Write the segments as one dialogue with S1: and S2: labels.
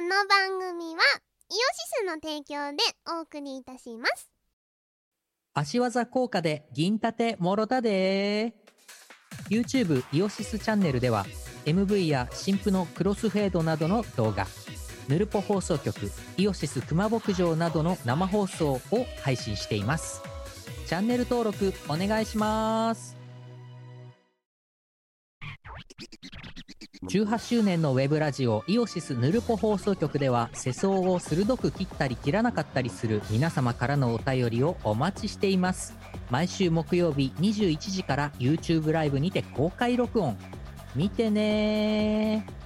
S1: の番組はイオシスの提供でお送りいたします
S2: 足技効果で銀盾もろたで YouTube イオシスチャンネルでは MV や新婦のクロスフェードなどの動画ヌルポ放送局イオシス熊牧場などの生放送を配信していますチャンネル登録お願いします18周年のウェブラジオイオシスヌルポ放送局では世相を鋭く切ったり切らなかったりする皆様からのお便りをお待ちしています毎週木曜日21時から YouTube ライブにて公開録音見てねー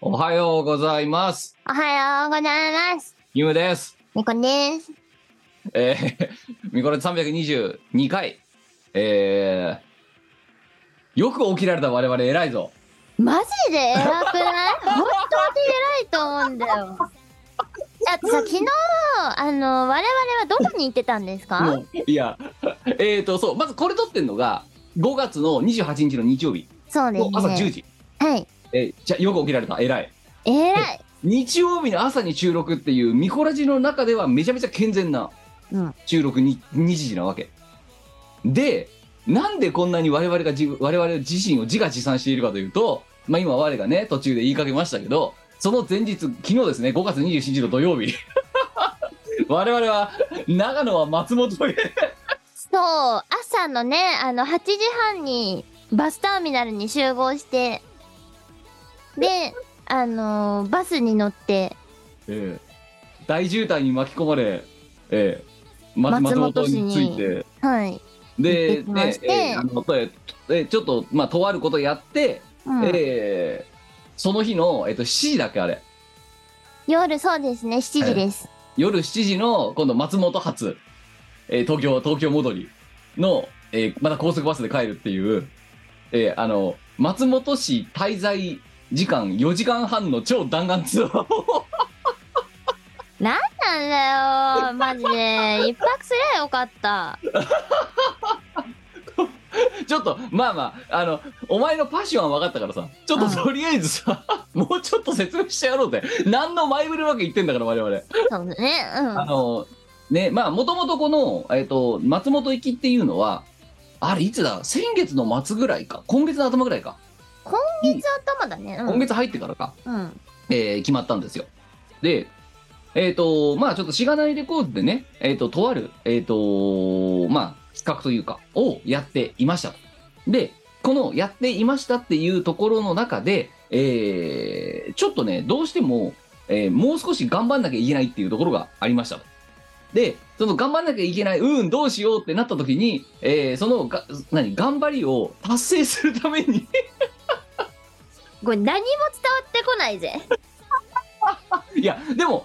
S3: おはようございます。
S1: おはようございます
S3: ゆむです。
S1: みこです
S3: えー、 ミコレ322回。えー、よく起きられた我々偉いぞ。
S1: マジで 偉くない本当に偉いと思うんだよだってさ昨日あの我々はどこに行ってたんです
S3: も
S1: か
S3: ういや、 えーと、そう、まずこれ撮ってんのが、5月の28日の日曜日
S1: そうですね
S3: の朝10時。
S1: はい
S3: えーじゃよく起きられた、偉い。
S1: 偉い
S3: 日曜日の朝に収録っていう、ミコラジの中ではめちゃめちゃ健全な
S1: うん
S3: 収録に、日時なわけ。で、なんでこんなに我々が自、我々自身を自画自賛しているかというと、まあ今我がね、途中で言いかけましたけど、その前日、昨日ですね、5月27日の土曜日。 我々は、長野は松本へ。
S1: そう朝のねあの8時半にバスターミナルに集合してであのーバスに乗って
S3: ええ大渋滞に巻き込まれ、ええま
S1: 松
S3: 松
S1: 本
S3: 本につ
S1: 市
S3: い
S1: に
S3: て。
S1: はい、行って
S3: で、
S1: きま
S3: ね
S1: し、て
S3: ええあのええちょっと、まあ、とあることやって、
S1: うん
S3: ええその日の、えっと、7時だっけ、あれ。
S1: 夜そうですね7時です、
S3: 夜7時の、今度、松本発、えー東京、東京戻りの、えーまた高速バスで帰るっていう、えーあの、松本市滞在時間4時間半の超弾丸ツアーを、
S1: なんだよマジ で一泊すりゃよかった
S3: ちょっと、まあまあ、あの、お前のパッションは分かったからさ、ちょっと
S1: うん
S3: とりあえずさ、もうちょっと説明してやろうぜ。何の前触れなわけ言ってんだから、我々。
S1: そうだね
S3: あの、ね、まあ、もともとこの、えっ、と、松本行きっていうのは、あれ、いつだ先月の末ぐらいか。今月の頭ぐらいか。
S1: うん今月頭だね、うん、
S3: 今月入ってからか。
S1: うん
S3: えー決まったんですよ。で、えっ、と、まあちょっとしがないレコードでね、えっ、と、とある、えっ、と、まあ企画というか、をやっていましたと。で、このやっていましたっていうところの中で、えーちょっとね、どうしても、えーもう少し頑張んなきゃいけないっていうところがありましたと。で、その頑張んなきゃいけない、うん、どうしようってなった時に、えーそのが、何、頑張りを達成するために、
S1: これ何も伝わってこないぜ
S3: いや、でも、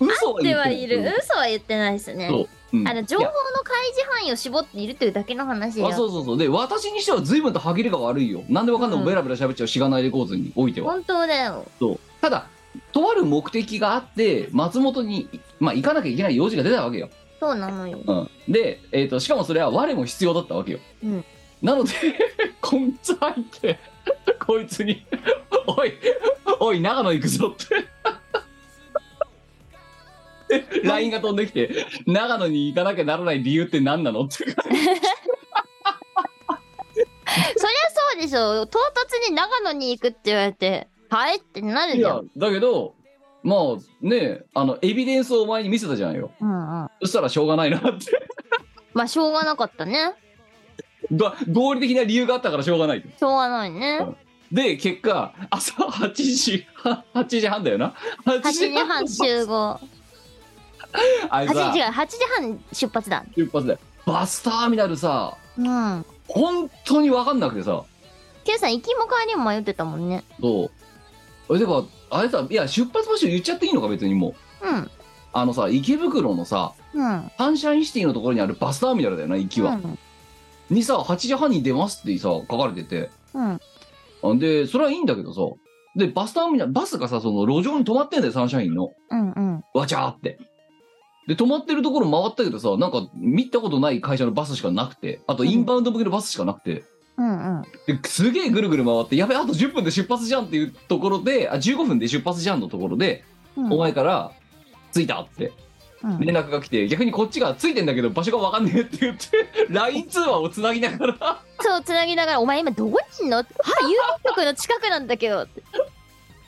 S3: 嘘は
S1: で
S3: 言ってな
S1: はいいる嘘は言ってないですね
S3: そう、うん
S1: あの情報の開示範囲を絞っているというだけの話よ
S3: あそうそうそうで私にしては随分と歯切れが悪いよなんでわかんない
S1: うん
S3: ベラベラ喋っちゃうしがないレコーズにおいては、
S1: 本当だよ
S3: そうただとある目的があって松本に、まあ、行かなきゃいけない用事が出たわけよ、
S1: そうなのよ
S3: うん、で、えー、としかもそれは我も必要だったわけよ、
S1: うん
S3: なので こいつ入ってこいつに「おいおい長野行くぞ」って で LINE が飛んできて「長野に行かなきゃならない理由って何なの?」って
S1: そりゃそうでしょ唐突に長野に行くって言われてはいってなる
S3: い
S1: じゃ
S3: や
S1: ん、
S3: だけど、まあね、あの、エビデンスをお前に見せたじゃないよ。
S1: うんうん、
S3: そしたらしょうがないなって。
S1: まあしょうがなかったね
S3: が合理的な理由があったからしょうがない。
S1: しょうがないね
S3: うんで、結果、朝8時 半、8時半だよな。8
S1: 8時半集合
S3: あれ
S1: 8
S3: さ
S1: 時、違う8時半出発だ
S3: 出発だよ。バスターミナルさ、
S1: うん Q
S3: 本当にわかんなくてさ、
S1: さん行きも帰りも迷ってたもんね
S3: そう。え、てか、あれさ、いや、出発場所言っちゃっていいのか、別にもう。
S1: うん
S3: あのさ、池袋のさ、
S1: うん
S3: サンシャインシティのところにあるバスターミナルだよな、行きは。
S1: うん
S3: にさ、8時半に出ますってさ、書かれてて。
S1: うん
S3: あで、それはいいんだけどさ、で、バスターミナル、バスがさ、その路上に止まってんだよ、サンシャインの。
S1: うんうん
S3: わちゃーって。で、止まってるところ回ったけどさ、なんか見たことない会社のバスしかなくて、あとインバウンド向けのバスしかなくて、
S1: うんうん。
S3: ですげえぐるぐる回って、やべ、あと10分で出発じゃんっていうところで、あ、15分で出発じゃんのところで、
S1: うん
S3: お前から、着いたって
S1: うん
S3: 連絡が来て、逆にこっちが着いてんだけど場所がわかんねえって言って、LINE 通話をつなぎながら、
S1: そう、つなぎながら、お前今どこにいんのっては郵便局の近くなんだけど。って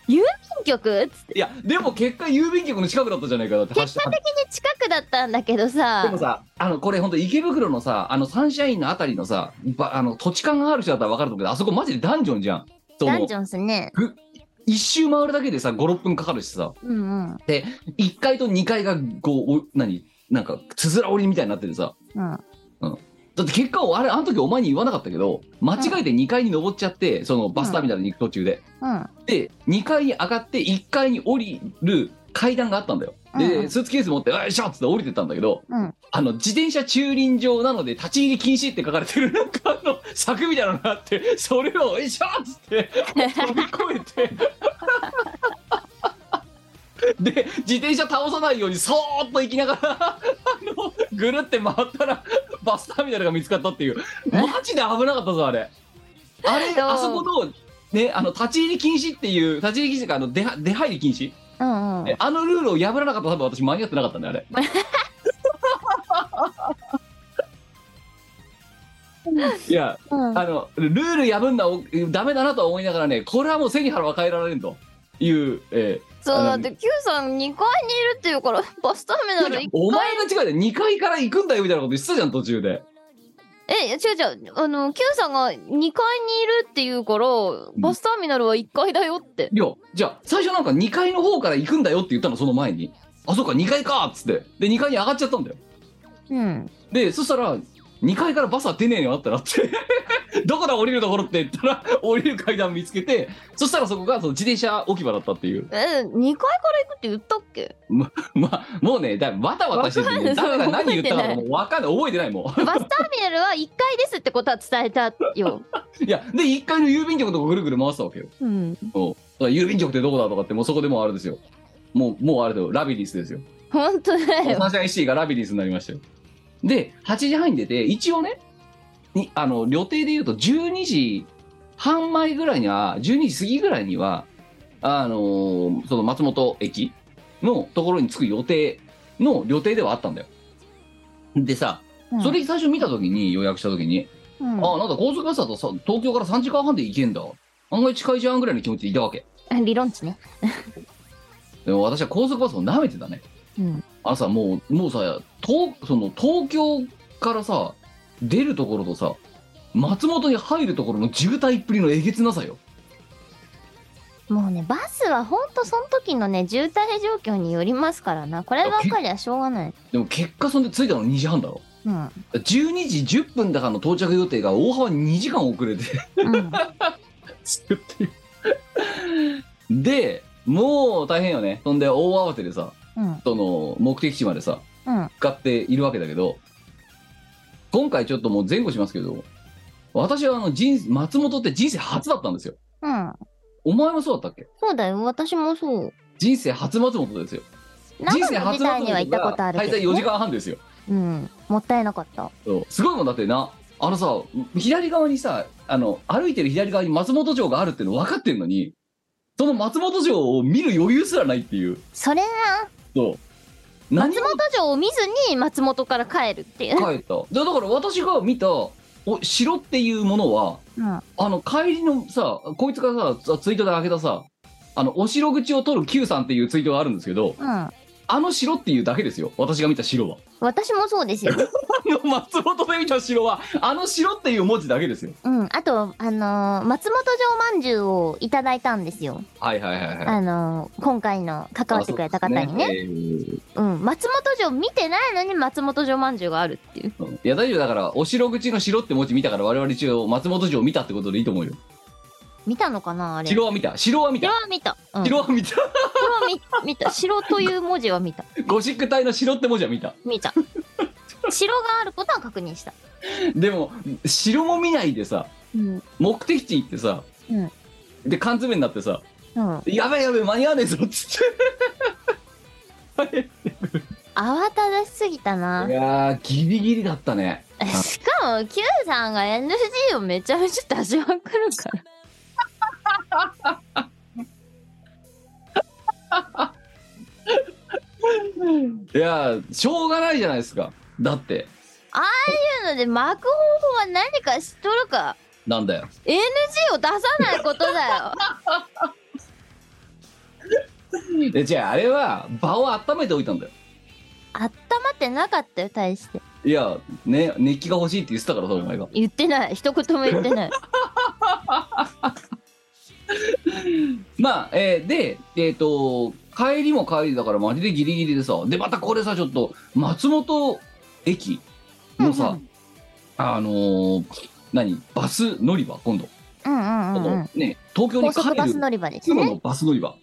S1: 郵便局つって。
S3: いや、でも結果郵便局の近くだったじゃないかだって走
S1: 結果
S3: って
S1: 的に近くだったんだけど
S3: で
S1: さ
S3: も。さ、あの、これ本当池袋のさ、あの、サンシャインのあたりのさ、ばあの、土地勘がある人だったらわかると思うけど、あそこマジでダンジョンじゃん。そ
S1: ダ
S3: の
S1: ンジョンっすね。
S3: 一周回るだけでさ、5、6分かかるしさ、
S1: うんうん。
S3: 1階と2階が、こう、お何なんか、つづら折りみたいになっててさ、
S1: うん。
S3: だって結果を、あれ、あの時お前に言わなかったけど、間違えて2階に登っちゃって、そのバスターミナルに行く途中で。
S1: うん。
S3: で、2階に上がって、1階に降りる階段があったんだよ。
S1: う
S3: で、
S1: ん
S3: スーツケース持って、よいしょっつって降りてったんだけど、
S1: うん。
S3: あの、自転車駐輪場なので立ち入り禁止って書かれてるなんかあの柵みたいなのがあって、それを、よいしょっつって飛び越えて。で自転車倒さないようにそーっと行きながらあのぐるって回ったらバスターミナルが見つかったっていうマジで危なかったぞあれあれ
S1: そう
S3: あそこの,、ね、あの立ち入り禁止っていう立ち入り禁止というかあの出は出入り禁止
S1: うんうん
S3: え。あのルールを破らなかったら多分私間に合ってなかったねあれいや
S1: うん
S3: あのルール破んなおダメだなとは思いながらねこれはもう背に腹は変えられんという、え
S1: そうだ
S3: あ
S1: っ
S3: の
S1: て Q さん2階にいるっていうからバスターミナル
S3: ー
S1: 1
S3: お
S1: 階
S3: 前が違うで2階から行くんだよみたいなこと言ってたじゃん途中で
S1: え違う違うあの Q さんが2階にいるっていうからバスターミナルは1階だよって
S3: いやじゃあ最初なんか2階の方から行くんだよって言ったのその前にあそうか2階かっつってで2階に上がっちゃったんだよ
S1: うん
S3: でそしたら2階からバスは出ねえよあったらって どこだ降りるところって言ったら降りる階段見つけてそしたらそこがその自転車置き場だったっていう
S1: え2階から行くって言ったっ け
S3: まあもうねだわたわたしててね
S1: わかんな
S3: 誰が
S1: い
S3: 何言ったか
S1: 覚えてない
S3: もう分かんない覚えてないも
S1: バスターミナルは1階ですってことは伝えたよ
S3: う いやで1階の郵便局のとこぐるぐる回したわけよ
S1: うん
S3: もうだから郵便局ってどこだとかってもうそこでもうあれですよもうもうあれだよラビリンスですよ
S1: 本当だ
S3: サンシ
S1: よ
S3: ャインシティがラビリンスになりましたよ。で、8時半に出て、一応ね、にあの、予定で言うと12時半前ぐらいには、12時過ぎぐらいには、あのーその松本駅のところに着く予定の予定ではあったんだよ。でさ、それ最初見た時に、予約した時に、
S1: うん
S3: ああ、なんだ高速バスだとさ東京から3時間半で行けんだ。案外近いじゃんぐらいの気持ちでいたわけ。
S1: うん理論値ね
S3: でも私は高速バスを舐めてたね。
S1: うん
S3: あのさもうもうさ東その東京からさ出るところとさ松本に入るところの渋滞っぷりのえげつなさよ
S1: もうねバスは本当その時のね渋滞状況によりますからなこればっかりはしょうがない
S3: でも結果そんで着いたの2時半だろ
S1: うん
S3: 12時10分だからの到着予定が大幅に2時間遅れて
S1: うん
S3: 作ってるでもう大変よねそんで大慌てでさ
S1: うん
S3: その目的地までさ
S1: うん
S3: 使っているわけだけど今回ちょっともう前後しますけど私はあの人生松本って人生初だったんですよ
S1: うん
S3: お前もそうだったっけ
S1: そうだよ、私もそう。
S3: 人生初松本ですよ。
S1: 長
S3: 人
S1: 野
S3: 生
S1: の
S3: 初
S1: 時
S3: 松
S1: 代
S3: 本
S1: には行ったことあるけ
S3: 滞
S1: ど、
S3: 在4時間半ですよ。
S1: うん、もったいなかった。
S3: そうすごいもんだってな、あのさ、左側にさ、あの、歩いてる左側に松本城があるっていうの分かってるのに、その松本城を見る余裕すらないっていう。
S1: それな、
S3: そう。何
S1: 松本城を見ずに松本から帰るっていう。
S3: 帰った。でだから私が見たお城っていうものは、
S1: うん、
S3: あの、帰りのさ、こいつがさ、ツイートで開けたさ、あの、お城口を取る Q さんっていうツイートがあるんですけど、
S1: うん。
S3: あの城っていうだけですよ。私が見た城は。
S1: 私もそうですよ。
S3: の松本で見た城はあの城っていう文字だけですよ
S1: うん。あと、あのー松本城まんじゅうをいただいたんですよ。
S3: はいはいはいはい
S1: あのー今回の関わってくれた方にね。
S3: あそうですね
S1: うん。松本城見てないのに松本城まんじゅうがあるっていう。
S3: えーいや大丈夫だからお城口の城って文字見たから我々一応松本城を見たってことでいいと思うよ
S1: 見たのかなあれ。
S3: 城は見た城は見
S1: 城
S3: た
S1: は見た。うん、
S3: 城は見た
S1: 城は見た。見た。城という文字は見た。
S3: ゴシック体の城って文字は見た
S1: 見 た。城があることは確認した。
S3: でも城も見ないでさ
S1: うん。
S3: 目的地行ってさ、
S1: うん
S3: で缶詰になってさ
S1: うん
S3: 「やべえやべえ間に合わねえぞ」っつって。
S1: 慌ただしすぎたない
S3: やーギリギリだったね
S1: しかも Q さんが NG をめちゃめちゃ出しまくるから。
S3: いやーしょうがないじゃないですかだって
S1: なので巻く方法は何か知っとるか
S3: なんだよ
S1: NG を出さないことだよ
S3: でじゃああれは場を温めておいたんだよ
S1: あったまってなかったよ大して
S3: いやね熱気が欲しいって言ってたからさお前が
S1: 言ってない一言も言ってない
S3: まあ、えーで、えっ、と、帰りも帰りだから、マジでギリギリでさ、で、またこれさ、ちょっと、松本駅のさ、
S1: うんう
S3: あのー何、バス乗り場、今度。
S1: うんうんうん、うん、
S3: このね、東京
S1: 高
S3: に
S1: 速バ
S3: 帰
S1: ス
S3: る
S1: 乗り場です
S3: すぐ
S1: ね
S3: のバス乗り場。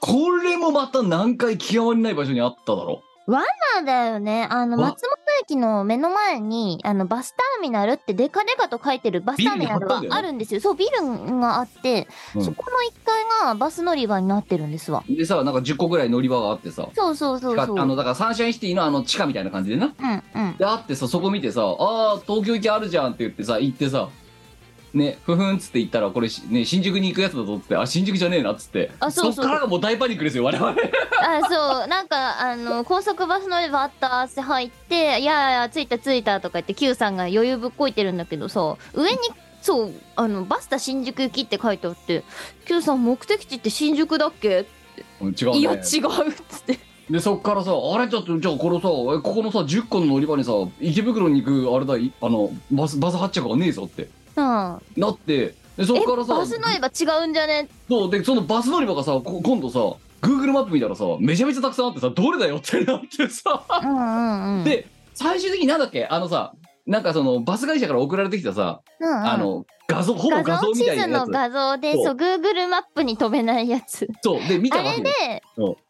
S3: これもまた何回極まりない場所にあっただろ
S1: そうだよねあの
S3: わ
S1: 松本駅の目の前にあのバスターミナルってデカデカと書いてるバスターミナルが
S3: ビルがあ
S1: あ
S3: った
S1: るんですよそうビルがあって、
S3: うん
S1: そこの1階がバス乗り場になってるんですわ
S3: う。でさ、なんか10個ぐらい乗り場があってさ、
S1: そうそうそうそう
S3: あの、だからサンシャインシティのあの地下みたいな感じでな。
S1: うんうん
S3: であってさそこ見てさ「ああ東京行きあるじゃん」って言ってさ行ってさ「ねふふん」っつって行ったらこれし、ね、新宿に行くやつだぞっつって「あ新宿じゃねえな」っつって
S1: あそうそう
S3: っからがもう大パニックですよ 我々
S1: あそうなんかあの高速バス乗り場あったって入って「いやいや着いた着いた」とか言って Q さんが余裕ぶっこいてるんだけどさ上にそうあの「バスタ新宿行き」って書いてあって Q さん目的地って新宿だっけ
S3: うん違
S1: いうや違う
S3: ね
S1: っつって
S3: でそっからさあれちょっとじゃあこのさえここのさ10個の乗り場にさ池袋に行くあれだいあのバスバス発着がねえぞって
S1: うん
S3: なってでそ
S1: え
S3: っからさ
S1: バス乗り場違うんじゃね
S3: そうでそのバス乗り場がさこ今度さ Google マップ見たらさめちゃめちゃたくさんあってさどれだよってなってさ
S1: うんうんうん
S3: で最終的になんだっけあのさなんかそのバス会社から送られてきたさ、
S1: うんうん
S3: あの画像ほぼ
S1: 画
S3: 画像
S1: 像
S3: み
S1: 地
S3: たい
S1: 図
S3: なや
S1: の
S3: つ
S1: 画像で
S3: そう
S1: そう Google マップに飛べないやつ
S3: そうで見
S1: あ
S3: たわ
S1: れ
S3: けで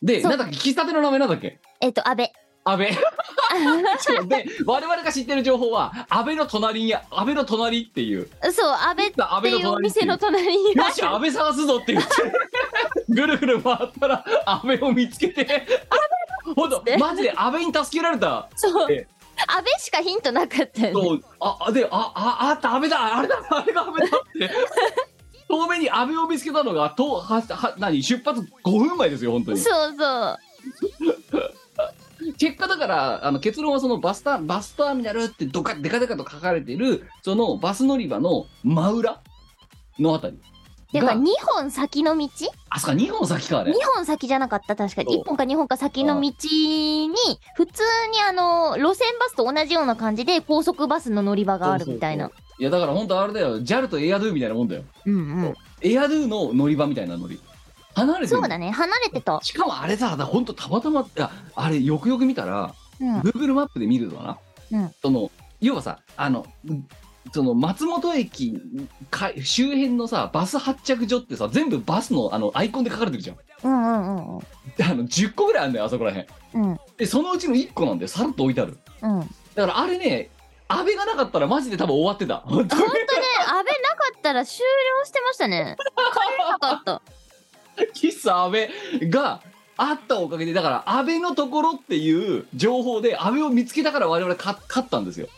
S1: で
S3: で
S1: そう
S3: なんだっけ喫茶店の名前なんだっけ
S1: えっと安 倍
S3: 安倍そうで我々が知ってる情報は安倍の隣に安倍の隣っていうよ
S1: そう安倍って
S3: 安倍の
S1: いうお
S3: 隣ってい
S1: 店
S3: う
S1: の隣に
S3: し安倍探すぞって言って ぐるぐる回ったら安倍を見つけてほんとマジで安倍に助けられた
S1: そう安
S3: え
S1: 倍しかヒントなかったよね
S3: そうああであああった安倍だあれだあれが安倍だって遠目に安倍を見つけたのがとはは何出発5分前ですよ本当に
S1: そうそう。
S3: 結果だからあの結論はそのバスタバスターミナルってどかでかでかと書かれてるそのバス乗り場の真裏のあたり
S1: てか、
S3: が
S1: 2本先の道 ?2
S3: あそっか2本先かあれ
S1: 本先じゃなかった、確かに。
S3: そう
S1: 1本か2本か先の道に、普通にあの、路線バスと同じような感じで、高速バスの乗り場があるみたいな
S3: そ。いやだから本当あれだよ JAL とエアドゥみたいなもんだよ
S1: うんうん。
S3: エアドゥの乗り場みたいな乗り離れて
S1: そ
S3: る
S1: うだね、離れてた。
S3: しかもあれさ本当たまたまああれよくよく見たら
S1: うん。
S3: Google マップで見るとな、
S1: うん
S3: その要はさあのうんその松本駅か周辺のさバス発着所ってさ全部バスのあのアイコンで書かれてるじゃん
S1: うんうんうん
S3: であの10個ぐらいあるんだよあそこらへん
S1: うん。うん
S3: でそのうちの1個なんだよさらっと置いてある
S1: うん、本
S3: だからあれね安倍がなかったらマジで多分終わってた本当に
S1: 当ね、安倍なかったら終了してましたね。帰れなかった。
S3: 喫茶安倍があったおかげでだから安倍のところっていう情報で安倍を見つけたから我々勝勝ったんですよ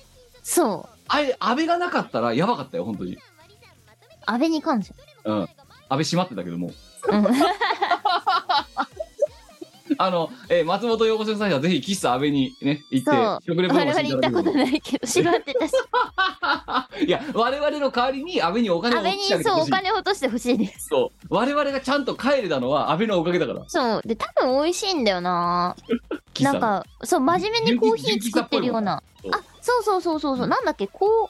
S1: そ
S3: あれ安倍がなかったらやばかったよ本当に
S1: う。安倍に感謝。
S3: うん安倍閉まってたけども
S1: うん。
S3: あの、えー松本陽子先生はぜひ喫茶安倍にね、行
S1: そう。
S3: って、食レ
S1: 我
S3: ポを
S1: 々
S3: してい
S1: 行
S3: た
S1: ったこ
S3: だけれ
S1: と
S3: ば。
S1: ないけど、知らんってたし、
S3: いや、我々の代わりに安倍にお金を
S1: 安倍
S3: 落としてあ
S1: に
S3: げて
S1: そう
S3: ほ
S1: お
S3: しい。
S1: 金落としてほしいです。
S3: そう。我々がちゃんと帰れたのは安倍のおかげだから。
S1: そう。で、多分美味しいんだよな。
S3: 喫茶
S1: なんか、そう、真面目にコーヒー作ってるような
S3: 純。喫茶っ
S1: あ、そうそうそうそうそう。なんだっけ、こ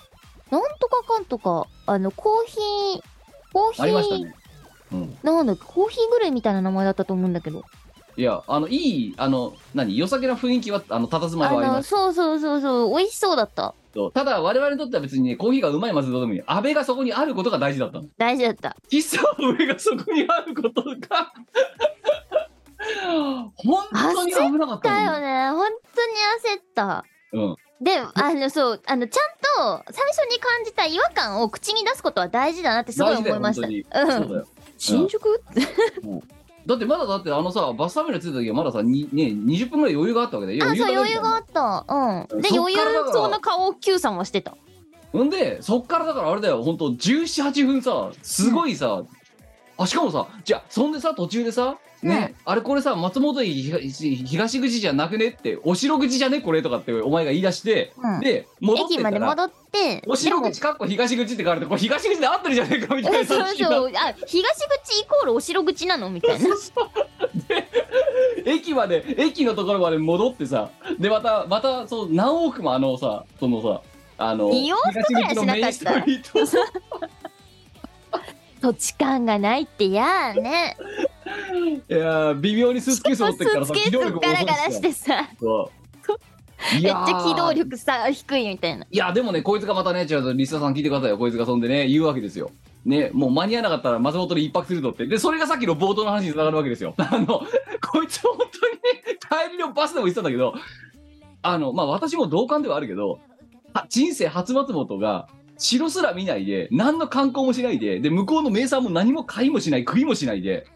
S1: う、なんとかかんとか、あの、コーヒー、コーヒ
S3: ありました
S1: ー、
S3: ね。うん。
S1: なんだっけ、コーヒーグレーみたいな名前だったと思うんだけど。
S3: いや、あの、いい、あの、何、良さげな雰囲気は、あの、佇ま
S1: あ
S3: いはあり
S1: の、
S3: ます
S1: そうそうそうそう、美味しそうだった。
S3: けど、ただ、我々にとっては別にね、コーヒーがうまいまずどうでもいい。安倍がそこにあることが大事だったの。
S1: 大事だった。
S3: 喫茶安倍がそこにあることが、本当に危なかったもん
S1: だよね。本当に焦った。
S3: うん。
S1: で、あの、そう、あの、ちゃんと、最初に感じた違和感を口に出すことは大事だなってすごい思いました。
S3: 大事
S1: う。
S3: だよ本当にそうんだよ
S1: 新宿
S3: だだってまだだってあのさバスタミナついた時はまださに、ね、20分ぐらい余裕があったわけで
S1: あそう余
S3: だ
S1: 裕
S3: よ
S1: があったうんで
S3: そっ
S1: 余裕
S3: からだから
S1: そうな顔を Q さんはしてた
S3: ほんでそっからだからあれだよ本当178分さすごいさ、あしかもさじゃあそんでさ途中でさね、あれこれさ松本駅東東口じゃなくねってお城口じゃねこれとかってお前が言い出して、
S1: うん
S3: で戻って
S1: 駅
S3: った
S1: まで
S3: ら
S1: 戻って
S3: お城
S1: でも
S3: 口かっこ東口って書かれてこれ東口で合ってるじゃねえかみたい
S1: え
S3: な
S1: そう
S3: 話になっ
S1: そうあ東口イコールお城口なのみたいな
S3: て駅まで駅のところまで戻ってさでまたまたそう何億もあのさそのさあの
S1: 二往復ぐらいしなかった
S3: 東口のメインストリート
S1: 土地勘がないってやーね
S3: いやー微妙にスーツケース持ってっから
S1: ス
S3: さ
S1: ーツケースガラガラしてさ
S3: そう
S1: め
S3: い
S1: っち
S3: やー
S1: ゃ機動力さ低いみたいない
S3: やでもねこいつがまたねちょっとリスナーさん聞いてくださいよこいつがそんでね言うわけですよねもう間に合わなかったら松本で一泊するとってでそれがさっきの冒頭の話につながるわけですよ あのこいつ本当にね帰りのバスでも言ってたんだけどあのまあ私も同感ではあるけどあ人生初松本が城すら見ないで何の観光もしないでで向こうの名産も何も買いもしない食いもしないで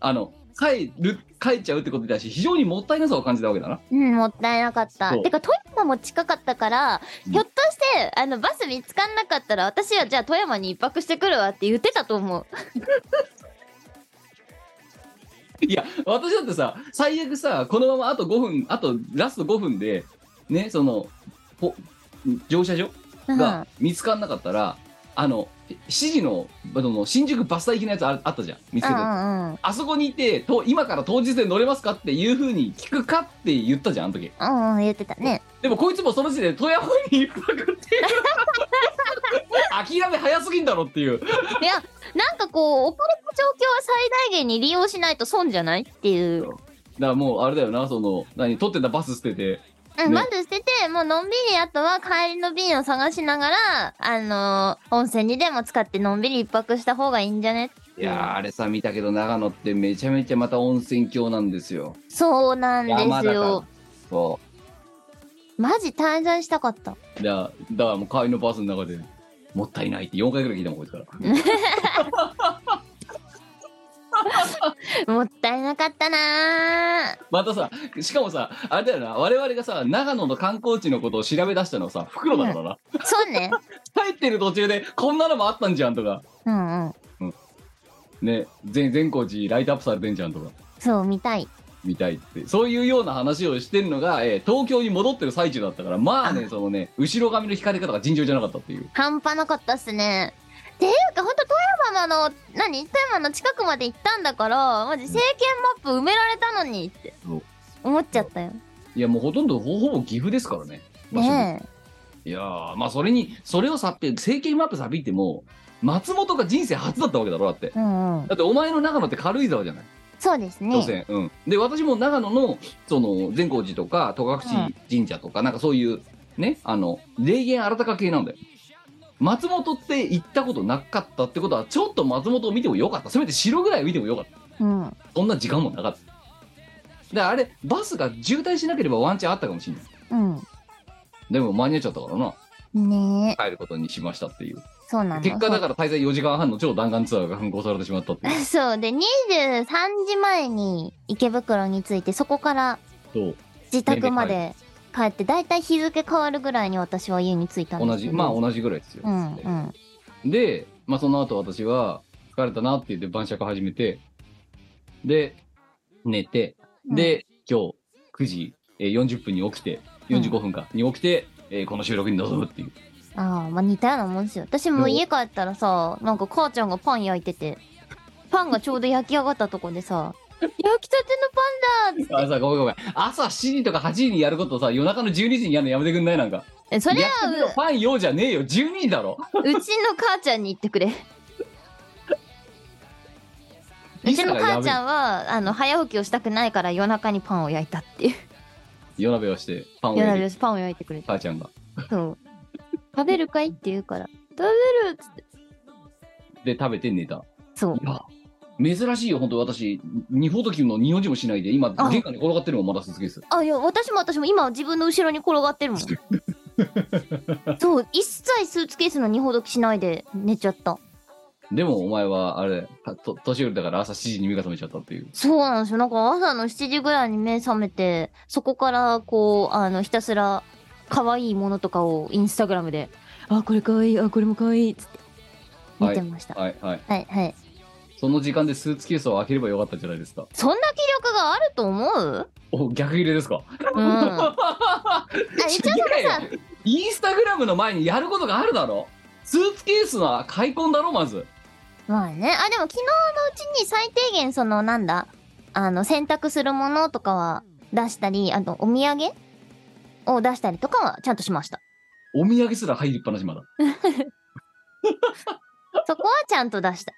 S3: あの帰る帰っちゃうってことに対して非常にもったいなさを感じたわけだな
S1: うんもったいなかった
S3: そう
S1: てか富山も近かったから
S3: うん
S1: ひょっとしてあのバス見つかんなかったら私はじゃあ富山に一泊してくるわって言ってたと思う
S3: いや、私だってさ、最悪さ、このままあと5分、あとラスト5分で、ね、その、ほ乗車場
S1: うん
S3: が見つからなかったら、あの、7時の、あの新宿バスタ行きのやつああったじゃん、見つ
S1: う
S3: け
S1: ん
S3: た。
S1: うんうん
S3: あそこにいてと、今から当日で乗れますかっていうふうに聞くかって言ったじゃん、あの時。
S1: うんうん言ってたね
S3: でもこいつもその時点で富山に一泊っていう。 諦め早すぎんだろっていう。
S1: いやなんかこうお金の状況は最大限に利用しないと損じゃないっていう
S3: だからもうあれだよな、その、何、取ってたバス捨てて、
S1: うん、
S3: ね
S1: まず捨てて、もうのんびり、あとは帰りの便を探しながら、あのー温泉にでも使ってのんびり一泊した方がいいんじゃね
S3: いやーあれさ見たけど長野ってめちゃめちゃまた温泉郷なんですよ
S1: そうなんですよ。
S3: そ
S1: マジ滞在したかった。
S3: うだからだからもう帰りのバスの中で「もったいない」って4回ぐらい聞いたもんこいつから
S1: もったいなかったな
S3: またさしかもさあれだよな我々がさ長野の観光地のことを調べ出したのはさ袋だからな、
S1: ーそうね。
S3: 帰ってる途中でこんなのもあったんじゃんとか
S1: うんうん。
S3: ね全全高地ライトアップされてんじゃんとか
S1: そう、見たい。
S3: みたいってそういうような話をしてるのが、えー東京に戻ってる最中だったからま あねそのね後ろ髪の引かれ方が尋常じゃなかったっていう
S1: 半端なかったっすね。っていうか、ほんと富山のあの、何富山の近くまで行ったんだから、マジ政権マップ埋められたのにって
S3: そう
S1: 思っちゃったよ。
S3: いやもうほとんどほほぼ岐阜ですからね場所
S1: ねえ。
S3: いやーまあそれにそれをさって政権マップさびっても松本が人生初だったわけだろだって
S1: うんうん。
S3: だってお前の長野って軽井沢じゃない
S1: そうです
S3: 当
S1: ね。
S3: 然、うんで私も長野のその善光寺とか戸隠神社とか、なんかそういうねあの霊言新たか系なんだよ松本って行ったことなかったってことはちょっと松本を見てもよかったせめて城ぐらい見てもよかった
S1: うん。
S3: そんな時間もなかっただからあれバスが渋滞しなければワンチャンあったかもしれない
S1: うん。
S3: でも間に合っちゃったからな
S1: ねえ。
S3: 帰ることにしましたっていう
S1: そうなんだ。
S3: 結果だから滞在4時間半の超弾丸ツアーが運行されてしまったってい う
S1: そう。で、23時前に池袋に着いて、そこから
S3: そう
S1: 自宅まで帰って、だいたい日付変わるぐらいに私は家に着いたんです
S3: 同じまあ同じぐらいですよ、
S1: うんうん。
S3: で、まあ、その後私は疲れたなって言って晩酌始めてで寝てで、今日9時えー40分に起きて45分か、に起きて、えーこの収録に臨むっていう
S1: ああ、まあ似たようなもんですよ。私も家帰ったらさ、なんか母ちゃんがパン焼いてて、パンがちょうど焼き上がったとこでさ、 焼きたてのパンだっつって
S3: あさごめんごめん朝7時とか8時にやることをさ夜中の12時にやるのやめてくんないなんか
S1: えそれは
S3: 焼きたてのパン用じゃねえよ12時だろ
S1: ううちの母ちゃんに言ってく れ。うちの母ちゃんはあの早起きをしたくないから夜中にパンを焼いたっていう
S3: 夜鍋をしてパンを
S1: 夜
S3: 焼い
S1: 中
S3: て
S1: にパンを焼いてくれた
S3: 母ちゃんが
S1: そう食べるかいって言うから食べるっつって
S3: で食べて寝た
S1: そう
S3: いや珍しいよ本当私二ほどきの二の字もしないで今
S1: あ
S3: 玄関に転がってるもんまだスーツケース
S1: あいや私も私も今自分の後ろに転がってる もんそう一切スーツケースの荷ほどきしないで寝ちゃった
S3: でもお前は、あれ、はと年寄りだから朝7時に目が覚めちゃったっていう。
S1: そうなんですよ。なんか朝の7時ぐらいに目覚めて、そこからこう、あの、ひたすら可愛いものとかをインスタグラムで、あ、これ可愛い、あ、これも可愛いっつって見てました。は
S3: はいはい。
S1: い、はい、
S3: その時間でスーツケースを開ければよかったんじゃないですか。
S1: そんな気力があると思う
S3: お、逆入れですか。
S1: うん。 あ、一応そのさ、
S3: インスタグラムの前にやることがあるだろスーツケースは開墾だろまず。
S1: まあね。あ、でも昨日のうちに最低限そのなんだ、あの、洗濯するものとかは出したり、あとお土産を出したりとかはちゃんとしました。
S3: お土産すら入りっぱなしまだ。
S1: そこはちゃんと出した。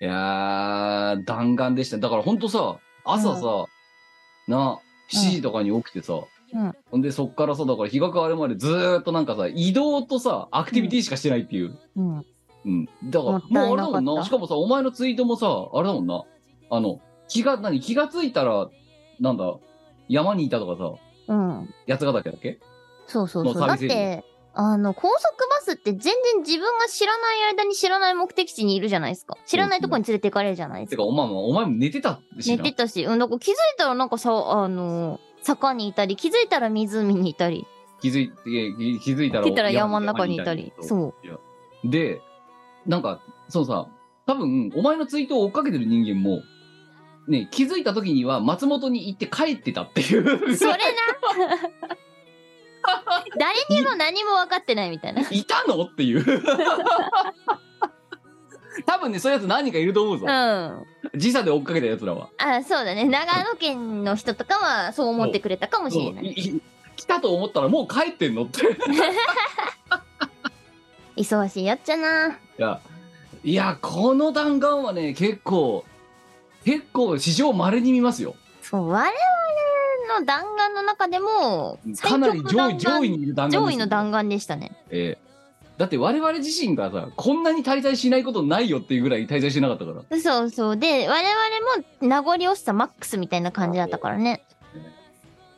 S3: いやー、弾丸でしたね。だからほんとさ、朝さ、な、7時とかに起きてさ、
S1: うん
S3: ほんでそっからさ、だから日が変わるまでずーっとなんかさ、移動とさ、アクティビティしかしてないっていう。
S1: うん。
S3: うん。だから、
S1: も
S3: も
S1: っ
S3: う
S1: たいなか
S3: あ
S1: った
S3: れだもんな。しかもさ、お前のツイートもさ、あれだもんな。あの、気が、何気がついたら、なんだ、山にいたとか
S1: う
S3: さ、
S1: ん。
S3: 八ヶ岳だっけ
S1: そうそうそう。
S3: の
S1: だ
S3: サ
S1: っ
S3: ービスエリア
S1: て、あの、高速バスって全然自分が知らない間に知らない目的地にいるじゃないですか。知らないとこに連れて行かれるじゃないです
S3: て
S1: か。
S3: か、お前も、お前も寝てたし
S1: 寝
S3: な。
S1: てたし、うん、なんか気づいたらなんかさ、あの、坂にいたり、気づいたら湖にいたり、
S3: 気づいて、気気づいたら
S1: 来たら山の中にいたり、
S3: う。
S1: そ
S3: で、なんか、そのさ、多分、お前のツイートを追っかけてる人間も、ね、気づいた時には松本に行って帰ってたっていう。
S1: う。それな 誰にも何も分かってないみた いな。
S3: いたのっていう。 多分ね、そういうやつ何人かいると思うぞ
S1: うん。。あ、
S3: 時差で追っかけたやつらは。
S1: そうだね。長野県の人とかはそう思ってくれたかもしれない。
S3: いい来たと思ったらもう帰ってん のって。い
S1: 忙しいやっちゃな。
S3: や、いや、この弾丸はね、結構、結構史上稀に見ますよ。
S1: そう、我々の弾丸の中でも、
S3: かなり上
S1: 最強の
S3: 位、
S1: 弾
S3: 上
S1: 丸
S3: 位にいる弾丸ですよ
S1: 上位の弾丸でしたね。
S3: ええだって我々自身がさ、こんなに滞在しないことないよっていうぐらい滞在してなかったから。
S1: そうそう。で、我々も名残惜しさマックスみたいな感じだったからね。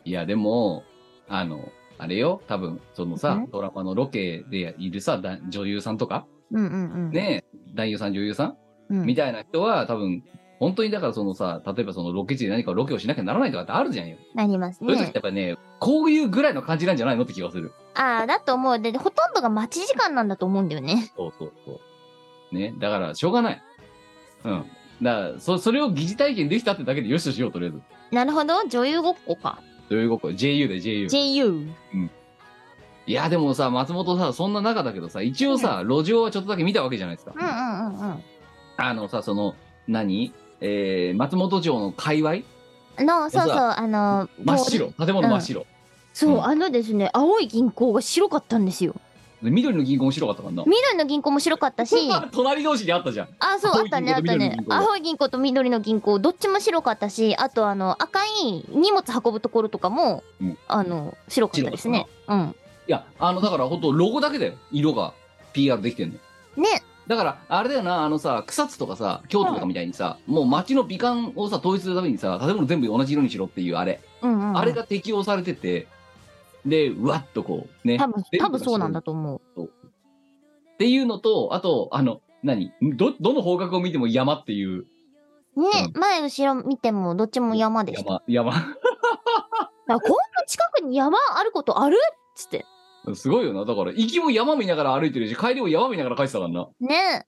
S3: いや、でも、あの、あれよ、多分、そのさ
S1: ん、
S3: ドラマのロケでいるさ、だ女優さんとか、
S1: うんうんうん。
S3: ねえ、男優さん、女優さん
S1: うん、
S3: みたいな人は、多分、本当にだからそのさ、例えばそのロケ地で何かロケをしなきゃならないとかってあるじゃんよ。
S1: なります
S3: そういう時っ
S1: ね
S3: て。やっぱね、こういうぐらいの感じなんじゃないのって気がする。
S1: ああ、だと思う。で、ほとんどが待ち時間なんだと思うんだよね。
S3: そうそうそう。ね、だから、しょうがない。うん。だから、そ、それを疑似体験できたってだけでよしとしよう、とりあえず。
S1: なるほど。女優ごっこか。
S3: どういうこと ?JU で JU。
S1: JU。
S3: いや、でもさ、松本さ、そんな中だけどさ、一応さ、路上はちょっとだけ見たわけじゃないですか。
S1: うんうんうん
S3: あのさ、その、何えー、松本城の界隈
S1: うん。の、そうそう、
S3: さ
S1: あの、
S3: 真っ白。建物真っ白。
S1: そうう、
S3: ん
S1: あのですね、青い銀行が白かったんですよ。
S3: で緑の銀行も白かったからな。
S1: 緑の銀行も白かったし、
S3: 隣同士にあったじゃん。
S1: あ、そう、あったね、あっ
S3: 青い銀行と
S1: た
S3: 緑
S1: ね
S3: の銀。行
S1: 青い銀行と緑の銀行、どっちも白かったし、あとあの、赤い荷物運ぶところとかも、
S3: うん
S1: あの、白かったですね。うん。
S3: いや、あの、だから、ほんと、ロゴだけだよ。色が PR できてんの。
S1: ね、
S3: だから、あれだよな、あのさ、草津とかさ、京都とかみたいにさ、もう街の美観をさ、統一するためにさ、建物全部同じ色にしろっていうあれ。
S1: うんうんうん。
S3: あれが適用されてて、で、うわっとこう、ね。
S1: 多分、多分そうなんだと思う。
S3: っていうのと、あと、あの、何ど、どの方角を見ても山っていう、
S1: ね、
S3: う
S1: 前後ろ見てもどっちも山でした。
S3: 山、山。
S1: だからこんな近くに山あることあるっつって。
S3: すごいよな。だから、行きも山見ながら歩いてるし、帰りも山見ながら帰ってたからな。
S1: ね。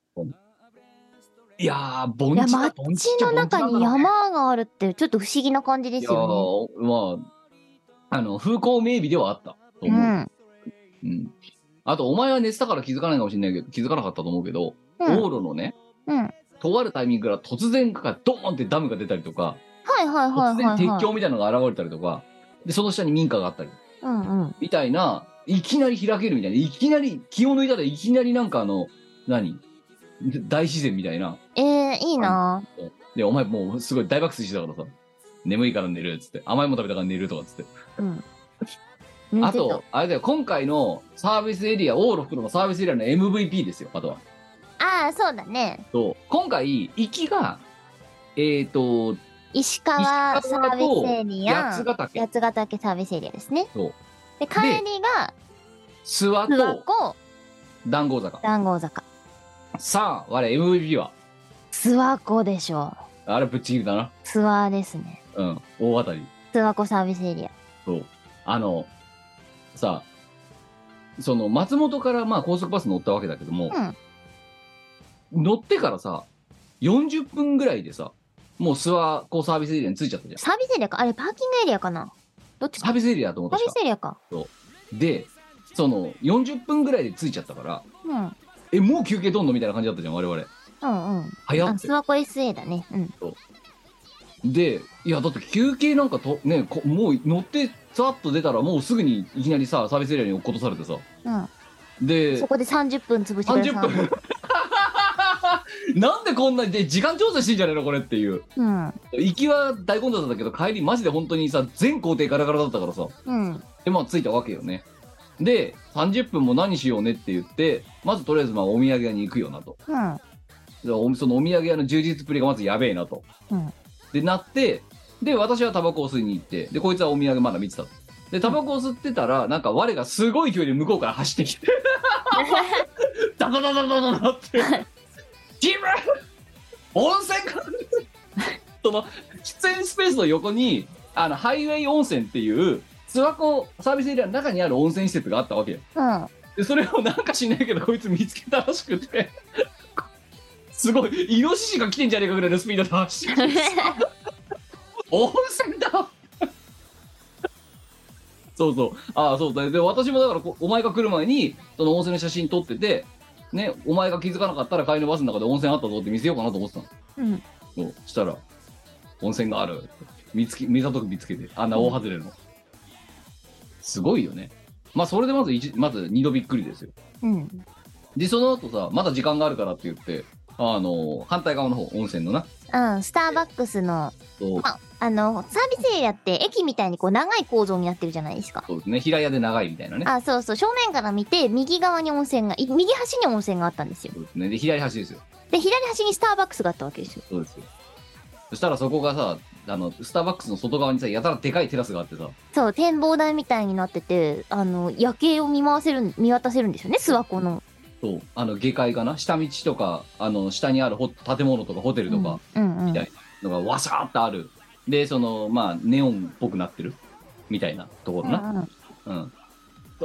S3: いやー、盆
S1: い
S3: 地
S1: や、
S3: だ
S1: 街
S3: 盆地っちゃ
S1: の中に
S3: 盆地なんだろうね
S1: 山があるって、ちょっと不思議な感じで
S3: い
S1: す
S3: や
S1: よ
S3: ー、まあ、あの、風光明媚ではあったと
S1: ね。う
S3: 思う。
S1: ん。
S3: うんあと、お前は寝てたから気づかないかもしれないけど、気づかなかったと思うけど、
S1: うん。
S3: 道路のね、
S1: うん。はい
S3: とあるタイミングから突然からドーンってダムが出たりとか、
S1: はいはい
S3: 突然
S1: はい、
S3: 鉄
S1: はい。
S3: 橋みたいなのが現れたりとか、で、その下に民家があったり、
S1: うんうん。
S3: みたいな、いきなり開けるみたいな、いきなり気を抜いたらいきなりなんかあの、何大自然みたいな。
S1: えー、いいなぁ。
S3: で、お前もうすごい大爆睡してたからさ、眠いから寝るっつって、甘いもん食べたから寝るとかっつって。
S1: うん。
S3: あと、あれだよ、今回のサービスエリア、往路袋のサービスエリアの MVP ですよ、あとは。
S1: ああ、そうだね。
S3: そう今回行きがえっ、と
S1: 石川サービスエリア
S3: 八、ヶ岳
S1: 八ヶ岳サービスエリアですね。
S3: そう
S1: で、帰りが、
S3: 諏訪
S1: 諏訪
S3: と
S1: 湖、
S3: 談合坂
S1: 談合坂。
S3: さあ、我 MVP は、
S1: 諏訪湖でしょ
S3: あれぶっちぎりだな。
S1: う。諏訪ですね。
S3: うん、大当たり。
S1: 諏訪湖サービスエリア。
S3: そう。あの、さあ、その、松本からまあ高速バス乗ったわけだけど
S1: う
S3: も、
S1: ん。
S3: 乗ってからさ、40分ぐらいでさ、もう諏訪湖サービスエリアに着いちゃったじゃん。
S1: サービスエリアかあれ、パーキングエリアかなどっち
S3: サ
S1: か
S3: ービスエリアだと思っ
S1: サ
S3: た
S1: ービスエリアか。
S3: で、その、40分ぐらいで着いちゃったから、
S1: うん。うん
S3: え、もう休憩どんのみたいな感じだったじゃん、我々。
S1: うん。あ、
S3: 早っ
S1: 諏訪湖 SA だね。うん。
S3: で、いや、だって休憩なんかと、ね、こもう乗って、さっと出たら、もうすぐにいきなりさ、サービスエリアに落っことされてさ。
S1: うん。
S3: で
S1: そ、こで30分潰してくだ
S3: 30
S1: さい。
S3: 分。 なんでこんなにで時間調整してんじゃねえのこれっていう
S1: うん。
S3: 行きは大混雑だったけど帰りマジで本当にさ全工程ガラガラだったからさ
S1: うん。
S3: でまあ着いたわけよねで30分も何しようねって言ってまずとりあえずまあお土産屋に行くよなと
S1: うん。
S3: でおそのお土産屋の充実っぷりがまずやべえなと、
S1: うん
S3: でなってで私はタバコを吸いに行ってでこいつはお土産まだ見てたとでタバコを吸ってたらなんか我がすごい勢いで向こうから走ってきてダダダダダダダって「キム温泉か!」その喫煙スペースの横にあのハイウェイ温泉っていう諏訪湖サービスエリアの中にある温泉施設があったわけよ
S1: うん。
S3: でそれをなんかしないけどこいつ見つけたらしくてすごいイノシシが来てんじゃねえかぐらいのスピードで走って温泉だそうそうああそうだで私もだからこお前が来る前にその温泉の写真撮っててねお前が気づかなかったら帰りのバスの中で温泉あったぞって見せようかなと思ってたの
S1: うん。
S3: そうしたら温泉がある見つけ見里区見つけてあんな大外れの、すごいよねまあそれでまず一まず2度びっくりですよ
S1: うん。
S3: で、その後さ、まだ時間があるからって言って、あの、反対側の方、温泉のな。
S1: うん。スターバックスの、
S3: そう
S1: まあ、あの、サービスエリアって駅みたいにこう長い構造になってるじゃないですか。
S3: そうですね、平屋で長いみたいなね。
S1: あ、そうそう。正面から見て、右側に温泉が、い右端に温泉があったんですよ。
S3: そうですね。で、左端ですよ。
S1: で、左端にスターバックスがあったわけですよ。
S3: そうですよ。そしたらそこがさ、あの、スターバックスの外側にさ、やたらでかいテラスがあってさ、
S1: そう、展望台みたいになってて、あの、夜景を見回せる、見渡せるんですよね、諏訪湖の。
S3: そう、あの、下界かな下道とか、あの、下にあるホ建物とかホテルとか、
S1: うんうん
S3: みたいのがわさーっとある。で、その、まあ、ネオンっぽくなってる。みたいなところな。
S1: うん
S3: うん。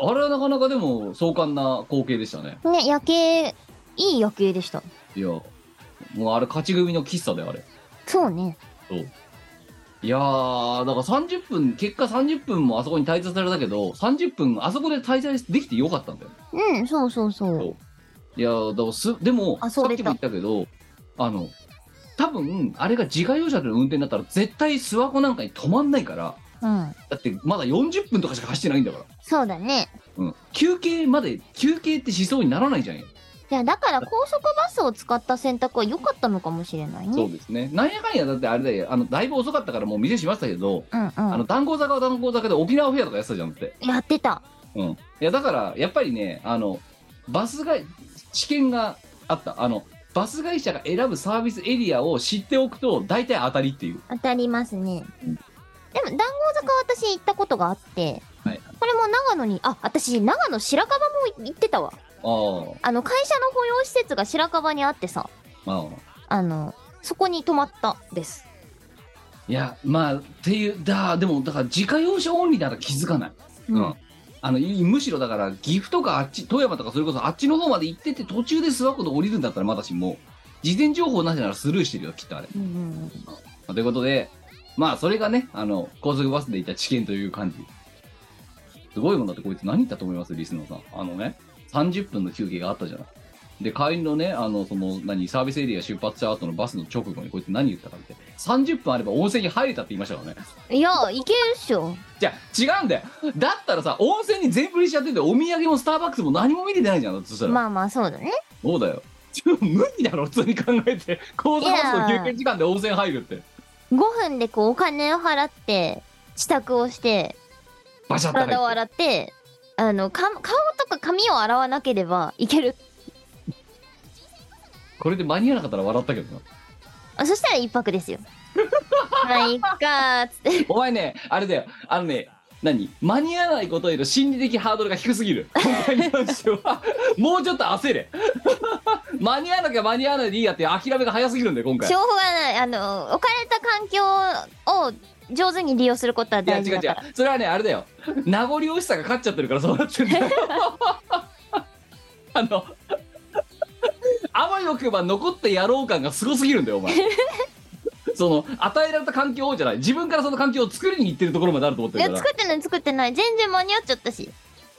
S3: あれはなかなかでも壮観な光景でしたね。
S1: うんね、夜景、いい夜景でした。
S3: いや、もうあれ勝ち組の喫茶だよ、あれ。
S1: そうね。
S3: いやー、だから30分、結果30分もあそこに滞在されたけど、30分、あそこで滞在できてよかったんだよ。
S1: うん、そうそうそう。
S3: いやー、だからす、でも、
S1: あ
S3: さ
S1: そ
S3: っ
S1: うで
S3: き
S1: し
S3: も
S1: た
S3: 言ったけど、あの、多分、あれが自家用車での運転だったら、絶対諏訪湖なんかに止まんないから、
S1: うん。
S3: だってまだ40分とかしか走ってないんだから。
S1: そうだね。
S3: うん。休憩まで、休憩ってしそうにならないじゃんよ。
S1: いや、だから高速バスを使った選択は良かったのかもしれないね。
S3: そうですね。なんやかんや、だってあれだよ、あの、だいぶ遅かったからもう店しましたけど、
S1: うん
S3: あ
S1: う
S3: の、
S1: ん。
S3: 談合坂は談合坂で沖縄フェアとかやってたじゃんって。
S1: やってた。
S3: うん、いやだからやっぱりねあのバスが試験があったあのバス会社が選ぶサービスエリアを知っておくと大体当たりっていう
S1: 当たりますね。
S3: うん
S1: でも、談合坂は私行ったことがあって、
S3: はい
S1: これも長野に、あ、私、長野白樺も行ってたわ。
S3: あー
S1: あの、会社の保養施設が白樺にあってさ、
S3: まあ
S1: あの、そこに泊まったです。
S3: いやまあっていうだでもだから自家用車オンリーなら気づかない、
S1: うん
S3: あのいむしろだから岐阜とかあっち富山とかそれこそあっちの方まで行ってて途中で諏訪湖で降りるんだったらまだしも事前情報なしならスルーしてるよきっとあれ、
S1: うんうんうん
S3: まあということでまあそれがねあの高速バスで行った知見という感じすごいもんだってこいつ何言ったと思いますリスナーさんあのね30分の休憩があったじゃないで帰りのねあのその何サービスエリア出発した後のバスの直後にこいつ何言ったかって30分あれば温泉に入れたって言いましたからね
S1: いや、行けるっしょ。
S3: じゃあ違うんだよだったらさ温泉に全振りしちゃっててお土産もスターバックスも何も見れてないじゃんそしたら、
S1: まあまあ、そうだね。
S3: そうだよ無理だろ普通に考えて高速バスの休憩時間で温泉入るって
S1: 5分でこう、お金を払って、支度をして、
S3: バシャッと入って
S1: 体を洗って、あの、か顔とか髪を洗わなければいける。
S3: これで間に合わなかったら笑ったけどな
S1: あそしたら一泊ですよ。 まあ、いっかーっつって。
S3: お前ね、あれだよ、あのね、何間に合わないことへ の心理的ハードルが低すぎる。今回に関しては、もうちょっと焦れ。 間に合わなきゃ間に合わないでいいやって諦めが早すぎるんで今回
S1: しょうがないあの置かれた環境を上手に利用することはい
S3: や違
S1: 大事
S3: う違う
S1: だから
S3: それはねあれだよ名残惜しさが勝っちゃってるからそうなってるんだよ あのあわよくば残ってやろう感がすごすぎるんだよ お前その与えられた環境をじゃない自分からその環境を作りに行ってるところまであると思って
S1: い
S3: る
S1: や
S3: から
S1: 作ってない作ってない全然間に合っちゃったし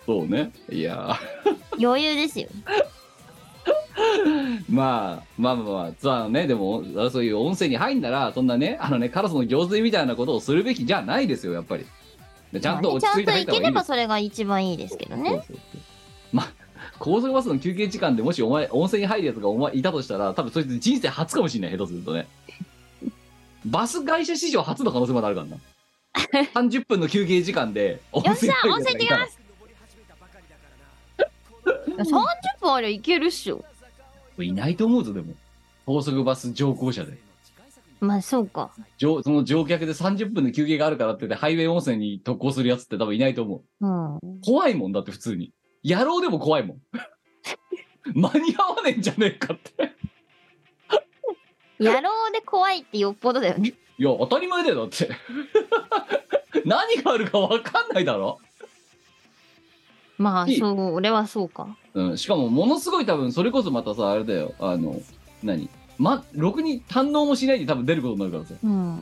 S3: そうねいや ー
S1: 余裕ですよ
S3: まあまあまあまあさあねでもそういう音声に入んならそんなねあのねカラスの行水みたいなことをするべきじゃないですよやっぱりでちゃんと落ち着いて
S1: まあ
S3: 入
S1: ね
S3: っ
S1: ち
S3: た
S1: ゃんとい
S3: 方がい
S1: け
S3: い
S1: れ
S3: で
S1: ば
S3: す
S1: それが一番いいですけど
S3: そ
S1: ね
S3: うそうそうまあ高速バスの休憩時間でもしお前温泉に入るやつがお前いたとしたら多分そいつ人生初かもしれない下手するとねバス会社史上初の可能性まであるから な30分の休憩時間で温
S1: よっしゃ
S3: 入る
S1: 温
S3: やつ
S1: 泉行
S3: が
S1: ってき
S3: いたら
S1: ます30分ありゃいけるっしょ
S3: いないと思うぞでも高速バス乗降者で
S1: まあそうか
S3: 乗その乗客で30分の休憩があるからって言ってハイウェイ温泉に特攻するやつって多分いないと思う
S1: うん
S3: 怖いもんだって普通に野郎でも怖いもん 間に合わねえんじゃねえかって
S1: 野郎で怖いってよっぽどだよね
S3: いや、当たり前だよ、だって。 何があるか分かんないだろ、
S1: まあ
S3: いい
S1: そう俺はそうか
S3: うん、しかも、ものすごい多分、それこそまたさ、あれだよ、あの、何ま、ろくに堪能もしないで多分出ることになるからさ。
S1: うん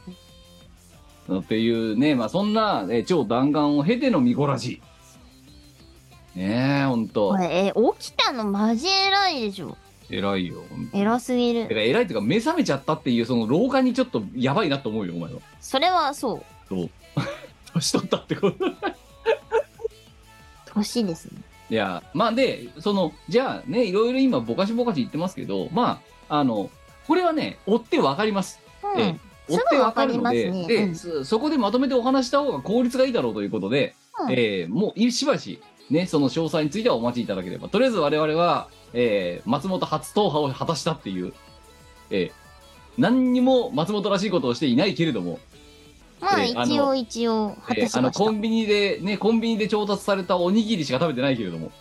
S3: っていうね、まあ、そんな、えー超弾丸を経てのミコラジ。ねえ、ほんと
S1: こ。れえ起きたのマジ偉いでしょ
S3: 偉いよ、ほんと。
S1: 偉すぎ
S3: て
S1: る
S3: か偉いというか、目覚めちゃったっていう、その、老化にちょっとやばいなと思うよ、お前は。
S1: それはそう
S3: そう。 年取ったってこと。
S1: 年ですね
S3: いや、まあで、その、じゃあね、いろいろ今、ぼかしぼかし言ってますけど、まあ、あの、これはね、追ってわかります。
S1: う
S3: え
S1: ん
S3: 追ってわかる
S1: すぐ
S3: の
S1: わか
S3: で、
S1: りますねう
S3: で
S1: ん
S3: そそこでまとめてお話した方が効率がいいだろうということで、
S1: うん
S3: えーもうしばし、ね、その詳細についてはお待ちいただければ、とりあえず我々は、えー松本初党派を果たしたっていう、えー何にも松本らしいことをしていないけれども、
S1: まあ
S3: えーあの
S1: 一応一応果
S3: え
S1: た
S3: ー
S1: し
S3: あの
S1: ました
S3: コンビニでねコンビニで調達されたおにぎりしか食べてないけれども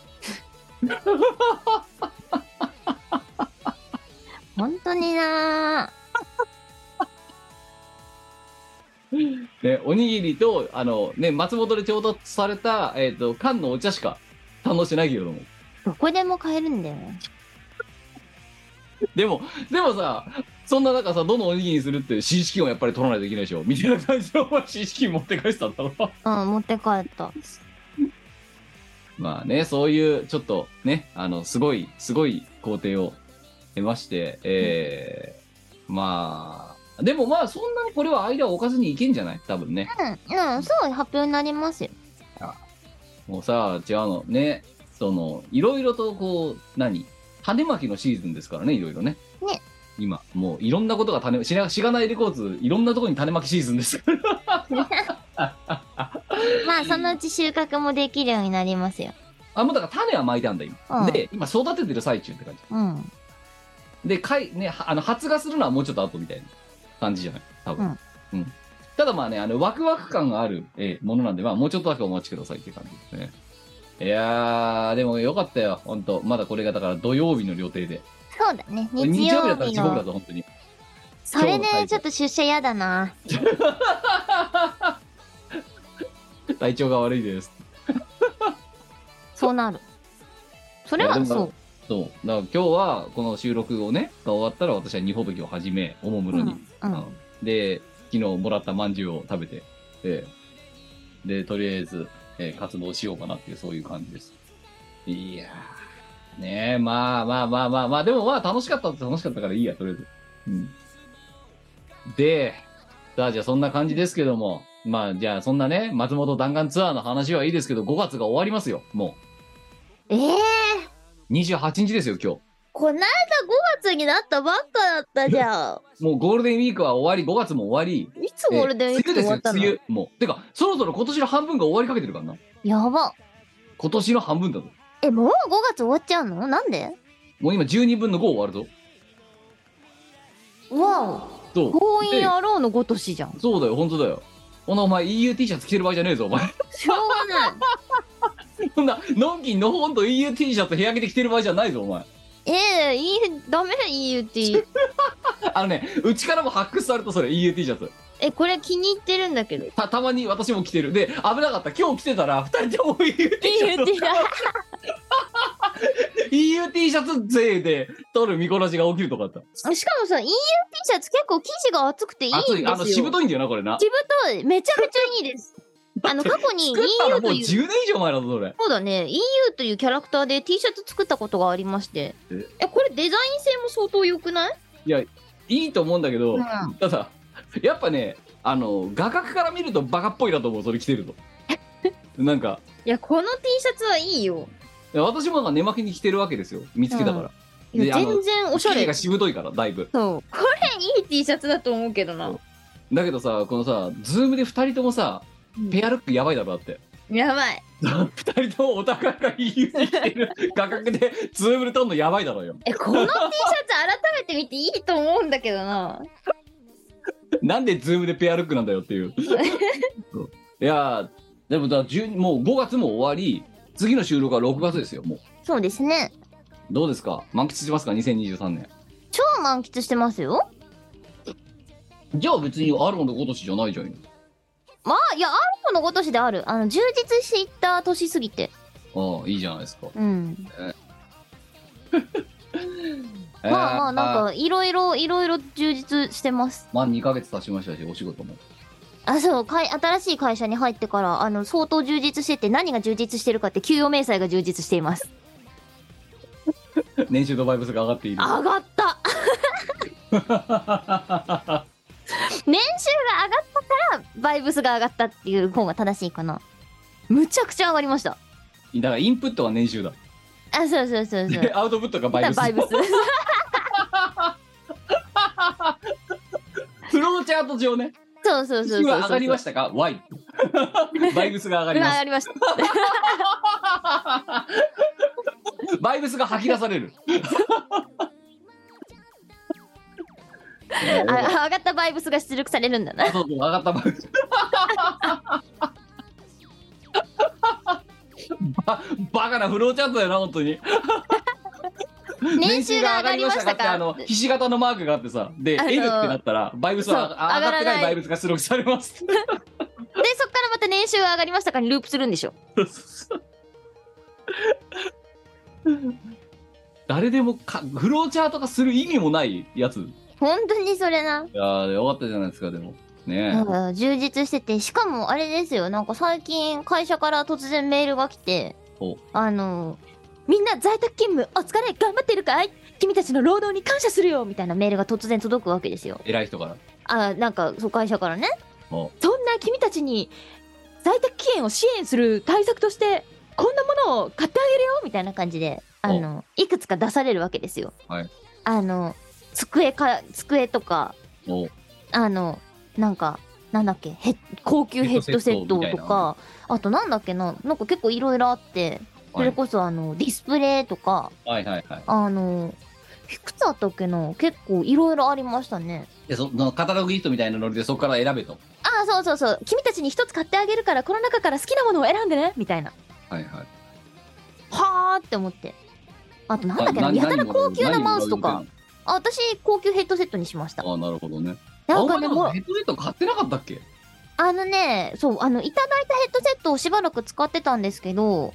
S1: 本当にな
S3: ね、おにぎりと、あの、ね、松本で調達された、えっ、と、缶のお茶しか堪能してないけれども。
S1: どこでも買えるんだよね
S3: でも、でもさ、そんな中さ、どのおにぎりにするって、新資金をやっぱり取らないといけないでしょ。みたいな感じで、お前、新資金持って返したんだろ。
S1: うん持って帰った
S3: まあね、そういう、ちょっと、ね、あの、すごい、すごい工程を得まして、えーまあ、でもまあ、そんなにこれは間を置かずにいけんじゃない多分ね。
S1: うんうんそう発表になります よ
S3: もうさ、違うのね、その、いろいろとこう、何種まきのシーズンですからね、いろいろね。
S1: ね
S3: 今、もういろんなことが種ま、しなしがないレコーズ、いろんなところに種まきシーズンです から。
S1: まあそのうち収穫もできるようになりますよ
S3: あ、もうだから種はまいたんだ、今。
S1: うん
S3: で、今育ててる最中って感
S1: うん
S3: じ。で、かい、ね、はあの、発芽するのはもうちょっと後みたいな感じじゃない多分。うん。ただまあね、あの、ワクワク感がある、えーものなんで、まあ、もうちょっとだけお待ちくださいって感じですね。いやー、でもよかったよ、ほんと。まだこれが、だから土曜日の予定で。
S1: そうだね
S3: これ日
S1: 日
S3: 曜日だ
S1: 曜
S3: ったら
S1: 日
S3: 地獄だ
S1: の
S3: ぞ、本当に。
S1: それ
S3: 今日の体
S1: ね
S3: 調
S1: ちょっと出社やだな
S3: 体調が悪いです。
S1: そうなるそれ
S3: いや
S1: は
S3: でも
S1: そう
S3: そう。だから今日は、この収録をね、が終わったら私は二ほどきを始め、おもむろに、
S1: う
S3: うんんで、昨日もらったまんじゅうを食べて、ええで、とりあえず、ええ活動しようかなっていう、そういう感じです。いやー。ねえ、まあまあまあまあまあ、でもまあ楽しかったって楽しかったからいいや、とりあえず。うん。で、さあじゃあそんな感じですけども、まあじゃあそんなね、松本弾丸ツアーの話はいいですけど、5月が終わりますよ、もう。
S1: ええー
S3: 28日ですよ、今
S1: こないだ5月になったばっかだったじゃん
S3: 日。もうゴールデンウィークは終わり、5月も終わり。
S1: いつゴールデンウィーク
S3: え
S1: 終
S3: 梅
S1: わ
S3: 雨
S1: っ
S3: です
S1: た
S3: よ、
S1: の
S3: 梅雨。もう。てか、そろそろ今年の半分が終わりかけてるからな。
S1: やば
S3: 今年の半分だぞ。
S1: えもう5月終わっちゃうのなんで
S3: もう今12分の5終わるぞ。
S1: わ
S3: そ
S1: お
S3: う。
S1: 強引
S3: で
S1: 野郎のごとしじゃん
S3: そうだよ、本当だよ。おなお前 EUT シャツ着てる場合じゃねえぞ、お前。
S1: しょうがない
S3: そんな、のんきんのほほんと EUT シャツ部屋着て着てる場合じゃないぞ、お前。
S1: ええ えいいダメ EUT
S3: あのねうちからも発掘されたそれ EAT シャツ
S1: えこれ気に入ってるんだけ ど
S3: たたまに私も着てるで危なかった今日着てたら2人とも EUT シャ
S1: EUT
S3: ツ
S1: だ
S3: EUT シャツ税で取る見こなしが起きるとかあった
S1: しかもさ EUT シャツ結構生地が厚くていいんです
S3: 熱
S1: よ
S3: いあのしぶといんだよなこれな
S1: しぶといめちゃめちゃいいです あの過去に
S3: 作ったら
S1: EU
S3: も
S1: と
S3: う10
S1: いう
S3: 年以上前だぞそれ
S1: そうだね EU というキャラクターで T シャツ作ったことがありまして
S3: え
S1: えこれデザイン性も相当良くない
S3: いいと思うんだけど、
S1: うん
S3: ただやっぱねあの画角から見るとバカっぽいなと思うそれ着 てるとなんか
S1: いやこの T シャツはいいよ
S3: いや私もなんか寝巻きに着てるわけですよ見つけたから、
S1: いや
S3: であの
S1: 全然おしゃ
S3: 生地
S1: れ
S3: がしぶといからだいぶ
S1: そうこれいい T シャツだと思うけどな
S3: そだけどさこのさズームで2人ともさ
S1: うん
S3: ペアルックやばいだろだって
S1: やばい
S3: 2人ともお互いが EU に着て る画角でズームで撮んのやばいだろうよ
S1: えこの T シャツ改めて見ていいと思うんだけどな
S3: なんでズームでペアルックなんだよっていう そういやーでもだ10もう5月も終わり次の収録は6月ですよもう
S1: そうですね
S3: どうですか満喫しますか2023年
S1: 超満喫してますよ
S3: じゃあ別にあるもの今年じゃないじゃんよ
S1: まあいやあるものごとしであるあの充実していった年すぎて
S3: ああいいじゃないですか、
S1: うんまあまあなん
S3: か
S1: かいろいろいろいろ充実してます
S3: まあ2ヶ月経ちましたしお仕事も
S1: あそうかい新しい会社に入ってからあの相当充実してて何が充実してるかって給与明細が充実しています
S3: 年収のバイブスが上がってい る
S1: 上がった年収が上がったからバイブスが上がったっていう方が正しいかなむちゃくちゃ上がりました
S3: だからインプットは年収だ
S1: あそうそうそうそう
S3: でアウトプットが バイブス
S1: バイブス
S3: フローチャート上ね
S1: そうそうそうそうそう
S3: 今上がりましたたか Y バイブスが上がり
S1: 上
S3: ます
S1: がりました
S3: バイブスが吐き出されるえー
S1: あ上がったバイブスが出力されるんだな
S3: そうそう、上がったバイブス。ばバカなフローチャートだよな、本当に。
S1: 年収が上がりましたか
S3: ってあの、ひし形のマークがあってさ、で、
S1: あの
S3: L ってなったら、バイブスは
S1: そう
S3: 上がって
S1: 上がら
S3: な
S1: ないい
S3: バイブスが出力されます。
S1: でそっからまた年収が上がりましたかにループするんでしょ
S3: 誰でもか、フローチャートがする意味もないやつ。い
S1: 本当にそれな
S3: やー、よかったじゃないですか、でも。ね
S1: なん
S3: え。
S1: か充実しててしかもあれですよなんか最近会社から突然メールが来て
S3: お
S1: あのみんな在宅勤務お疲れ頑張ってるかい君たちの労働に感謝するよみたいなメールが突然届くわけですよ
S3: 偉い人から。
S1: あなんかそう会社からね
S3: お
S1: そんな君たちに在宅期限を支援する対策としてこんなものを買ってあげるよみたいな感じであのいくつか出されるわけですよ、
S3: はい
S1: あの机か机とか
S3: お
S1: あのなんかなんだっけヘッ高級ヘッドセット
S3: ヘッ
S1: と
S3: ドセットみたいな
S1: かあとなんだっけななんか結構いろいろあってそれこそあのディスプレイとか
S3: はいはいはい。
S1: あのいくつあったっけな結構いろいろありましたね
S3: でそのカタログギフトみたいなノリでそこから選べと。
S1: ああそうそうそう君たちに一つ買ってあげるからこの中から好きなものを選んでねみたいな
S3: はいはい。
S1: はーって思ってあとなんだっけ
S3: あ
S1: な
S3: な
S1: やたら
S3: 何
S1: 高級なマウスと
S3: 何
S1: か
S3: を選
S1: あ私高級ヘッドセットにしました
S3: べてんの。あなるほどね。
S1: なんかね
S3: あお前
S1: もう
S3: ヘッドレット買ってなかったっけ
S1: あのね、そう、あの、いただいたヘッドセットをしばらく使ってたんですけど、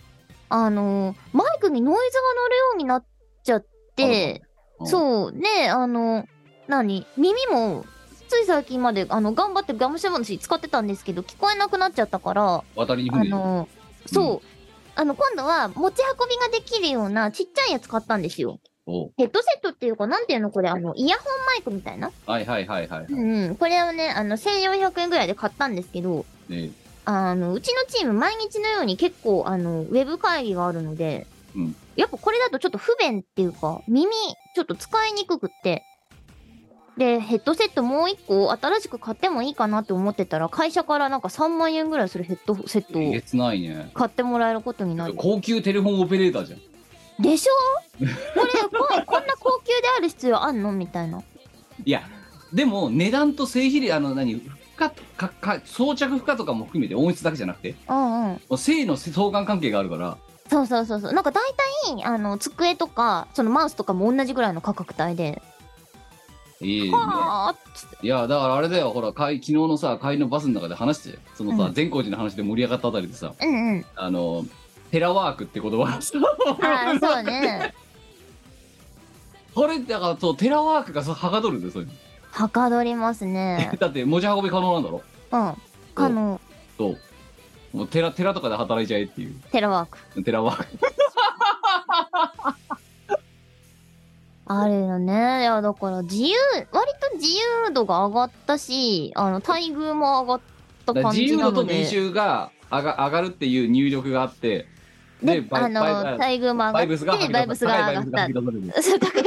S1: あの、マイクにノイズが乗るようになっちゃって、
S3: う。
S1: そう、ね、あの、何耳も、つい最近まで、あの、頑張ってガムシャバのし使ってたんですけど、聞こえなくなっちゃったから、
S3: 渡りに
S1: あ
S3: 船でしょ。
S1: の、そう、あの、今度は持ち運びができるようなちっちゃいやつ買ったんですよ。
S3: おう
S1: ヘッドセットっていうか、なんていうのこれ、あの、イヤホンマイクみたいな
S3: はいはいはいはい。
S1: うんうん、これをね、あの、1400円ぐらいで買ったんですけど、
S3: で
S1: あの、うちのチーム毎日のように結構、あの、ウェブ会議があるので、
S3: うん
S1: やっぱこれだとちょっと不便っていうか、耳ちょっと使いにくくって、で、ヘッドセットもう一個新しく買ってもいいかなって思ってたら、会社からなんか3万円ぐらいするヘッドセット
S3: えげ
S1: を
S3: つないね。
S1: 買ってもらえることになる。
S3: 高級テレフォンオペレーターじゃん。
S1: でしょこれこ、こんな高級である必要あんのみたいな。
S3: いや、でも値段と製品で、あの何、負荷かか装着負荷とかも含めて音質だけじゃなくて、
S1: うんうん。
S3: もう性の相関関係があるから、
S1: そうそうそうそうなんか大体あの机とかそのマウスとかも同じぐらいの価格帯で
S3: いいね
S1: はあっつって
S3: いやだからあれだよほら帰昨日のさ帰りのバスの中で話してそのさ、
S1: うん
S3: 善光寺の話で盛り上がったあたりでさ
S1: うんうん
S3: あのテラワークって言葉がさ
S1: ああそうね
S3: これだからそうテラワークがさはかどるんだよそういうの
S1: はかどりますね
S3: だって持ち運び可能なんだろ
S1: うん可能
S3: そうもうテラテラとかで働いちゃえっていう
S1: テラワーク
S3: テラ ワーク
S1: あるよね。いや、だから自由、割と自由度が上がったし、あの、待遇も上がった
S3: だから
S1: 感
S3: 自
S1: じ
S3: 由
S1: な
S3: 度
S1: の
S3: と民
S1: で。
S3: 衆が上が上がるっていう入力があってで
S1: で、あの、
S3: バイ
S1: 待遇も上
S3: バイブス
S1: が
S3: が
S1: って、バイブス
S3: 高い
S1: が
S3: バ
S1: 上
S3: イ
S1: が
S3: ブ
S1: った
S3: スが。出される
S1: そう高い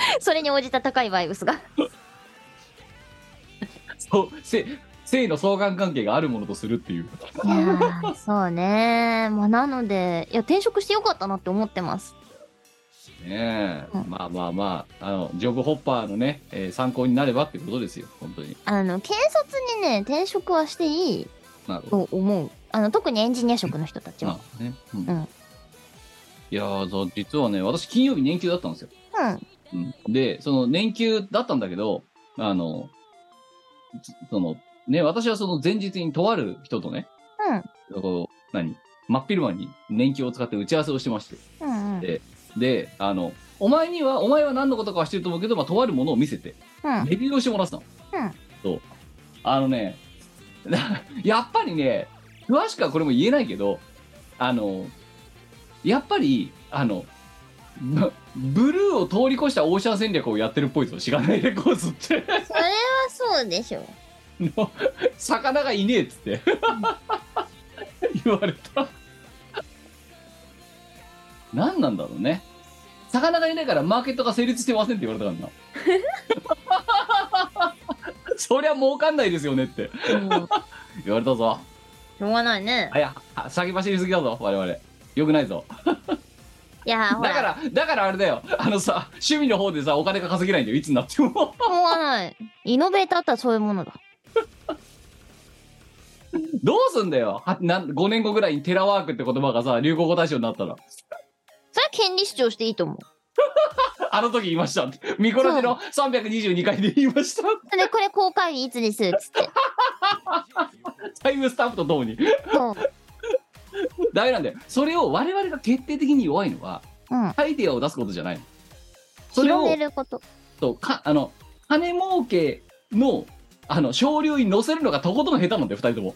S1: それに応じた高いバイブスが。
S3: そうせ性の相関関係があるものとするっていう
S1: いやーそうねまあ、なので、いや、転職してよかったなって思ってます。
S3: ね
S1: う
S3: え、
S1: ん
S3: まあまあまああのジョブホッパーのね、えー参考になればってことですよ本当に
S1: あの、警察にね、転職はしていい
S3: なるほど
S1: と思う。あの、特にエンジニア職の人たちは。
S3: まあねうん
S1: うん
S3: いやーそう実はね私金曜日年休だったんですよ、
S1: うん。
S3: うんでその年休だったんだけどあのつそのね私はその前日にとある人とね
S1: うん。
S3: こう何真っ昼間に年休を使って打ち合わせをしてまして
S1: うん。うん。
S3: でであのお前にはお前は何のことかはしてると思うけど、まあ、とあるものを見せて
S1: うん。
S3: レビューをしてもらってたの。
S1: うん
S3: そう。あのね、 やっぱりね、詳しくはこれも言えないけど、あの、やっぱり、あの、ブブルーを通り越したオーシャン戦略をやってるっぽいぞ、しがないレコーズって。
S1: それはそうで しょ。
S3: の魚がいねえっつって、 言われた。何なんだろうね。魚がいないからマーケットが成立してませんって言われたからな。 そりゃ儲かんないですよねって
S1: うん
S3: 言われたぞ。
S1: しょうがないね。
S3: あいや、あ先走りすぎだぞ、我々。よくないぞ。
S1: いやー、
S3: だ
S1: ほ。
S3: からら、だからあれだよ。あのさ、趣味の方でさ、お金が稼げないんだよ、いつになっても。
S1: しょうがない。イノベーターってそういうものだ。
S3: どうすんだよ。はなん5年後ぐらいにテラワークって言葉がさ、流行語大賞になったら。
S1: それは権利主張していいと思う。
S3: あの時言いました。ミコラジの322回で言いました。
S1: で、これ公開日いつですっつ って。
S3: タイムスタンプとともに。
S1: そう。
S3: ダメなんだよ。それを我々が決定的に弱いのは、
S1: うん。
S3: アイデアを出すことじゃないの。それ
S1: 広め
S3: を、
S1: ること。
S3: そうかあの、金儲けの、あの、省流に乗せるのがとことん下手なんだよ、二人とも。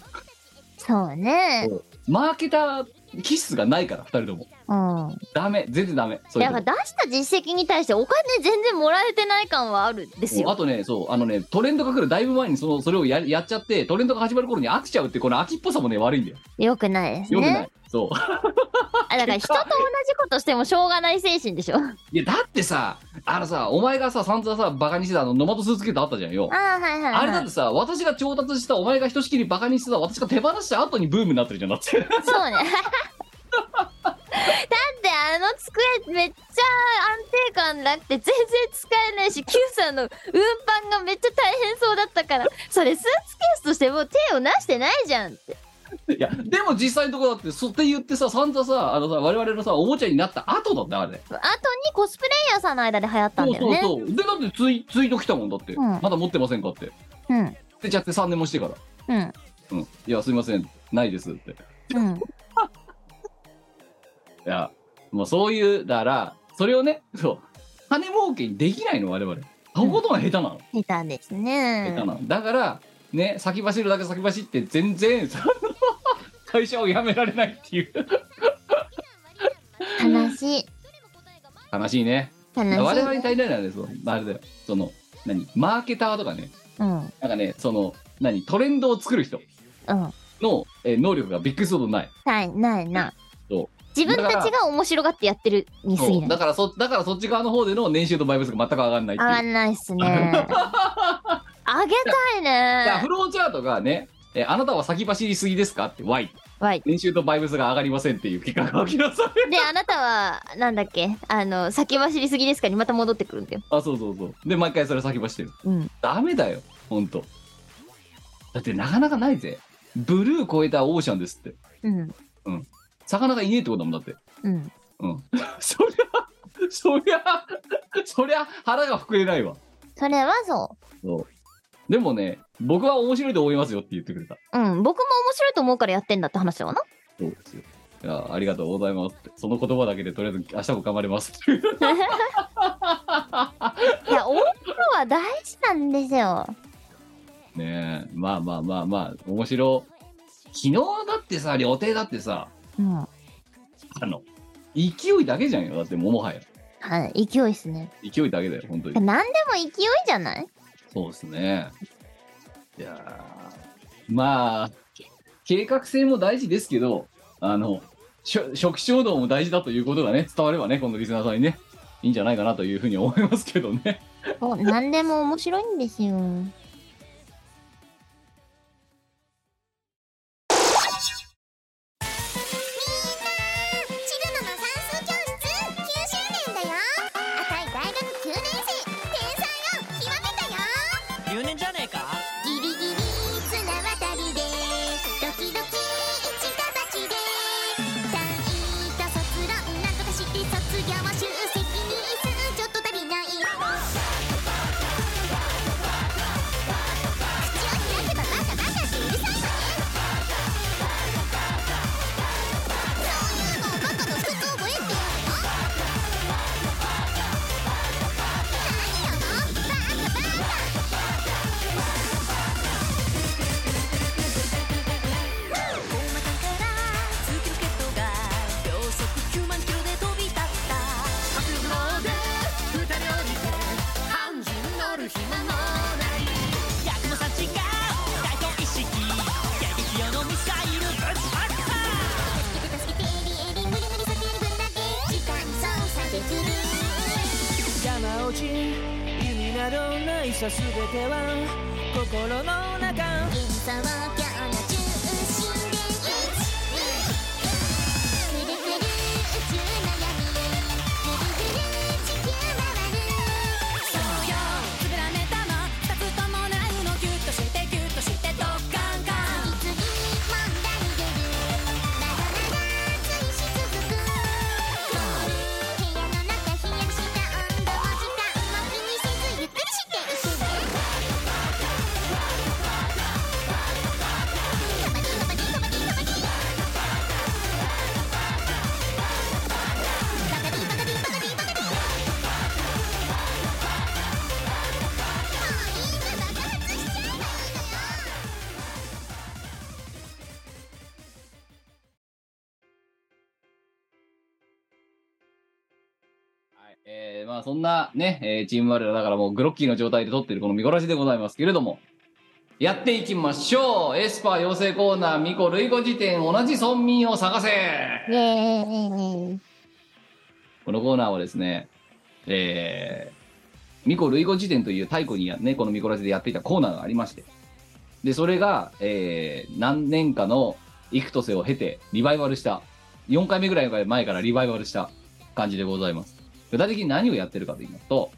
S1: そうね。
S3: マーケター気質がないから、二人とも。
S1: うん。
S3: ダメ、全然ダメ。そういう
S1: だ
S3: と
S1: か
S3: こ
S1: ら出した実績に対してお金全然もらえてない感はあるんです
S3: あ
S1: よ。
S3: とね、そう、あのね、トレンドが来るだいぶ前にそのそれをややっちゃって、トレンドが始まる頃に飽きちゃうって、この飽きっぽさもね、悪いんだよ。
S1: よくないです
S3: よくない。
S1: ね。
S3: そう。
S1: あだから人と同じことしてもしょうがない精神でしょ。あ
S3: いや、だってさ、あのさ、お前がさ、散々さ、バカにしてたあの、ノマドスーツケートあったじゃんよ
S1: あ。ー、はいはい、はい。
S3: あれだってさ、私が調達した、お前がひとしきりバカにしてた、私が手放した後にブームになってるじゃん、だ って。
S1: そうね。だってあの机めっちゃ安定感なくて全然使えないし Q さんの運搬がめっちゃ大変そうだったからそれスーツケースとしてもう手をなしてないじゃんって
S3: いや、でも実際のところだって、そって言ってさ、散々さ、あのさ、我々のさ、おもちゃになった後だったあれ。
S1: 後にコスプレイヤーさんの間で流行ったん
S3: そう
S1: だよね
S3: そうそう。で、だってツイツイート来たもんだって、
S1: うん
S3: まだ持ってませんかって。
S1: うん
S3: 捨てちゃって3年もしてから。
S1: うん
S3: うん。いや、すいません、ないですって。
S1: うん
S3: いや、もうそういう、だから、それをね、そう、金儲けにできないの、我々。とことん下手なの。
S1: 下手です
S3: 下手
S1: ね
S3: なのだからね先走るだけ先走って全然その会社を辞められないっていう
S1: 悲しい
S3: 悲しいね
S1: 悲しい
S3: 我々に足りないのはねそのあれだよその何マーケターとかね
S1: うん
S3: なんかねその何トレンドを作る人
S1: うん
S3: の、えー能力がびっくりするほどない
S1: ないないな
S3: そう
S1: 自分たちが面白がってやってるに過
S3: そ
S1: ぎ
S3: う
S1: な
S3: だ
S1: い
S3: からそだからそっち側の方での年収とバイブスが全く上がらないって
S1: 上
S3: いう
S1: がんないっすね あげたいね
S3: だからフローチャートがねえーあなたは先走りすぎですかって Y
S1: わい
S3: 年収とバイブスが上がりませんっていう結果が起きなさい
S1: であなたはなんだっけあの先走りすぎですかにまた戻ってくるんだよ
S3: あそうそうそうで毎回それ先走ってる
S1: うん
S3: ダメだよ、ほんと。だってなかなかないぜ。ブルー超えたオーシャンですって。
S1: うん
S3: 魚がいねえってことだもんだって
S1: うん。
S3: そりゃそりゃそりゃ腹が膨れないわ
S1: それはそ
S3: そうでもね僕は面白いと思いますよって言ってくれた
S1: う。うん。僕も面白いと思うからやってんだって話だわ な。
S3: そうですよいやありがとうございますってその言葉だけでとりあえず明日も頑張ります っていう
S1: いや、大風呂は大事なんですよ。
S3: ねえまあまあまあまあ面白昨日だってさ料亭だってさ
S1: うん。
S3: あの勢いだけじゃんよだってもうもはや
S1: はい。勢いですね。
S3: 勢いだけだよ本当に
S1: 何でも勢いじゃない
S3: そうですね。いやーまあ、計画性も大事ですけど、あの、しょ食衝動も大事だということがね、伝わればね、このリスナーさんにね、いいんじゃないかなというふうに思いますけどね。
S1: そう何でも面白いんですよ。
S4: チルノの算数教室9周年だよ赤い大学9年生天才を極めたよ
S5: 留年じゃねえか
S4: ギリギリ綱渡りでドキドキ一か八で単位と卒論なんとかして卒業は集積に数ちょっと足りない口を開けばバカバカってうるさいわねそういうのをバカの靴覚えてんの何よバカバカ「大股から突き抜けとが秒速9万キロで飛び立った」「白秒で二人降りて半人乗る暇もない」「役の差違う大統意識」「撃用のミサイルぶちまった」 「助けて助けてエリエリ無理無理避ける分だけ」「時間操作できる」
S5: 山落ち弓などないさ全ては心の
S4: 「
S5: 中
S4: 幻想を今日の中心で1」「ぐるぐる宇宙悩み」「ぐるぐる地球回る」「
S5: そうよつぶらねたま二つともないのギュッとしてギュッとしてドッカンカン
S4: 次々問題出る」「まだまだ追し続く」「部屋の中冷やした温度も時間も気にせずゆっくりしていくね」「カバディカバディカバディカバディ」「バカディバカディバカディバカディ」「もういいか爆発しちゃえばいいのよ」
S3: はいえーまあそんなね、えーチーム我らだからもうグロッキーの状態で撮ってるこの見殺しでございますけれども、やっていきましょうエスパー養成コーナー、ミコ類語辞典、同じ村民を探せ
S1: イエー イ。
S3: このコーナーはですね、えー、ミコ類語辞典という太古にや、ね、このミコラジでやっていたコーナーがありまして、で、それが、えー、何年かの幾年を経てリバイバルした、4回目ぐらい前からリバイバルした感じでございます。具体的に何をやってるかと言いますと、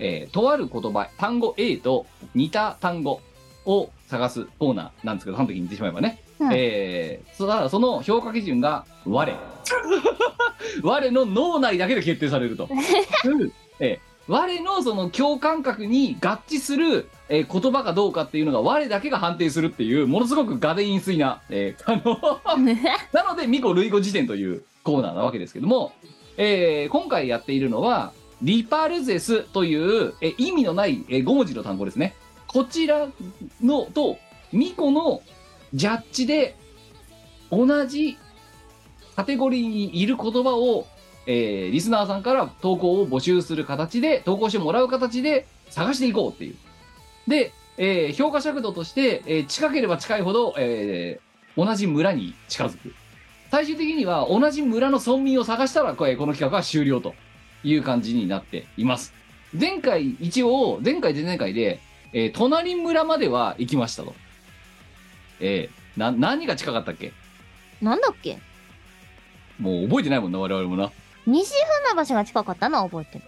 S3: えー、とある言葉、単語 A と似た単語を探すコーナーなんですけど、端的に言ってしまえばね。
S1: うん
S3: えーそただその評価基準が我。我の脳内だけで決定されると。うんえー我のその共感覚に合致する、えー言葉かどうかっていうのが我だけが判定するっていうものすごくガデイン水な、えーあのなのでミコ類語辞典というコーナーなわけですけども、えー今回やっているのはリパルゼスという、えー意味のない、え5文字の単語ですねこちらのとミコのジャッジで同じカテゴリーにいる言葉を、えーリスナーさんから投稿を募集する形で、投稿してもらう形で探していこうっていう。で、えー評価尺度として、えー近ければ近いほど、えー同じ村に近づく。最終的には同じ村の村民を探したら、これこの企画は終了という感じになっています。前回、一応、前回、前々回で、えー隣村までは行きましたと。えーな、何が近かったっけ
S1: なんだっけ
S3: もう覚えてないもんな、我々もな。
S1: 西船橋が近かったのは覚えてる。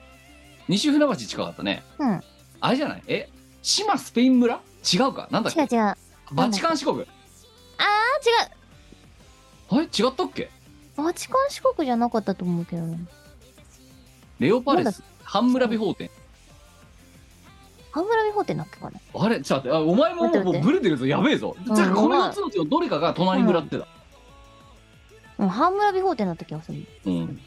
S3: 西船橋近かったね。
S1: うん。
S3: あれじゃないえ島スペイン村違うかなんだっ
S1: 違う
S3: け
S1: 違う。あ、
S3: バチカン四国。
S1: 違う。
S3: あれ違ったっけ
S1: バチカン四国じゃなかったと思うけどな。
S3: レオパレ
S1: なん
S3: ス、ハンムラビ法典。
S1: ハンムラミ法典だっけかな
S3: あれちょっと待ってあお前
S1: 待
S3: もも
S1: って
S3: うも
S1: 待って
S3: うブレてるぞ、やべえぞ。じゃあ、
S1: うん
S3: この4つのうちのどれかが隣にブラってた。
S1: うん、ハンムラビ法典だった気がする。
S3: うん。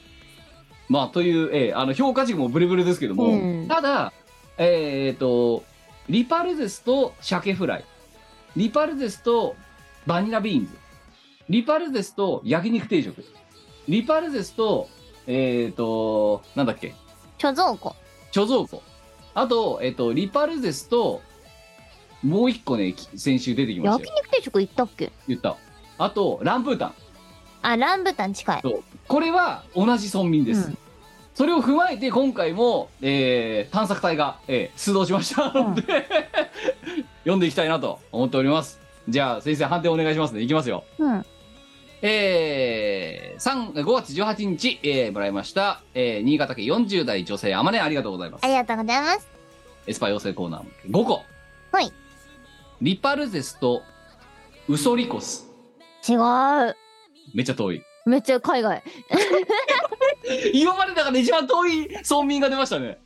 S3: まあ、という、えーあの評価軸もブレブレですけども、
S1: うん
S3: ただ、えっ、と、リパルゼスと鮭フライ、リパルゼスとバニラビーンズ、リパルゼスと焼肉定食、リパルゼスと、えっ、と、なんだっけ、
S1: 貯蔵庫。
S3: 貯蔵庫。あと、えっ、と、リパルゼスと、もう一個ね、き先週出てきました
S1: 焼
S3: よ。
S1: 肉定食行ったっけ
S3: 言った。あと、ランプータン。
S1: あ、ランブタン近い。
S3: これは同じ村民です、
S1: うん
S3: それを踏まえて今回も、えー探索隊が、えー出動しました ので、読んでいきたいなと思っておりますじゃあ先生判定お願いしますねいきますよ
S1: うん。
S3: えー、3 5月18日、えー、もらいました、えー新潟県40代女性あまねありがとうございます
S1: ありがとうございます。
S3: エスパー養成コーナー5個
S1: はい
S3: リパルゼスとウソリコス
S1: 違う。
S3: めっちゃ遠い
S1: めっちゃ海外。
S3: 今までだから一番遠い村民が出ましたね。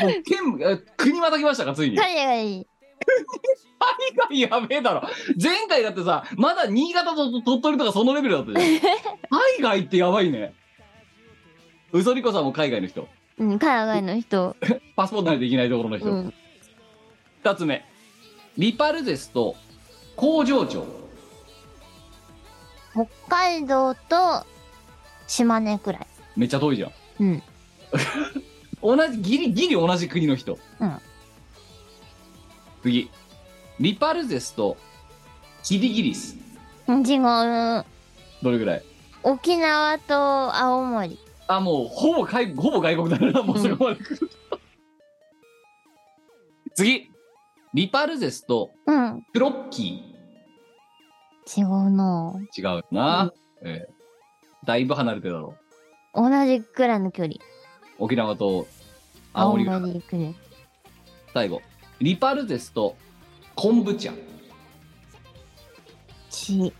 S3: もう県、え国また来ましたか、ついに。海
S1: 海外。
S3: 外やべえだろ。前回だってさ、まだ新潟と鳥取とかそのレベルだったじゃん。海外ってやばいね。うそりこさんも海外の人。
S1: うん、海外の人。
S3: パスポートないといけないところの人。
S1: う
S3: 二、
S1: ん。
S3: つ目。リパルゼスと工場長。
S1: 北海道と島根くらい。
S3: めっちゃ遠いじゃん。
S1: うん。
S3: 同じ、ギリギリ同じ国の人。
S1: うん
S3: 次。リパルゼスとキリギリス。
S1: うん違う。
S3: どれぐらい
S1: 沖縄と青森。
S3: あ、もう、ほぼ外、ほぼ外国だな、もうそこまで来ると。 次。リパルゼスと
S1: うん。
S3: クロッキ
S1: 違うなぁ
S3: ー。違うな。えーだいぶ離れてるだろ
S1: 同じくらいの距離。
S3: う。沖縄と青
S1: 青
S3: 森が。
S1: 森行くね。
S3: 最後。リパルゼスと昆布茶。
S1: 違う。
S3: 違う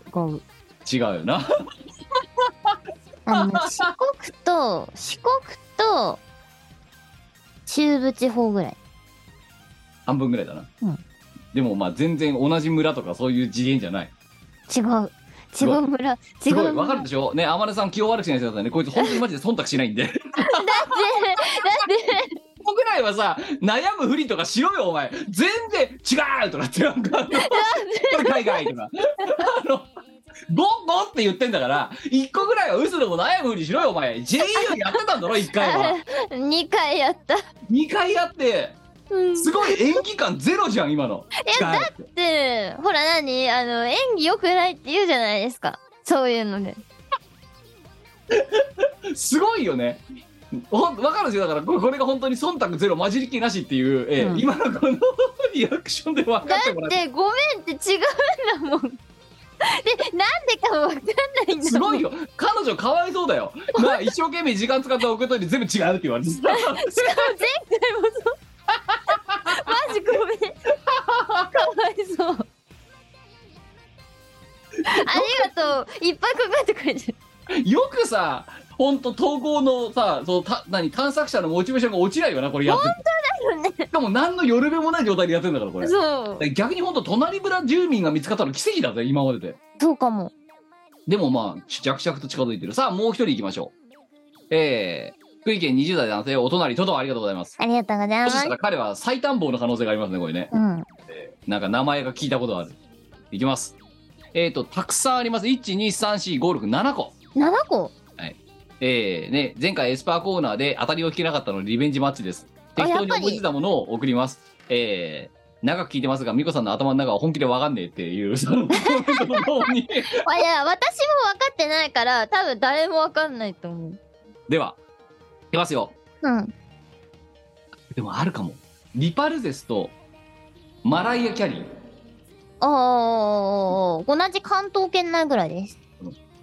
S3: よな。
S1: あ の、四国と、四国と、中部地方ぐらい。
S3: 半分ぐらいだな。
S1: うん
S3: でも、まあ、全然同じ村とかそういう次元じゃない。
S1: 違う。違う村。違
S3: すごい、
S1: う
S3: わ
S1: 村。
S3: かるでしょね、天音さん気を悪くしないでくださいね。こいつ本当にマジで忖度しないんで。ここぐらいはさ悩むふりとかしろよお前全然違うとかってな んかあのこれ海外とかあのゴンゴンって言ってんだから一個ぐらいは嘘でも悩むふりしろよお前 JU やってたんだろ一回 は
S1: 2回やった。
S3: 二回やって
S1: うん
S3: すごい演技感ゼロじゃん今の
S1: えだってほら何あの演技良くないって言うじゃないですかそういうのです
S3: ごいよねほん分かるんですよだからこれこれが本当に忖度ゼロ混じりっきなしっていう、えー
S1: うん
S3: 今のこのリアクションで分
S1: だ
S3: かってもら
S1: っ
S3: って
S1: てごめんって違うんだもんでなんでかわかんないんだもん
S3: すごいよ彼女かわいそう だよまあ一生懸命時間使って送っといて全部違うって言われてた
S1: しかも前回もそうマジごめんかわいそうありがとういっぱい考えてくれてる
S3: よくさ、ほんと投稿のさ、そのた何探索者のモチベーションが落ちないよな、これやって
S1: 本
S3: て。しかも何のよるべもない状態でやってんだから、これ。
S1: そう
S3: 逆にほんと隣村住民が見つかったの奇跡だぜ、今までで。
S1: そうかも
S3: でもまあ、着々と近づいてる。さあ、もう一人行きましょう。えー、福井県20代男性、お隣、トトありがとうございます。
S1: ありがとうございま
S3: そし
S1: す
S3: たら彼は最短棒の可能性がありますね、これね。
S1: うん
S3: なんか名前が聞いたことある。いきます。えーと、たくさんあります。1、2、3、4、5、6、7個。
S1: 7個
S3: えーね、前回エスパーコーナーで当たりを引けなかったのでリベンジマッチです。
S1: あ
S3: 適当
S1: やっ
S3: に
S1: ぱり
S3: 覚えてたものを送ります。えー長く聞いてますが、ミコさんの頭の中は本気でわかんねえっていう、そのコメントの方に。
S1: あいや私も分かってないから多分誰も分かんないと思う
S3: では、いきますよ。
S1: うん
S3: でもあるかも。リパルゼスとマライア・キャリ
S1: おー同じ関東圏内ぐらいです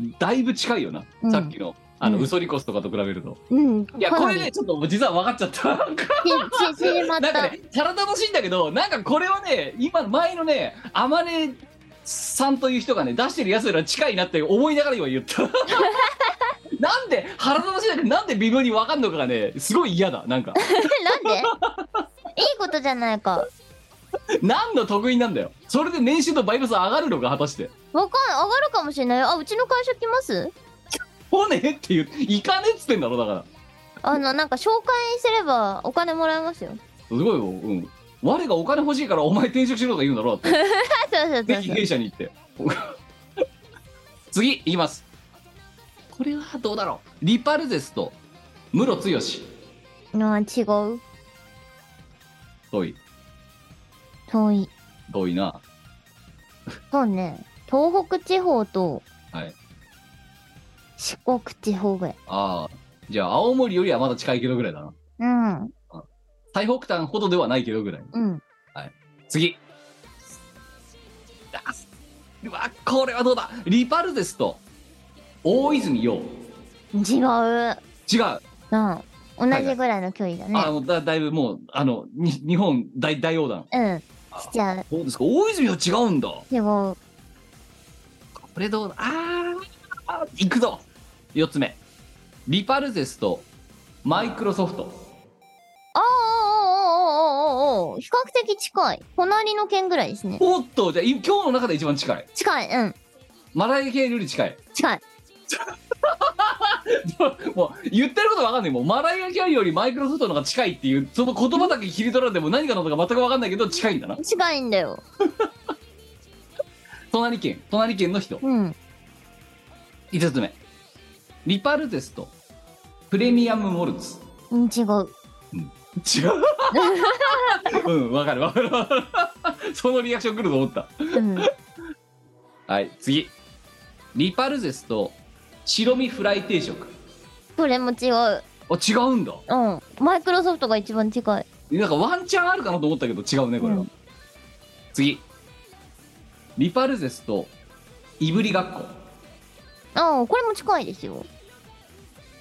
S3: ー、だいぶ近いよな。
S1: うん
S3: さっきの、あの、
S1: うん
S3: ウソリコスとかと比べると。
S1: うん
S3: いや、
S1: か
S3: こ
S1: な
S3: れ
S1: り
S3: ね、ちょっと実は分かっちゃった。
S1: ちち縮まっ
S3: なんか
S1: た
S3: ね、体のしいんだけど、なんかこれはね、今の前のね、あまねさんという人がね出してるやつら近いなって思いながら今言ったなんで腹立たしいだけどなんで微妙に分かんのかがねすごい嫌だなんか
S1: なんでいいことじゃないか。
S3: 何の得意なんだよそれで年収と倍率上がるのか果たして
S1: わかんない。上がるかもしれないよ。あ、うちの会社来ます
S3: 骨ねっていう行かねっつってんだろだから
S1: あの、なんか紹介すればお金もらえますよ。
S3: すごいようん我がお金欲しいからお前転職しろとか言うんだろだって
S1: あそうそう
S3: ぜ
S1: そう
S3: ひ
S1: そう。
S3: 弊社に行って 次いきますこれはどうだろうリパルゼスとムロツヨシ
S1: あー違う。
S3: 遠い
S1: 遠い。
S3: 遠いな
S1: そうね。東北地方と
S3: はい
S1: 四国地方ぐらい。
S3: ああじゃあ青森よりはまだ近いけどぐらいだな
S1: うん。
S3: 最北端ほどではないけどぐらい
S1: うん。
S3: 次あうわこれはどうだリパルゼスと大泉洋
S1: 違う。
S3: 違う
S1: うん。同じぐらいの距離だね。
S3: あのだだいぶもうあのに日本大大横断
S1: うん。しちゃう。
S3: そうですか大泉は違うんだこ
S1: 違う。
S3: れどうだあーあーいくぞ4つ目リパルゼスとマイクロソフト
S1: あーおーおーおーおーおーおー比較的近い。隣の県ぐらいですね。
S3: おっとじゃあい今日の中で一番近い
S1: 近い。うん。
S3: マライア・ケールより近い
S1: 近い。
S3: もう言ってることわかんないもうマライア・ケールよりマイクロソフトの方が近いっていうその言葉だけ切り取られても何かのことか全くわかんないけど近いんだな
S1: 近いんだよ。
S3: 隣県隣県の人
S1: うん。
S3: 5つ目リパルゼスとプレミアム・モルツ
S1: うん違う。
S3: 違う うんわかるわかるわかるそのリアクション来ると思った
S1: うん。
S3: はい次リパルゼスと白身フライ定食
S1: それも違う。
S3: あ違うんだ
S1: うん。マイクロソフトが一番近い。
S3: なんかワンチャンあるかなと思ったけど違うねこれは、
S1: うん
S3: 次リパルゼスといぶりがっこ
S1: うん。これも近いですよ。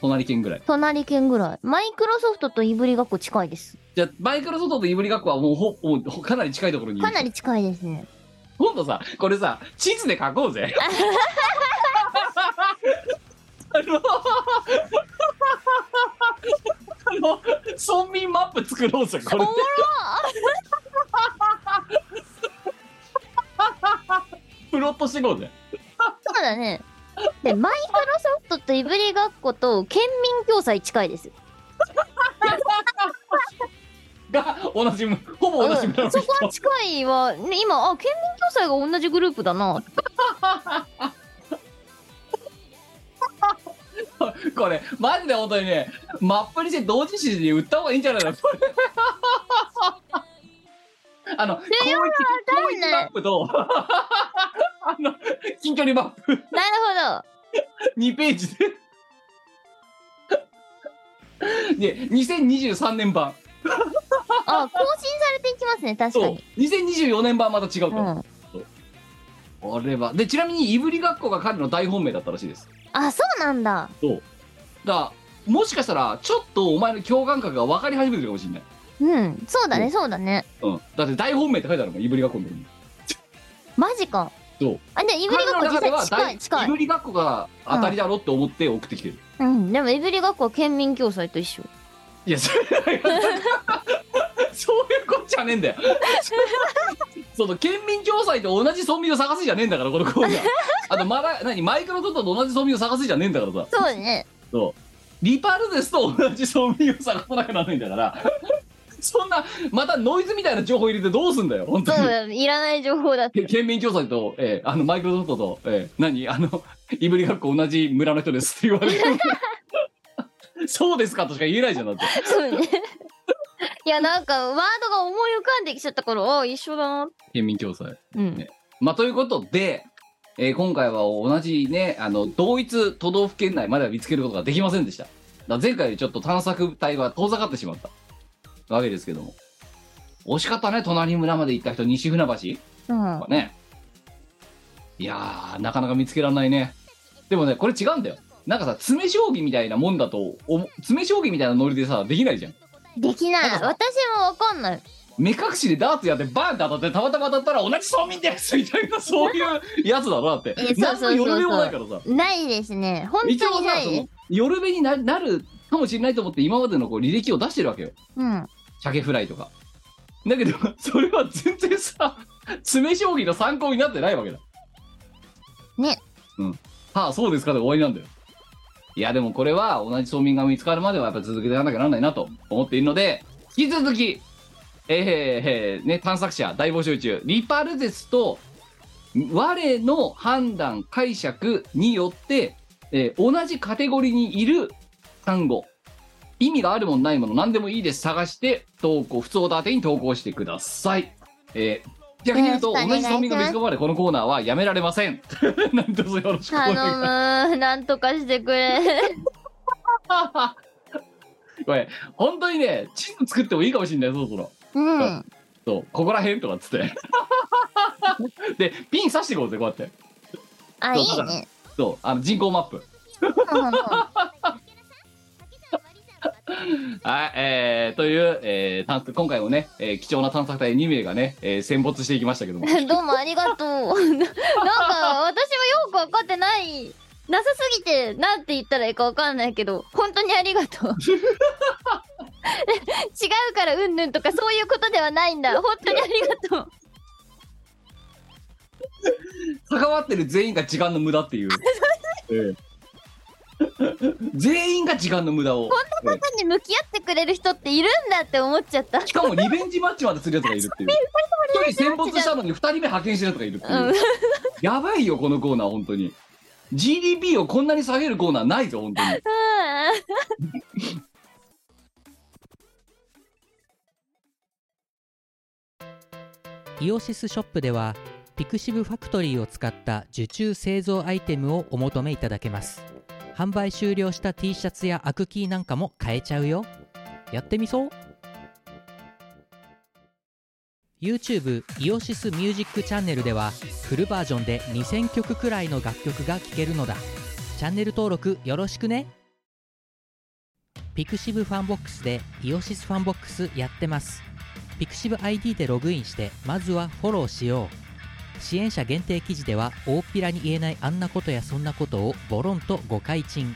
S3: 隣県ぐらい
S1: 隣県ぐらい。マイクロソフトといぶりがっこ近いです。
S3: じゃあマイクロソフトといぶりがっこはもうほもうかなり近いところにいる
S1: かなり近いですね。
S3: 今度さこれさ地図で書こうぜあのあの村民マップ作ろうぜこれでプロットしていこうぜ
S1: そうだね。で、マイクロソフトといぶりがっこと県民共済近いです。
S3: が同じむほぼ同じ村の人、
S1: そこは近いは、ね、今あ県民共済が同じグループだな
S3: これマジで本当にねマップにして同時視で売った方がいいんじゃないのこれあの広域広
S1: ん
S3: 域
S1: ない
S3: マップとあの近距離マップ
S1: なる
S3: 2ページで。で、2023年版。
S1: ほどあ更新されていきますね確か
S3: そう
S1: に。
S3: 2024年版また違う
S1: う
S3: から。
S1: ん
S3: これは。で、ちなみに、いぶりがっこが彼の大本命だったらしいです。
S1: あそうなんだ
S3: だから、もしかしたら、ちょっとお前の共感覚が分かり始めてるかもしれない。
S1: うんそうだ
S3: う
S1: ねそうだね
S3: うん。だって、大本命って書いてあるもん、いぶりがっこのとこに。
S1: マジか
S3: そう
S1: あでもいぶりがっこ実際近い近
S3: いぶ
S1: い
S3: りがっこが当たりだろって思って送ってきてる。
S1: うんでもいぶりがっこは県民共済と一緒
S3: いや、それそういうことじゃねえんだよ。その県民共済と同じ村民を探すじゃねえんだから、このコーナー。あと、まだ、何、マイクロトットと同じ村民を探すじゃねえんだからさ。
S1: そうね
S3: そう。リパルゼスと同じ村民を探さなきゃならないんだから。そんな、またノイズみたいな情報入れてどうすんだよ、本
S1: そ
S3: 当
S1: う
S3: に。
S1: だいらない情報だって
S3: け県民共済と、えーあの、マイクロトットと、えー何、あの、いぶりがっこ同じ村の人ですって言われて。そうですかとしか言えないじゃん、だって。
S1: そう ねいやなんかワードが思い浮かんできちゃったからあ一緒だな
S3: 県民共済。
S1: うん
S3: まあ、ということで、えー今回は同じね、あの、同一都道府県内までは見つけることができませんでした。だから前回よりちょっと探索隊は遠ざかってしまったわけですけども。惜しかったね、隣村まで行った人、西船橋
S1: うん
S3: とかね。いやー、なかなか見つけられないね。でもね、これ違うんだよ。なんかさ、詰将棋みたいなもんだと、お詰将棋みたいなノリでさ、できないじゃん。
S1: できない
S3: なんか
S1: 私
S3: さ
S1: もわかんない
S3: 目隠しでダーツやってバーンって当たってたまたま当たったら同じ村民ですみたいなそういうやつだろだって
S1: えそう
S3: 何
S1: そうそうそう
S3: のよろめもないからさ
S1: ないですね本
S3: 一
S1: 当
S3: 応
S1: に
S3: さ
S1: な
S3: そ
S1: い
S3: の
S1: で
S3: 夜べにななるかもしれないと思って今までのこう履歴を出してるわけよ
S1: すうん
S3: 鮭フライとかだけどそれは全然さ詰将棋の参考になってないわけだ
S1: ね
S3: うんはあそうですかで終わりなんだよいやでもこれは同じ村民が見つかるまではやっぱ続けていかなきゃなんないなと思っているので引き続きえー、ね探索者大募集中リパルゼスと我の判断解釈によって、えー同じカテゴリーにいる単語意味があるものないもの何でもいいです探して投稿普通オタ宛てに投稿してくださいえー逆に言うと
S1: よろしくお
S3: 同
S1: 願いし
S3: じ
S1: ます
S3: 村民が見つかるまでこのコーナーはやめられません 何卒よろしくお 願いします
S1: 頼むなんとかしてくれ
S3: これ本当にね地図作ってもいいかもしれないそ ろそろ
S1: うん
S3: そうここら辺とかっつってでピン刺していこうぜこうやって
S1: あい
S3: そ
S1: い
S3: うだから
S1: ね
S3: そうあの人口マップ
S1: うんうんうん
S3: はい、えー、という、えー探今回もね、えー貴重な探索隊2名がね、えー戦没していきましたけ ども
S1: どうもありがとう。ななんか私もよくわかってない。なさすぎて、なんて言ったらいいかわかんないけど、本当にありがとう。 違うからうんぬんとかそういうことではないんだ。本当にありがとう。
S3: 関わってる全員が時間の無駄っていう、ええ全員が時間の無駄をえ
S1: 単に向き合ってくれる人っているんだって思っちゃった。
S3: えしかもリベンジマッチまでするやつがいる っていう一人戦没したのに2人目派遣してるやつがいるっていう、
S1: うん
S3: やばいよこのコーナー本当に GDP をこんなに下げるコーナーないぞ本当に
S2: イオシスショップではピクシブファクトリーを使った受注製造アイテムをお求めいただけます販売終了した T シャツやアクキーなんかも買えちゃうよやってみそう YouTube イオシスミュージックチャンネルではフルバージョンで2000曲くらいの楽曲が聴けるのだチャンネル登録よろしくねピクシブファンボックスでイオシスファンボックスやってますピクシブ ID でログインしてまずはフォローしよう支援者限定記事では大っぴらに言えないあんなことやそんなことをボロンと誤解賃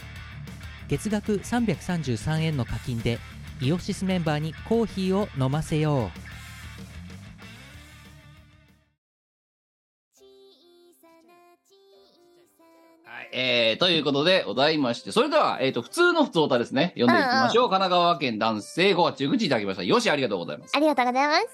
S2: 月額333円の課金でイオシスメンバーにコーヒーを飲ませよう
S3: はい、えー、ということでございまして、それでは、えっ、と、普通の普通歌ですね。読んでいきましょう。神奈川県男性5月口いただきました。よし、ありがとうございます。
S1: ありがとうございます。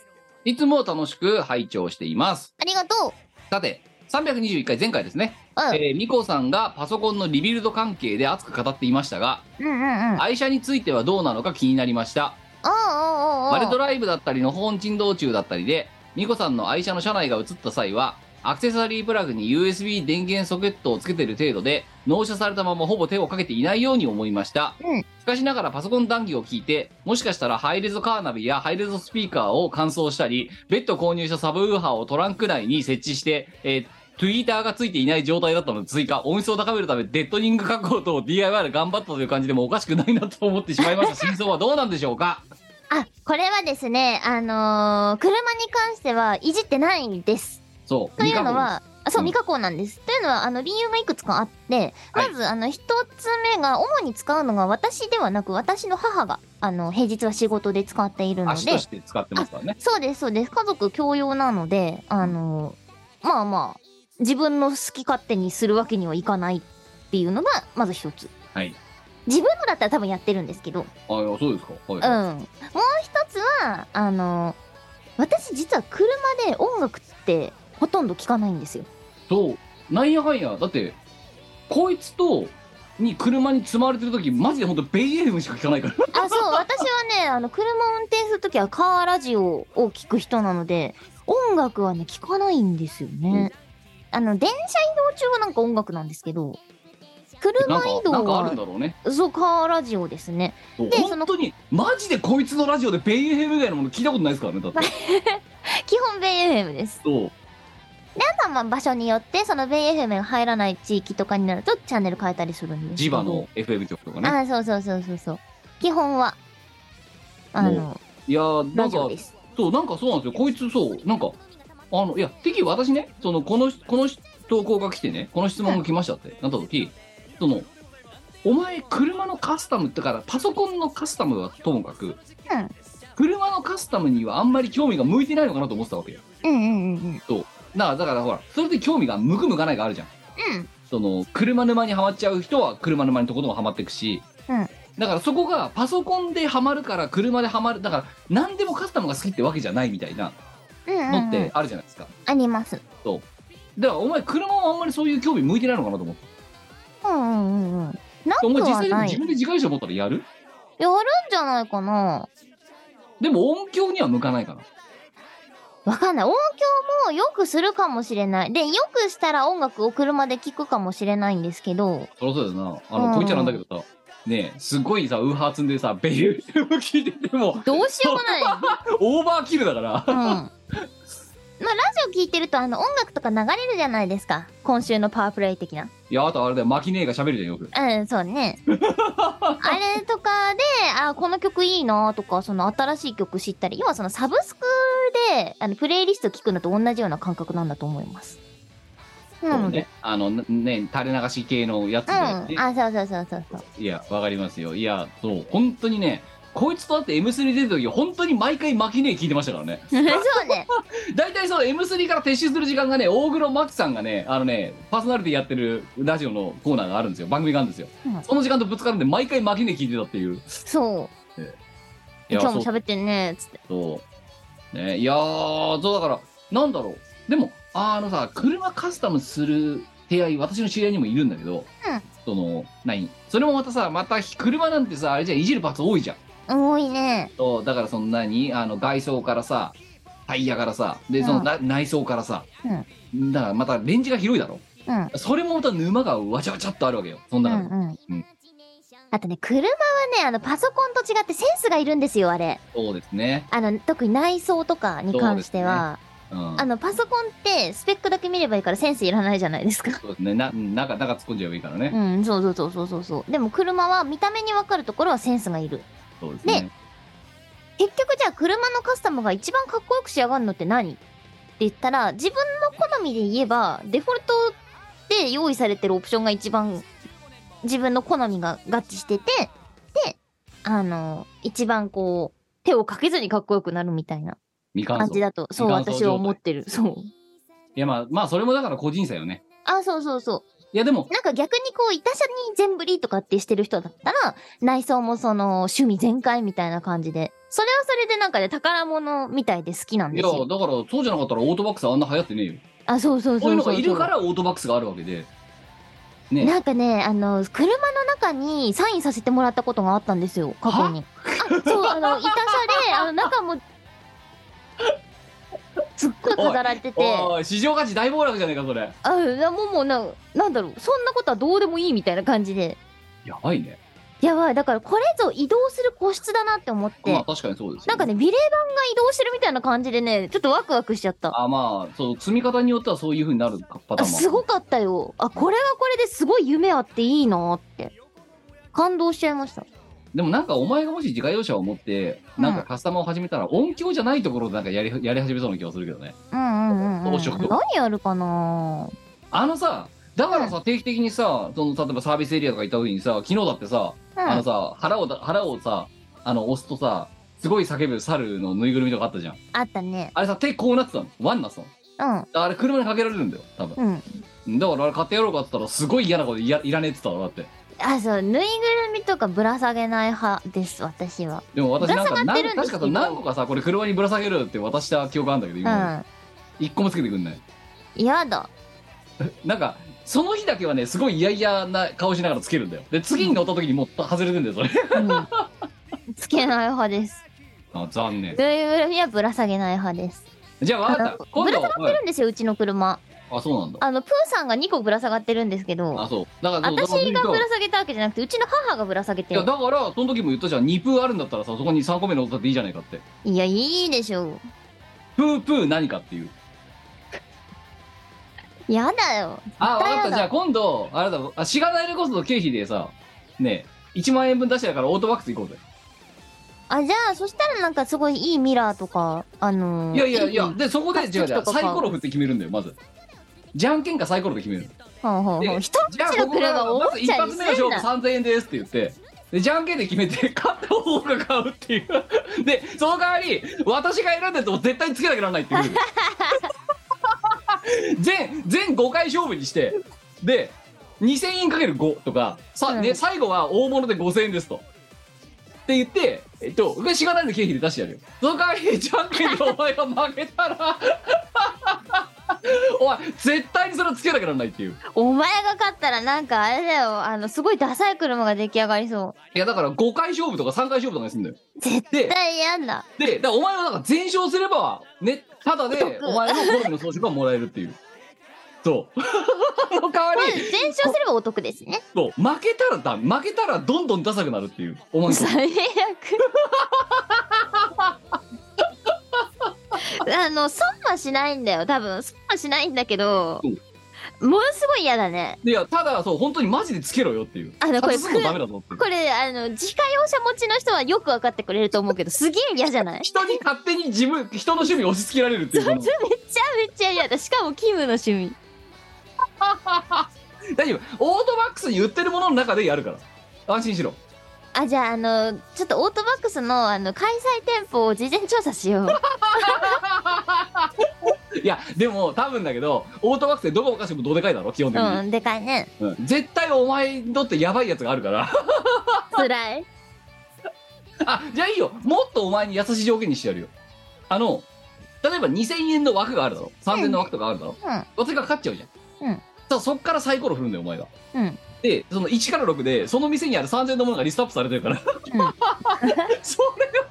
S3: いつも楽しく拝聴しています。
S1: ありがと
S3: さて、321回前回ですね。
S1: う。
S3: えー、ミコさんがパソコンのリビルド関係で熱く語っていましたが、
S1: うん。うんうんうん。
S3: 愛車についてはどうなのか気になりました。
S1: おうおうおうおう
S3: バレドライブだったりの本沈道中だったりで、ミコさんの愛車の車内が映った際は、アクセサリープラグに USB 電源ソケットをつけてる程度で、納車されたままほぼ手をかけていないように思いました。
S1: うん
S3: しかしながらパソコン談義を聞いて、もしかしたらハイレゾカーナビやハイレゾスピーカーを乾燥したり、別途購入したサブウーハーをトランク内に設置して、えー、ツイーターがついていない状態だったので追加、音質を高めるためデッドニング加工と DIY で頑張ったという感じでもおかしくないなと思ってしまいました。真相はどうなんでしょうか
S1: あ、これはですね、あのー車に関してはいじってないんです。
S3: そう。
S1: というの
S3: ミカ
S1: は、あそう、
S3: うん
S1: 未加工なんです。というのは、あの、理由がいくつかあって、
S3: は
S1: ま
S3: い
S1: ず、あの、一つ目が、主に使うのが私ではなく、私の母が、あの、平日は仕事で使っているの
S3: 足と
S1: で
S3: し、て使ってますからね。
S1: そうです、そうです。家族共用なので、あの、まあまあ、自分の好き勝手にするわけにはいかないっていうのが、まず一つ。
S3: はい。
S1: 自分のだったら多分やってるんですけど、うん。
S3: あ、いやそうですか。はい
S1: もう一つは、あの、私実は車で音楽ってほとんど聞かないんですよ。
S3: そう。なんやかんや。だって、こいつと、に車に積まれてる時マジで本当ベイエフしか聞かないから。
S1: あ、そう、私はね、あの、車を運転するときはカーラジオを聞く人なので、音楽はね、聞かないんですよね。あの、電車移動中はなんか音楽なんですけど、
S3: なん
S1: 車移
S3: か、な
S1: 動
S3: んかあるん
S1: は、
S3: だろうね。
S1: そう、カーラジオですね。
S3: そう
S1: でそ
S3: 本
S1: の
S3: 当に、マジでこいつのラジオでベイエフ以外のもの聞いたことないですからね。だって。
S1: 基本、ベイ FM です。
S3: そう。
S1: ただ、まあ、場所によって、そのベイ FM が入らない地域とかになると、チャンネル変えたりするんですけ
S3: ジ
S1: ど。
S3: バの FM 局とかね。
S1: あ、そうそうそうそうそう。基本は、あの、
S3: いやー、な
S1: ラ
S3: ん
S1: ジオ
S3: か
S1: で、す。
S3: そうなんかそうなんですよこいつそうなんかあのいやてき私ねそのこのこの投稿が来てねこの質問が来ましたってなった時そのお前車のカスタムってからパソコンのカスタムはともかく
S1: うん
S3: 車のカスタムにはあんまり興味が向いてないのかなと思ってたわけよ
S1: うんうんうん
S3: だからだからほらそれで興味が向く向かないがあるじゃん
S1: うん
S3: その車沼にはまっちゃう人は車沼にとことんはまっていくし、
S1: うん
S3: だからそこがパソコンではまるから車ではまるだから何でもカスタムが好きってわけじゃないみたいな
S1: うんうんう
S3: の
S1: ん
S3: ってあるじゃないですか、
S1: あります
S3: だからお前車はあんまりそういう興味向いてないのかなと思って
S1: うんうんうんうんなく
S3: お前実
S1: は
S3: 際でも
S1: ない
S3: 自分で自家車持ったらやる
S1: やるんじゃないかな
S3: でも音響には向かないかな
S1: わかんない音響もよくするかもしれないでよくしたら音楽を車で聴くかもしれないんですけど
S3: そりゃそうだよなあ
S1: う
S3: の
S1: ん
S3: こいつらなんだけどさねえすごいさウーハー積んでさ ベリュー聞いてても
S1: どうしようもないうん
S3: オーバーキルだから
S1: まあラジオ聴いてるとあの音楽とか流れるじゃないですか今週のパワープレイ的ない
S3: やあとあれだよマキネーが喋るじゃんよく
S1: うんそう ねあれとかであこの曲いいなとかその新しい曲知ったり要はそのサブスクであのプレイリスト聴くのと同じような感覚なんだと思いますな
S3: そう
S1: ので
S3: ねあのね垂れ流し系のやつ
S1: う
S3: だよね
S1: んあそうそうそうそうそ う
S3: いや、わかりますよ。いや、そう、本当にね、こいつと会って M3 出た時、本当に毎回巻きねえ聞いてましたからね。
S1: そうね
S3: 大体その M3 から撤収する時間がね、大黒摩季さんがね、あのね、パーソナリティやってるラジオのコーナーがあるんですよ。番組があるんですよ。
S1: うん
S3: その時間とぶつかるんで、毎回巻きねえ聞いてたっていう。い
S1: そう
S3: や、
S1: 今日も
S3: そう
S1: 喋ってんねつって
S3: そう。ね、いやー、そうだから、なんだろう。でも、あのさ、車カスタムする手合い、私の知り合いにもいるんだけど、
S1: うん
S3: その、何それもまたさ、また車なんてさ、あれじゃんいじるパーツ多いじゃん。
S1: 多いね
S3: そうだからその何あの外装からさタイヤからさでそのな、内装からさ、だからまたレンジが広いだろ
S1: うん
S3: それもまた沼がわちゃわちゃっとあるわけよそん
S1: う
S3: なん中で、
S1: うんあとね車はねあのパソコンと違ってセンスがいるんですよあれ
S3: そうですね、
S1: あの特に内装とかに関しては、
S3: うん
S1: あ、のパソコンってスペックだけ見ればいいからセンスいらないじゃない ですか
S3: そうですねな中中突っ込んじゃえばいいからね
S1: う、んそうそうそうそうそうそうでも車は見た目に分かるところはセンスがいる
S3: そうですね
S1: ね結局じゃあ車のカスタムが一番かっこよく仕上がるのって何って言ったら自分の好みで言えばデフォルトで用意されてるオプションが一番自分の好みが合致しててであの一番こう手をかけずにかっこよくなるみたいな
S3: 未完
S1: 感じ
S3: 走い
S1: だとそう
S3: 未完走
S1: 私は思ってるそう
S3: やまあまあそれもだから個人差よね
S1: あそうそうそ
S3: いやでも
S1: うなんか逆にこういた車に全振りとかってしてる人だったら内装もその趣味全開みたいな感じでそれはそれでなんかね宝物みたいで好きなん
S3: い
S1: で
S3: や
S1: す
S3: だ
S1: よ
S3: からそうじゃなかったらオートバックスあんな流行ってねえよ
S1: あ、そうそうそ
S3: こういう
S1: う
S3: の
S1: そ
S3: が
S1: う。
S3: いるからオートバックスがあるわけでね
S1: なんかね、あの、車の中にサインさせてもらったことがあったんですよ、過去に。あ、そう、あの、いた車 で、あの、中も、すっごい飾られてて、
S3: おい市場価値大暴落じゃねえかそれ
S1: あ、いやもうもうな、なんだろう、そんなことはどうでもいいみたいな感じで。
S3: やばいね
S1: やばい、だからこれぞ移動する個室だなって思っ
S3: まあ
S1: て、
S3: 確かにそうですよ
S1: なんかね、ビレー版が移動してるみたいな感じでね、ちょっとワクワクしちゃった。
S3: あまあそう積み方によってはそういうふうになるかパタ
S1: あ
S3: ーンもある
S1: すごかったよ。あ、これはこれですごい夢あっていいなって。感動しちゃいました。
S3: でもなんかお前がもし自家用車を持ってなんかカスタマーを始めたら音響じゃないところでなんかやりやり始めそうな気がするけどね
S1: うんうんうん、う
S3: ど
S1: ん
S3: うしようか
S1: 何やるかな
S3: あのさだからさ定期的にさその例えばサービスエリアとか行った時にさ昨日だってさ
S1: うん
S3: あのさ腹をだ腹をさあの押すとさすごい叫ぶ猿のぬいぐるみとかあったじゃん
S1: あったね
S3: あれさ手こうなってたのワンになってた
S1: うん
S3: のあれ車にかけられるんだよ多分
S1: うん
S3: だからあれ買ってやろうかって言ったらすごい嫌なこといやいらねえって言ったのだって
S1: あそうぬいぐるみとかぶら下げない派です私は
S3: でも私なんか
S1: ぶら下がって
S3: 何
S1: るんです
S3: 確
S1: け
S3: か
S1: ど
S3: さ何個かさこれ車にぶら下げるって渡した記憶あるんだけど
S1: う
S3: 今まで
S1: ん
S3: 一個もつけてくんない
S1: 嫌だ
S3: なんかその日だけはねすごい嫌々な顔しながらつけるんだよで次に乗った時にもっと外れるんだよそれ
S1: うんつけない派です
S3: あ残念
S1: ぬいぐるみはぶら下げない派です
S3: じゃあ
S1: あ
S3: わかっ
S1: の
S3: た今
S1: ぶ
S3: 度
S1: ら下がってるんですようちの車
S3: はいあそうなんだ
S1: あのプーさんが2個ぶら下がってるんですけ
S3: あ
S1: ど
S3: そうだからそう
S1: 私
S3: だ
S1: が
S3: から
S1: ぶら下げたわけじゃなくてうちの母がぶら下げ
S3: い
S1: て
S3: やだからその時も言ったじゃん2プーあるんだったらさそこに3個目乗ったっていいじゃないかって
S1: いやいいでしょ
S3: プープー何かっていう
S1: 嫌だよ
S3: あ
S1: 絶対
S3: わかっ
S1: や
S3: た
S1: だ
S3: じゃあ今度あれだあしがないレコードの経費でさねえ1万円分出してやるからオートバックス行こうぜ
S1: あ、じゃあ、そしたらなんかすごいいいミラーとか、あのー
S3: いやいやいや、
S1: い
S3: で、そこで、
S1: 加
S3: 違う
S1: 湿器
S3: 違う、
S1: とか
S3: サイコロ振って決めるんだよ、まず。じゃんけんかサイコロで決める。
S1: ほうほうほう。
S3: で
S1: 人んち
S3: じゃあ、
S1: の
S3: ここか
S1: 車
S3: ら、
S1: が思
S3: ま
S1: っ
S3: ず
S1: ち
S3: 一
S1: ゃい
S3: 発目の
S1: せ
S3: 勝
S1: ん
S3: 負
S1: な。
S3: 3000円ですって言って、で、じゃんけんで決めて、勝った方が買うって いう。で、その代わり、私が選んでても絶対につけなきゃならない っていう。全、全5回勝負にして、で、2000円かける5とか、さ、
S1: う
S3: ね、
S1: ん
S3: 最後は大物で5000円ですと。って言って、えっと、しがないの経費で出してやるよ。その代わり、じゃんけんでお前が負け たら、お前、絶対にそれをつけなきゃならないっていう。
S1: お前が勝ったらなんかあれだよ、あの、すごいダサい車が出来上がりそ
S3: いや、だから5回勝負とか3回勝負とかにするんだよ。
S1: う。絶対嫌だ。
S3: で、だからお前はなんか全勝すれば、ね、ただ で、お前の好みの装飾がもらえるっていう。そう。 その代わ
S1: まあ、
S3: り、
S1: 全勝すればお得ですね。
S3: そう負けたらだ、負けたらどんどんダサくなるっていう。お前そう
S1: 最悪。あの、損はしないんだよ、多分。損はしないんだけど
S3: そ、
S1: ものすごい嫌だね。
S3: いや、ただ、そう、本当にマジでつけろよっていう。
S1: あの、これ、
S3: 外すのダメだぞっていう
S1: これあの自家用車持ちの人はよく分かってくれると思うけどすげえ嫌じゃない
S3: 人に勝手に自分、人の趣味を押し付けられるっていうこの。
S1: めちゃめちゃ嫌だしかもキムの趣味
S3: 大丈夫。オートバックスに売ってるものの中でやるから。安心しろ。
S1: あじゃああのちょっとオートバックスのあの開催店舗を事前調査しよう
S3: いや、でも、多分だけど、オートバックスってどこもかしこもどでかいだろ、基本的 に。
S1: うんでかいね
S3: うん絶対お前にとってやばいやつがあるから
S1: 辛い
S3: あじゃあいいよもっとお前に優しい条件にしてやるよあの例えば2000円の枠があるだろ3000円の枠とかあるだろ、
S1: うん
S3: 私が勝っちゃうじゃん、
S1: うん
S3: さあそっからサイコロ振るんだよお前が
S1: うん
S3: でその1から6でその店にある3000円のものがリストアップされてる から、それ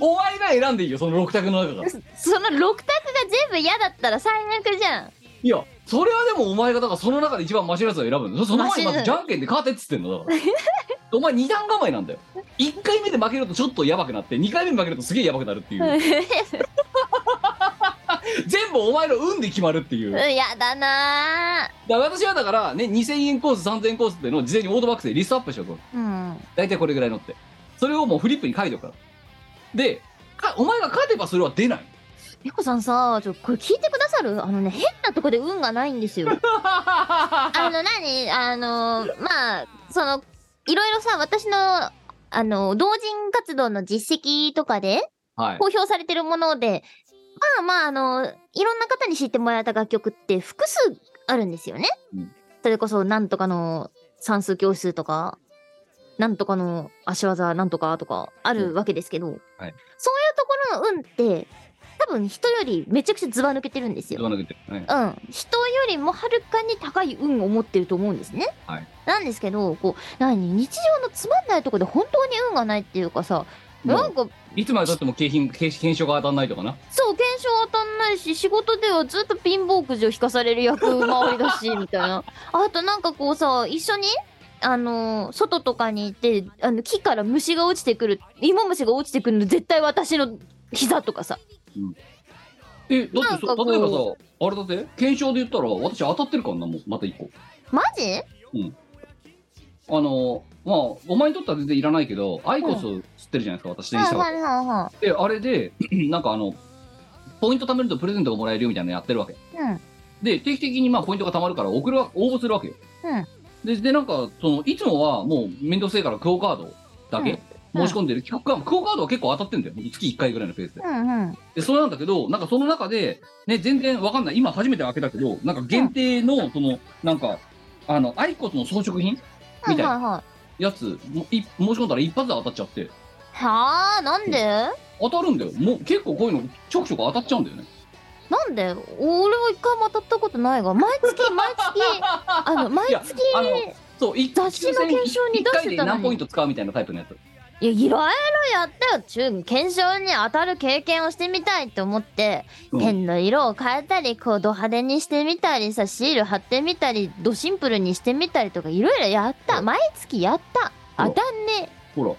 S3: をお前が選んでいいよその6択の中から
S1: その6択が全部嫌だったら最悪じゃん
S3: いやそれはでもお前がだからその中で一番マシなやつを選ぶんだよその前にま
S1: マシ
S3: ず
S1: な
S3: じゃんけんで勝てっつって んのだからお前二段構えなんだよ1回目で負けるとちょっとやばくなって2回目で負けるとすげえやばくなるっていう全部お前の運で決まるっていうだか
S1: 嫌だな
S3: ら私はだからね2000円コース3000円コースっていうのを事前にオートバックスでリストアップしておこう
S1: ーうん
S3: 大体これぐらいのってそれをもうフリップに書いておくからでかお前が勝てばそれは 出ない
S1: 猫さんさちょこれ聞いてくださるあのね変なとこで運がないん ですよあの何あのまあそのいろいろさ私のあの同人活動の実績とかで
S3: はい
S1: 公表されてるものでまあまああのいろんな方に知ってもらえた楽曲って複数あるんですよね。
S3: うん
S1: それこそなんとかの算数教室とかなんとかの足技なんとかとかあるわけですけど、そういうところの運って多分人よりめちゃくちゃずば抜けてるんですよ
S3: 言。わなくて、はい
S1: うん、人よりもはるかに高い運を持ってると思うんですね。
S3: はい
S1: なんですけどこう何日常のつまんないところで本当に運がないっていうかさなんか
S3: いつまでたっても景品景検証が当たんないとかな
S1: そう検証当たんないし仕事ではずっと貧乏くじを引かされる役回りだしみたい なあとなんかこうさ一緒にあの外とかに行ってあの木から虫が落ちてくる芋虫が落ちてくるの絶対私の膝とかさ
S3: えだ
S1: なん
S3: って
S1: か
S3: そ
S1: こう
S3: 例えばさあれだって検証で言ったら私当たってるからなもうまた一個
S1: マジ
S3: あのまあお前にとっては全然いらないけどアイコス吸ってるじゃないですか、私電車
S1: はいはいはいは
S3: であれで なんかあのポイント貯めるとプレゼントがもらえるよみたいなのやってるわけ
S1: いうん
S3: で定期的にまあポイントが貯まるから送るわ応募するわけよ、
S1: うん
S3: ででなんかそのいつもはもう面倒くせえからクオカードだけ、
S1: うん
S3: 申し込んでる、クオカクオカードは結構当たってんだよ月1回ぐらいのペースで
S1: うんうん
S3: で、それなんだけど、なんかその中で、ね、全然わかんない。今初めて開けたけど、なんか限定の、その、なんか、あの、アイコスの装飾品
S1: は
S3: みたい
S1: い
S3: な
S1: はいはい
S3: やつ、もい申し込んだら一発で当たっちゃって、
S1: はあなんで、
S3: 当たるんだよ。もう結構こういうのちょくちょく当たっちゃうんだよね。
S1: なんで俺は一回も当たったことないが毎月毎月あの毎
S3: いや
S1: 月
S3: あのそう、一
S1: 雑誌の検証に出してたのに
S3: 一回で何ポイント使うみたいなタイプのやつ。
S1: いやいろいろやったよ中検証に当たる経験をしてみたいと思って、
S3: うん
S1: ペンの色を変えたりこうド派手にしてみたりさシール貼ってみたりドシンプルにしてみたりとかいろいろやった
S3: うん
S1: 毎月やった
S3: うん
S1: 当たんね
S3: ほら。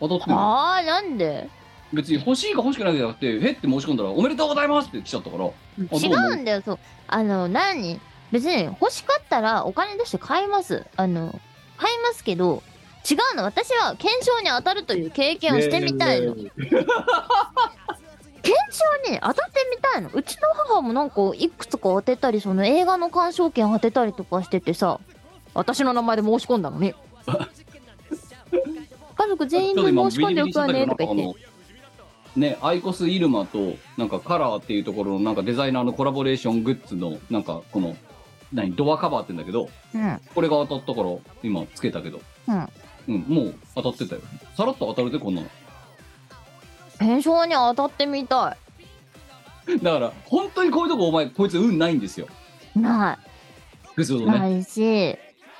S3: 当たってるの
S1: あーなんで
S3: 別に欲しいか欲しくないかじゃなくて、へって申し込んだら、おめでとうございますって来ちゃったから。あ
S1: 違うんだよそうあの何別に欲しかったらお金出して買いますあの買いますけど違うの私は検証に当たるという経験をしてみたいの、
S3: ね
S1: 検証に当たってみたいのうちの母もなんかいくつか当てたりその映画の鑑賞券当てたりとかしててさ私の名前で申し込んだの ね家族全員で申し込んでおくわねとか言って
S3: て。ね、アイコスイルマと、なんかカラーっていうところの、なんかデザイナーのコラボレーショングッズの、なんかこの、何、ドアカバーって言うんだけど、
S1: うん
S3: これが当たったから、今つけたけど、
S1: うん
S3: うん、もう当たってたよ。さらっと当たるで、こんなの。
S1: 検証に当たってみた
S3: だから、本当にこういうとこ、お前、こいつ運ないんですよ。
S1: いない
S3: グスドね。
S1: ないし、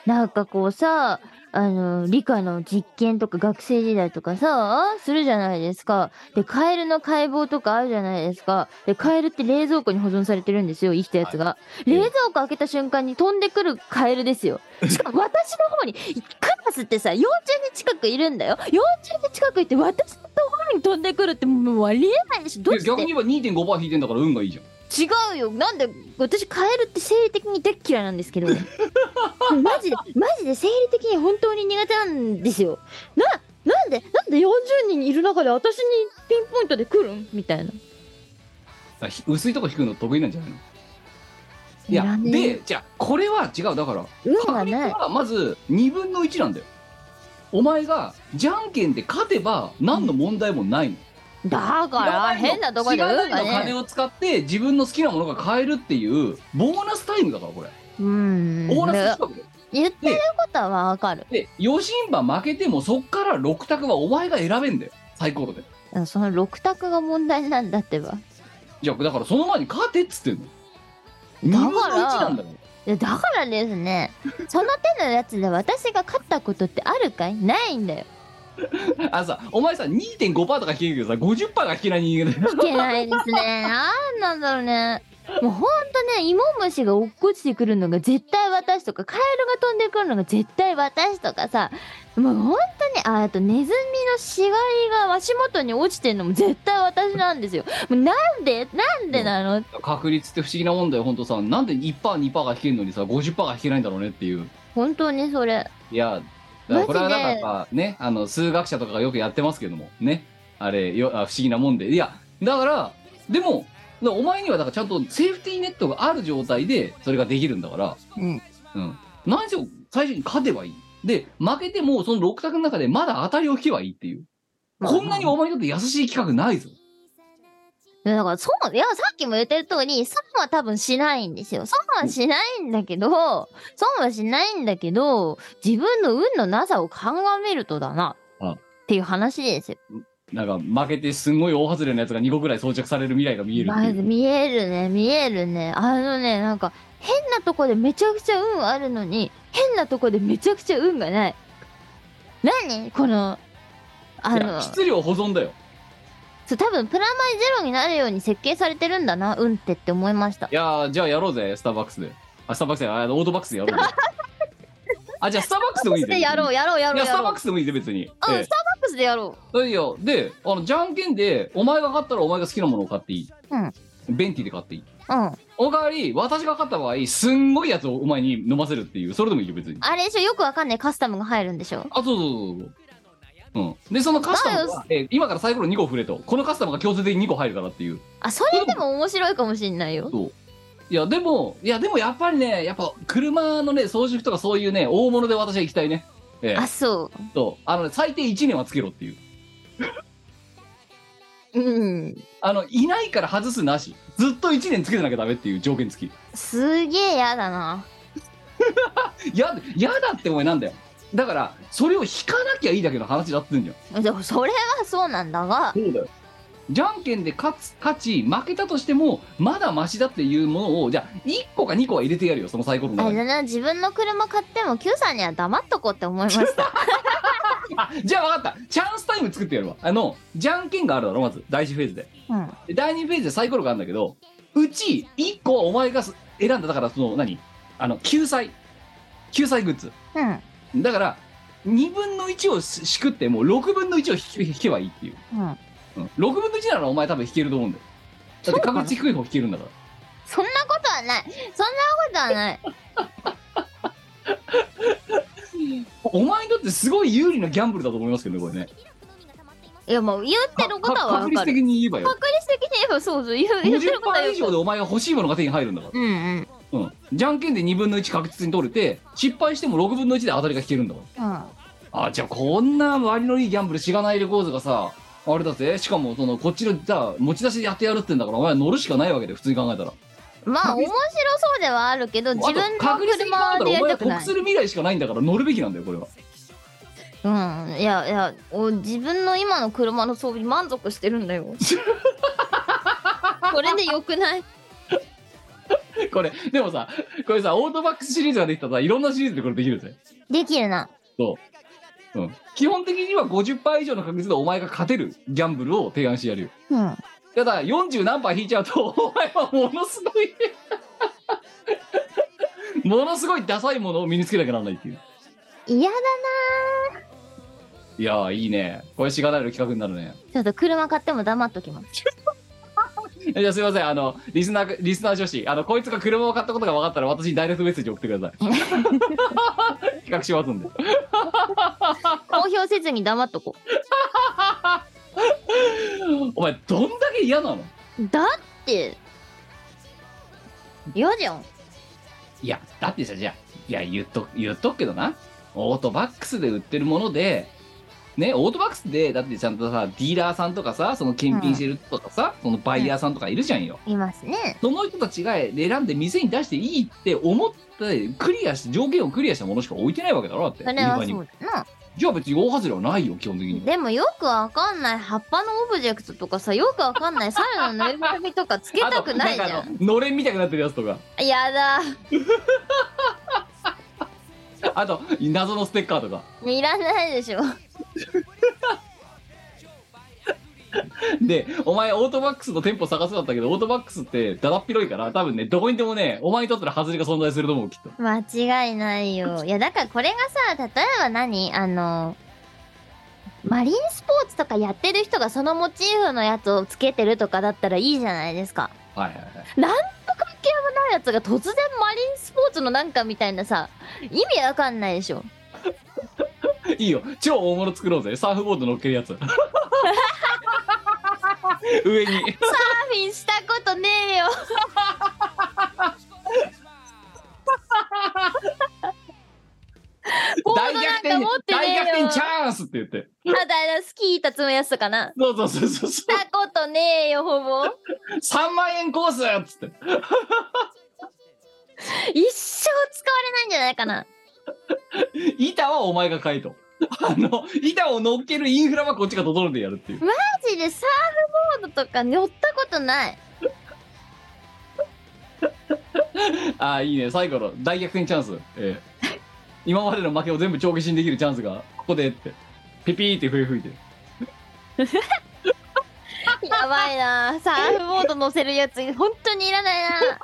S1: なんかこうさ、あの、理科の実験とか学生時代とかさ、するじゃないですか。で、カエルの解剖とかあるじゃないですか。で、カエルって冷蔵庫に保存されてるんですよ、生きたやつが。冷蔵庫開けた瞬間に飛んでくるカエルですよ。しかも私の方に、クラスってさ、幼虫に近くいるんだよ。幼虫に近くいて私のところに飛んでくるってもうありえないでしょ。どう
S3: いや逆
S1: し
S3: に
S1: て
S3: 言えば2.5%引いてんだから運がいいじゃん。
S1: 違うよなんで私カエルって生理的に大っ嫌いなん ですけどマジでマジで生理的に本当に苦手なんですよななんでなんで40人いる中で私にピンポイントで来るんみたいな
S3: だからひ薄いとこ引くの得意なんじゃないのい
S1: いら
S3: や、
S1: ねえ
S3: で、じゃあ、これは違う。だから、
S1: 運が
S3: 確率
S1: ない
S3: はまず2分の1なんだよお前がじゃんけんで勝てば何の問題もないの
S1: だ
S3: 知
S1: からら
S3: ないの
S1: 変なとこで
S3: 知らな
S1: 運
S3: いの
S1: が
S3: 金
S1: ね
S3: を使って自分の好きなものが買えるっていうボーナスタイムだからこれ
S1: うーん
S3: ボーナス企画だよ
S1: 言ってることはわかる
S3: で余震馬負けてもそっから6択はお前が選べんだよサイコロで
S1: その6択が問題なんだってば
S3: じゃあだからその前に勝てっつってんの2分の1なんだよ
S1: いやだからですねその手のやつで私が勝ったことってあるかいないんだよ
S3: あのさお前さ2.5%とか聞けるけどさ50%が聞けない人間だよ
S1: いけないですね。なんなんだろうね。もうほんとね、芋虫が落っこちてくるのが絶対私とか、カエルが飛んでくるのが絶対私とかさ、もうほんとに、ああとネズミの死骸が足元に落ちてるのも絶対私なんですよ。もうなんでなんでなの
S3: 確率って不思議なもんだよ本当さなんで 1%2% が引けるのにさ50%が引けないんだろうねっていう
S1: 本当にそれ。
S3: いや、だからこれは
S1: マジで
S3: なんかね、あの数学者とかがよくやってますけども、ね、あれよあ不思議なもんで、いや、だから、でも、だからお前にはだからちゃんとセーフティーネットがある状態でそれができるんだから、
S1: うん。
S3: うん、何しろ最初に勝てばいい。で、負けてもその6択の中でまだ当たりを引けばいいっていう。こんなにお前にとって優しい企画ないぞ。
S1: いやだから、損、いや、さっきも言ってる通り、損は多分しないんですよ。損はしないんだけど、損はしないんだけど、自分の運のなさを鑑みるとだな
S3: あ、
S1: っていう話ですよ。
S3: なんか負けてすんごい大外れのやつが2個ぐらい装着される未来が見えるって
S1: ま
S3: い
S1: ず
S3: う。
S1: 見えるね、見えるね。あのね、なんか、変なとこでめちゃくちゃ運あるのに、変なとこでめちゃくちゃ運がない。何この、あ
S3: いや
S1: の、
S3: 質量保存だよ。
S1: そう多分プラマイゼロになるように設計されてるんだな、運ってって思いました
S3: い。やー、じゃあやろうぜ、スターバックスで。あ、スターバックスで、あのオートバックスでやろ うぜ。あ、じゃあスターバックスでもいいぜ。
S1: やろう、やろう、や
S3: い
S1: ろう、
S3: や、ス
S1: や
S3: ター
S1: ろ
S3: バ
S1: う
S3: ッ。クスでもいいぜ、別に。
S1: うん、
S3: ええ
S1: スターバックスでやろ
S3: いや、で、あの、じゃんけんで、お前が勝ったらお前が好きなものを買っていい。
S1: うん。
S3: ベンティで買っていい。
S1: う。うん。
S3: おかわり、私が勝った場合、すんごいやつをお前に飲ませるっていう、それでもいいよ、別に。
S1: あれでしょ、よくわかんないカスタムが入るんでしょ。
S3: あ、そうそうそうそう。うん、でそのカスタム
S1: だ
S3: は、ええ今からサイコロ2個振れとこのカスタムが強制的に2個入るからっていう
S1: あ、それでも面白いかもしんないよ。
S3: そういやでもいやでもやっぱりねやっぱ車のね装飾とかそういうね大物で私は行きたいねええ
S1: あ、そ
S3: そうあのね最低1年はつけろっていう
S1: う。うん。
S3: あのいないから外すなしずっと1年つけてなきゃダメっていう条件付き
S1: すげえ嫌だな。
S3: ややだってお前なんだよだからそれを引かなきゃいいだけの話だってんじゃん
S1: でも、それはそうなんだが、
S3: そうだよじゃんけんで勝つ勝ち負けたとしてもまだマシだっていうものをじゃあ1個か2個は入れてやるよそのサイコロの
S1: あ
S3: 中
S1: れ
S3: に
S1: だな、自分の車買っても Q さんには黙っとこうって思いました。
S3: あじゃあ分かったチャンスタイム作ってやるわあのじゃんけんがあるだろまず第1フェーズで
S1: うん。
S3: で第2フェーズでサイコロがあるんだけどうち1個はお前がす選んだだからその何あの救済救済グッズ
S1: うん。
S3: だから2分の1をししくっても6分の1を引け引けばいいっていう、
S1: うん。
S3: うん、6分の1ならお前多分引けると思うんだよだって確率低い方引けるんだから
S1: そんなことはない。そんなことはない。
S3: お前にとってすごい有利なギャンブルだと思いますけどね、これね。
S1: いやまあ言 ってることは
S3: 確
S1: 分かる
S3: 率的に言えばよ。
S1: 確率的に言えばそうそう言う言ってることは
S3: 50%以
S1: よ
S3: 上
S1: く
S3: でお前が欲しいものが手に入るんだから。
S1: うんうん
S3: うん。じゃんけんで2分の1確実に取れて、失敗しても6分の1で当たりが引けるんだから。
S1: うん
S3: あじゃあこんな割のいいギャンブルしがないレコーズがさあれだぜしかもそのこっちのさ持ち出しでやってやるってんだからお前乗るしかないわけで普通に考えたら
S1: まあ面白そうではあるけど自分の
S3: 確率的に考
S1: 車
S3: えた
S1: で
S3: ら
S1: や
S3: お
S1: りた
S3: 前は
S1: くな
S3: 得
S1: い
S3: する未来しかないんだから乗るべきなんだよこれは
S1: うんいやいやお自分の今の車の装備満足してるんだ よこれでよくない
S3: これでもさこれさオートバックスシリーズができたらさいろんなシリーズでこれできるぜ
S1: できるな
S3: そう、うん、基本的には50%以上の確率でお前が勝てるギャンブルを提案してやるよ
S1: うん
S3: ただ40何杯引いちゃうと お前はものすごいものすごいダサいものを身につけなきゃならないっていう
S1: 嫌だない
S3: やーいいねこれしがないの企画になるね
S1: ーちょっと車買っても黙っときます
S3: じゃあすいませんあのリスナーリスナー女子あのこいつが車を買ったことが分かったら私にダイレクトメッセージ送ってください企画しますんで
S1: 公表せずに黙っとこ
S3: お前どんだけ嫌なの
S1: うだって嫌じゃん
S3: いやだってさじゃあいや言っと言っとくけどなオートバックスで売ってるものでねオートバックスでだってちゃんとさディーラーさんとかさその検品してる人とかさ、そのバイヤーさんとかいるじゃんよ、
S1: いますね
S3: その人たちが選んで店に出していいって思ってクリアして条件をクリアしたものしか置いてないわけだろだって
S1: それは
S3: 売り場に
S1: そうだな
S3: じゃあ別に大外れはないよ基本的に
S1: でもよくわかんない葉っぱのオブジェクトとかさよくわかんない猿のぬいぐるみとかつけ
S3: あ
S1: た
S3: と
S1: くないじゃ
S3: ん
S1: ん
S3: かあののれんみたいになってるやつとか
S1: やだ
S3: あと謎のステッカーとか
S1: いらないでしょ
S3: でお前オートバックスの店舗探すだったけどオートバックスってだだっ広いから多分ねどこにでもねお前にとったら外れが存在すると思うきっと
S1: 間違いない よいやだからこれがさ例えば何あのマリンスポーツとかやってる人がそのモチーフのやつをつけてるとかだったらいいじゃないですか
S3: はいはいはい
S1: 関係もないやつが突然マリンスポーツのなんかみたいなさ意味わかんないでしょ
S3: いいよ超大物作ろうぜサーフボード乗っけるやつ 上に
S1: サーフィンしたことねえ よボードなんか持ってねえ
S3: 大
S1: よ
S3: 逆転チャンスって言って
S1: あだいだスキー板積むやつとかな
S3: そうそうそうそうそう
S1: したことねえよほぼ
S3: 3万円コースっつって
S1: 一生使われないんじゃないかな
S3: 板はお前が買えと。あの、板を乗っけるインフラはこっちが整えてやるっていう。
S1: マジでサーフボードとか乗ったことない
S3: ああ、いいね。最後の大逆転チャンス。ええ今までの負けを全部帳消しにできるチャンスが、ここでって。ピピーって笛吹いて。
S1: やばいなサーフボード乗せるやつ本当にいらないな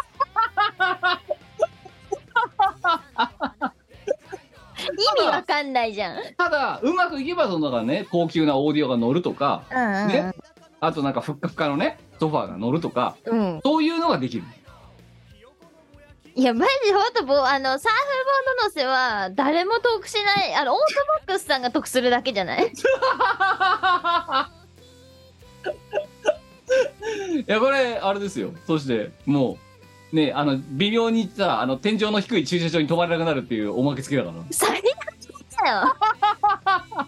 S1: 意味わかんないじゃん
S3: ただ、うまくいけば、その中ね、高級なオーディオが乗るとか、ね
S1: う
S3: あとなんかふっかふかのね、ソファーが乗るとか、
S1: んうんうん、うん、
S3: そういうのができる。
S1: いやマジほんとぼあのサーフボード乗せは誰も得しないあのオートバックスさんが得するだけじゃない
S3: いや、これ、あれですよ。そして、もう、ね、あの、微妙にさ、あの、天井の低い駐車場に止まれなくなるっていうおまけつけだから。
S1: 最悪だよ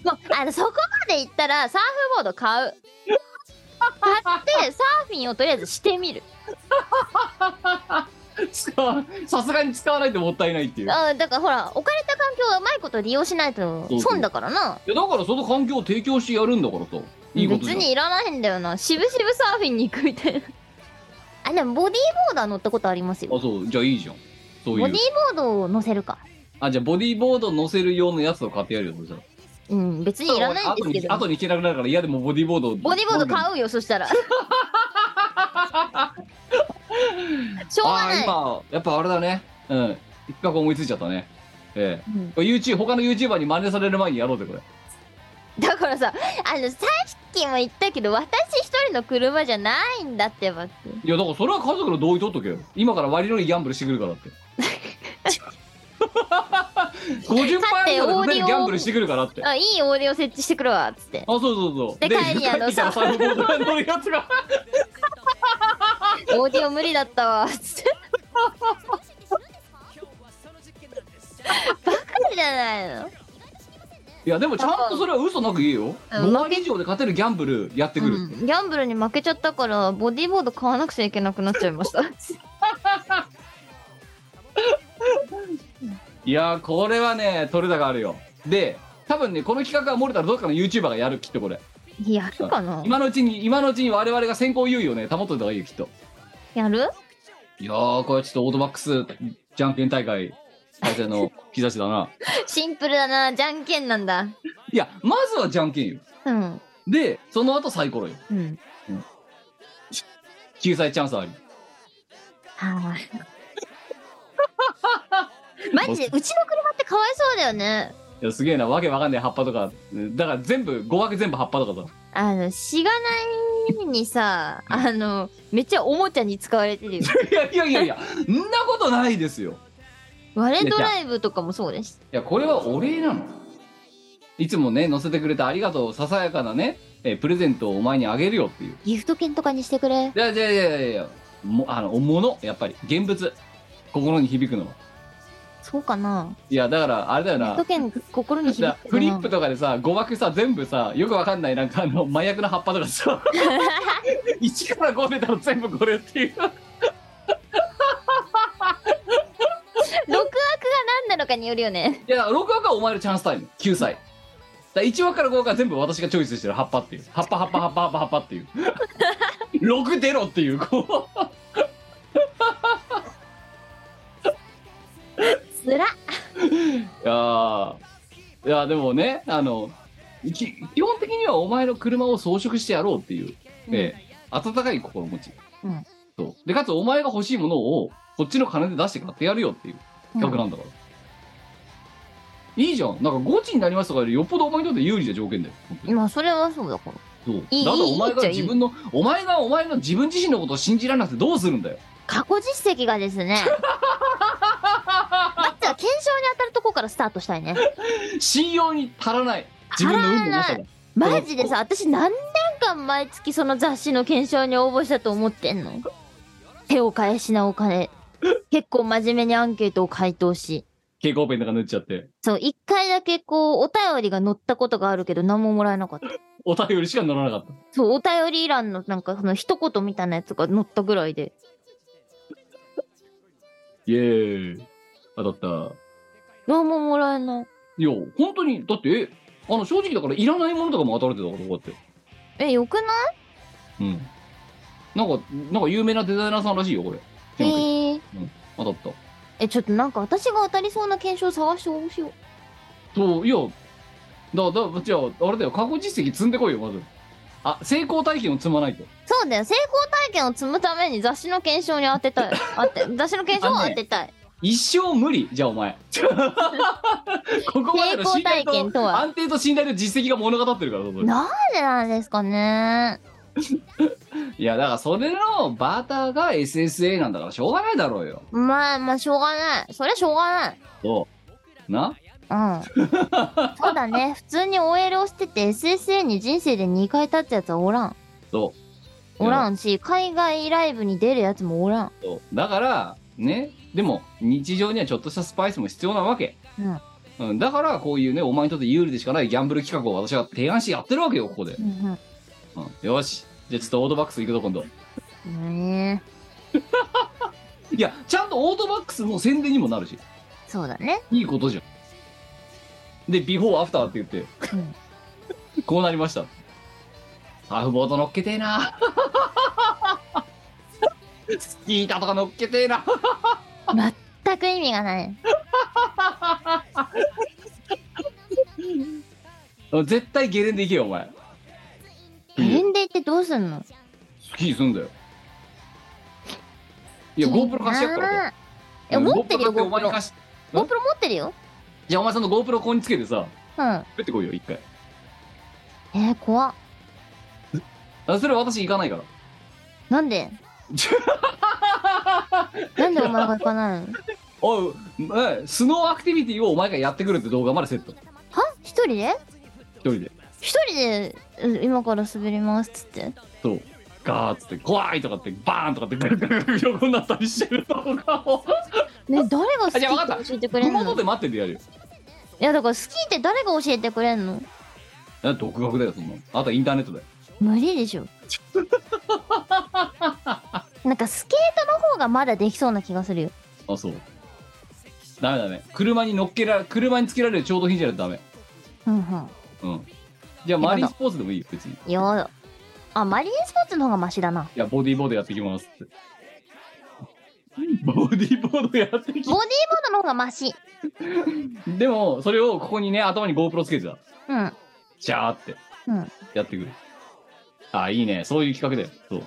S1: もうあのそこまでいったらサーフボード買う買ってサーフィンをとりあえずしてみる
S3: 使わさすがに使わないともったいないっていう。いや
S1: あだからほら置かれた環境をうまいこと利用しないと
S3: そうそう
S1: 損だからな
S3: だからその環境を提供してやるんだからと。いいことじ
S1: 別
S3: ゃん
S1: にいらないんだよな渋々サーフィンに行くみたいなあでもボディーボードは乗ったことありますよ
S3: あ、そう、じゃあいいじゃん。そ
S1: ボ
S3: う
S1: デ
S3: い
S1: ィー
S3: う
S1: ボ。ードを乗せるか
S3: あ、じゃあボディーボード乗せる用のやつを買ってやるよ、そしたら。
S1: うん別にいらないんですけ
S3: 後
S1: ど
S3: に行けなくなるから嫌でもボディーボードを
S1: ボディーボード買うよそした らしょうが
S3: あ
S1: ない
S3: あ、今、やっぱあれだね。うん。一画思いついちゃったね。ええ
S1: うん
S3: これ YouTube、他の YouTuber に真似される前にやろうぜ、これ。
S1: だからさあのさっきも言ったけど私一人の車じゃないんだってばって
S3: いや、だからそれは 家族の同意取っとけよ。今から割りのいいギャンブルしてくるからって。 50%
S1: だって
S3: 以上
S1: オー
S3: で
S1: ディオ
S3: ギャンブルしてくるからって。あ、
S1: あいいオーディオ設置してくるわっつって
S3: そうそうそう。
S1: で帰りあの
S3: 帰ってきたらサーフボードに乗るやつが。
S1: オーディオ無理だったわっつってバカじゃないの
S3: いや、でもちゃんとそれは嘘なく言えよ。
S1: うん
S3: 5割以上で勝てるギャンブルやってくるって。
S1: うんギャンブルに負けちゃったからボディーボード買わなくちゃいけなくなっちゃいました
S3: いやー、これはね、取れ高あるよ。で、多分ね、この企画が漏れたらどっかの YouTuber がやる、きっとこれ。
S1: やるかな
S3: 今のうちに、今のうちに我々が先行優位をね、保っといた方がいいよ、きっと。
S1: やる
S3: いやー、これはちょっとオートバックスじゃんけん大会、開催の兆しだな。
S1: シンプルだなじゃんけんなんだ
S3: いや、まずはじゃんけんよ。
S1: うん
S3: で、その後サイコロよ。
S1: うん
S3: 救済チャンスあり。
S1: はいマジでうちの車ってかわいそうだよね
S3: いや、すげえな、わけわかんない葉っぱとか、だから全部、5枠全部葉っぱとかだ。
S1: あのしがないにさあのめっちゃおもちゃに使われてるよ
S3: いやいやいやいや、んなことないですよ。
S1: 割れドライブとかもそうです
S3: いや、これはお礼なの。いつもね、載せてくれてありがとう、ささやかなね、えープレゼントをお前にあげるよっていう。
S1: ギフト券とかにしてくれ
S3: いやいやいやいやいや、もあの、もの、やっぱり、現物。心に響くのは。
S1: そうかない
S3: や、だから、あれだよ
S1: ギフ
S3: な
S1: ト。券心に
S3: だ
S1: 響くかな
S3: フリップとかでさ誤爆さ全部さよくわかんないなんかあの麻薬の葉っぱとかさ1から5出たら全部これっていう
S1: 6枠が何なのかによるよね
S3: いや6枠はお前のチャンスタイム9歳だから1枠から5枠は全部私がチョイスしてる葉っぱっていう葉っぱ葉っぱ葉っぱ葉っぱ葉っぱ っていう6出ろっていうこう
S1: つら
S3: いやーいやでもねあのき基本的にはお前の車を装飾してやろうっていう、ええ温かい心持ち、
S1: うん
S3: そうでかつお前が欲しいものをこっちの金で出して買ってやるよっていう企画なんだから、いいじゃんなんかゴチになりますとかよりよっぽどお前にとって有利な条件だよ本当に
S1: まあそれはそうだから
S3: そう
S1: いい
S3: だからお前
S1: いい
S3: が
S1: っちゃいい
S3: 自分のお前がお前の自分自身のことを信じられなくてどうするんだよ
S1: 過去実績がです ねまずは検証に当たるとこからスタートしたいね
S3: 信用に足らない自分の運のなさだ
S1: マジでさ私何年間毎月その雑誌の検証に応募したと思ってんの手を返しなお金結構真面目にアンケートを回答し
S3: 蛍光ペンとか塗っちゃって
S1: そう一回だけこうお便りが載ったことがあるけど何ももらえなかった
S3: お便りしか乗らなかった
S1: そうお便り欄のなんかその一言みたいなやつが載ったぐらいで
S3: イエーイ。当たった。
S1: 何ももらえない
S3: いや、本当に、だって、えあの、正直だから、いらないものとかも当たれてたから、こうやって。
S1: えよくない
S3: うん。なんか、なんか有名なデザイナーさんらしいよ、これ。
S1: え
S3: ちなみに
S1: ー
S3: 当たっ
S1: えちょっとなんか私が当たりそうな検証探して応募しよう
S3: た。そう、いや、だ、だ、じゃあ、あれだよ、過去実績積んでこいよ、まず。あ、成功体験を積まないと。
S1: そうだよ成功体験を積むために雑誌の検証に当て たいあて雑誌の検証を当てたい、
S3: 一生無理、じゃあ、お前。ここまでの
S1: 成
S3: 信
S1: 功体
S3: 頼
S1: 験
S3: と、
S1: とは
S3: 安定と信頼の実績が物語ってるから、そこで
S1: なんでなんですかね
S3: いや、だから、それのバーターが SSA なんだから、しょうがないだろうよ。
S1: まあまあしょうがないそれしょうがない
S3: そう。な
S1: うん そうだね普通に OL をしてて SSA に人生で2回立ったやつはおらん
S3: そう。
S1: おらんし海外ライブに出るやつもおらん
S3: そうだからねでも日常にはちょっとしたスパイスも必要なわけ、
S1: うん
S3: うんだからこういうねお前にとって有利でしかないギャンブル企画を私は提案してやってるわけよここで、
S1: うん
S3: うんよしじゃあちょっとオートバックス行くぞ今度
S1: うんね
S3: いやちゃんとオートバックスの宣伝にもなるし
S1: そうだね
S3: いいことじゃんでビフォーアフターって言って、こうなりましたハーフボード乗っけてえなスキー板とか乗っけてえな
S1: 全く意味がない
S3: 絶対ゲレンデ行けよお前
S1: 変でってどうすんの
S3: スキーすんだよ。いや、GoPro 貸してやっから。
S1: なあえ持ってるよ
S3: うん GoPro だお前に
S1: GoPro
S3: 貸し
S1: GoPro 持ってるよ
S3: じゃあ、お前その GoPro ここにつけてさ、
S1: うん
S3: 出てこいよ、一回。
S1: えー、怖っ
S3: あそれ私行かないから。
S1: なんでなんでお前が行かないの
S3: おい、えスノーアクティビティをお前がやってくるって動画までセット。
S1: は一人で
S3: 一人で。
S1: 一人でうん今から滑りますっつって
S3: そう。ガーッつって、怖いとかって、バーンとかって、ぐ るぐるぐる横になったりしてる動画を。
S1: ね誰が好き
S3: あじゃあ分か
S1: っ
S3: った
S1: て教えてくれ
S3: ふ
S1: ん
S3: も
S1: の
S3: とで待っててやるよ。
S1: いやだから好きって誰が教えてくれんの
S3: あ独学だよ、そんなの。あとはインターネットだよ。
S1: 無理でし ょなんかスケートの方がまだできそうな気がするよ
S3: あ、そう。ダメだね。車に乗っけら、車につけられる調度品じゃないとダメ。
S1: うんうん
S3: うん。じゃあ、マリンスポーツでもいいよ、別に。い
S1: いやだあマリンスポーツの方がマシだな
S3: や、ボディーボードやってきますって。ボディーボードやって
S1: ボデ
S3: き
S1: ィーボードの方がマシ
S3: でも、それをここにね、頭に GoPro つけてた。
S1: うん
S3: ジャーって
S1: うん
S3: やってくる。ああ、いいね。そういう企画だよ。そう。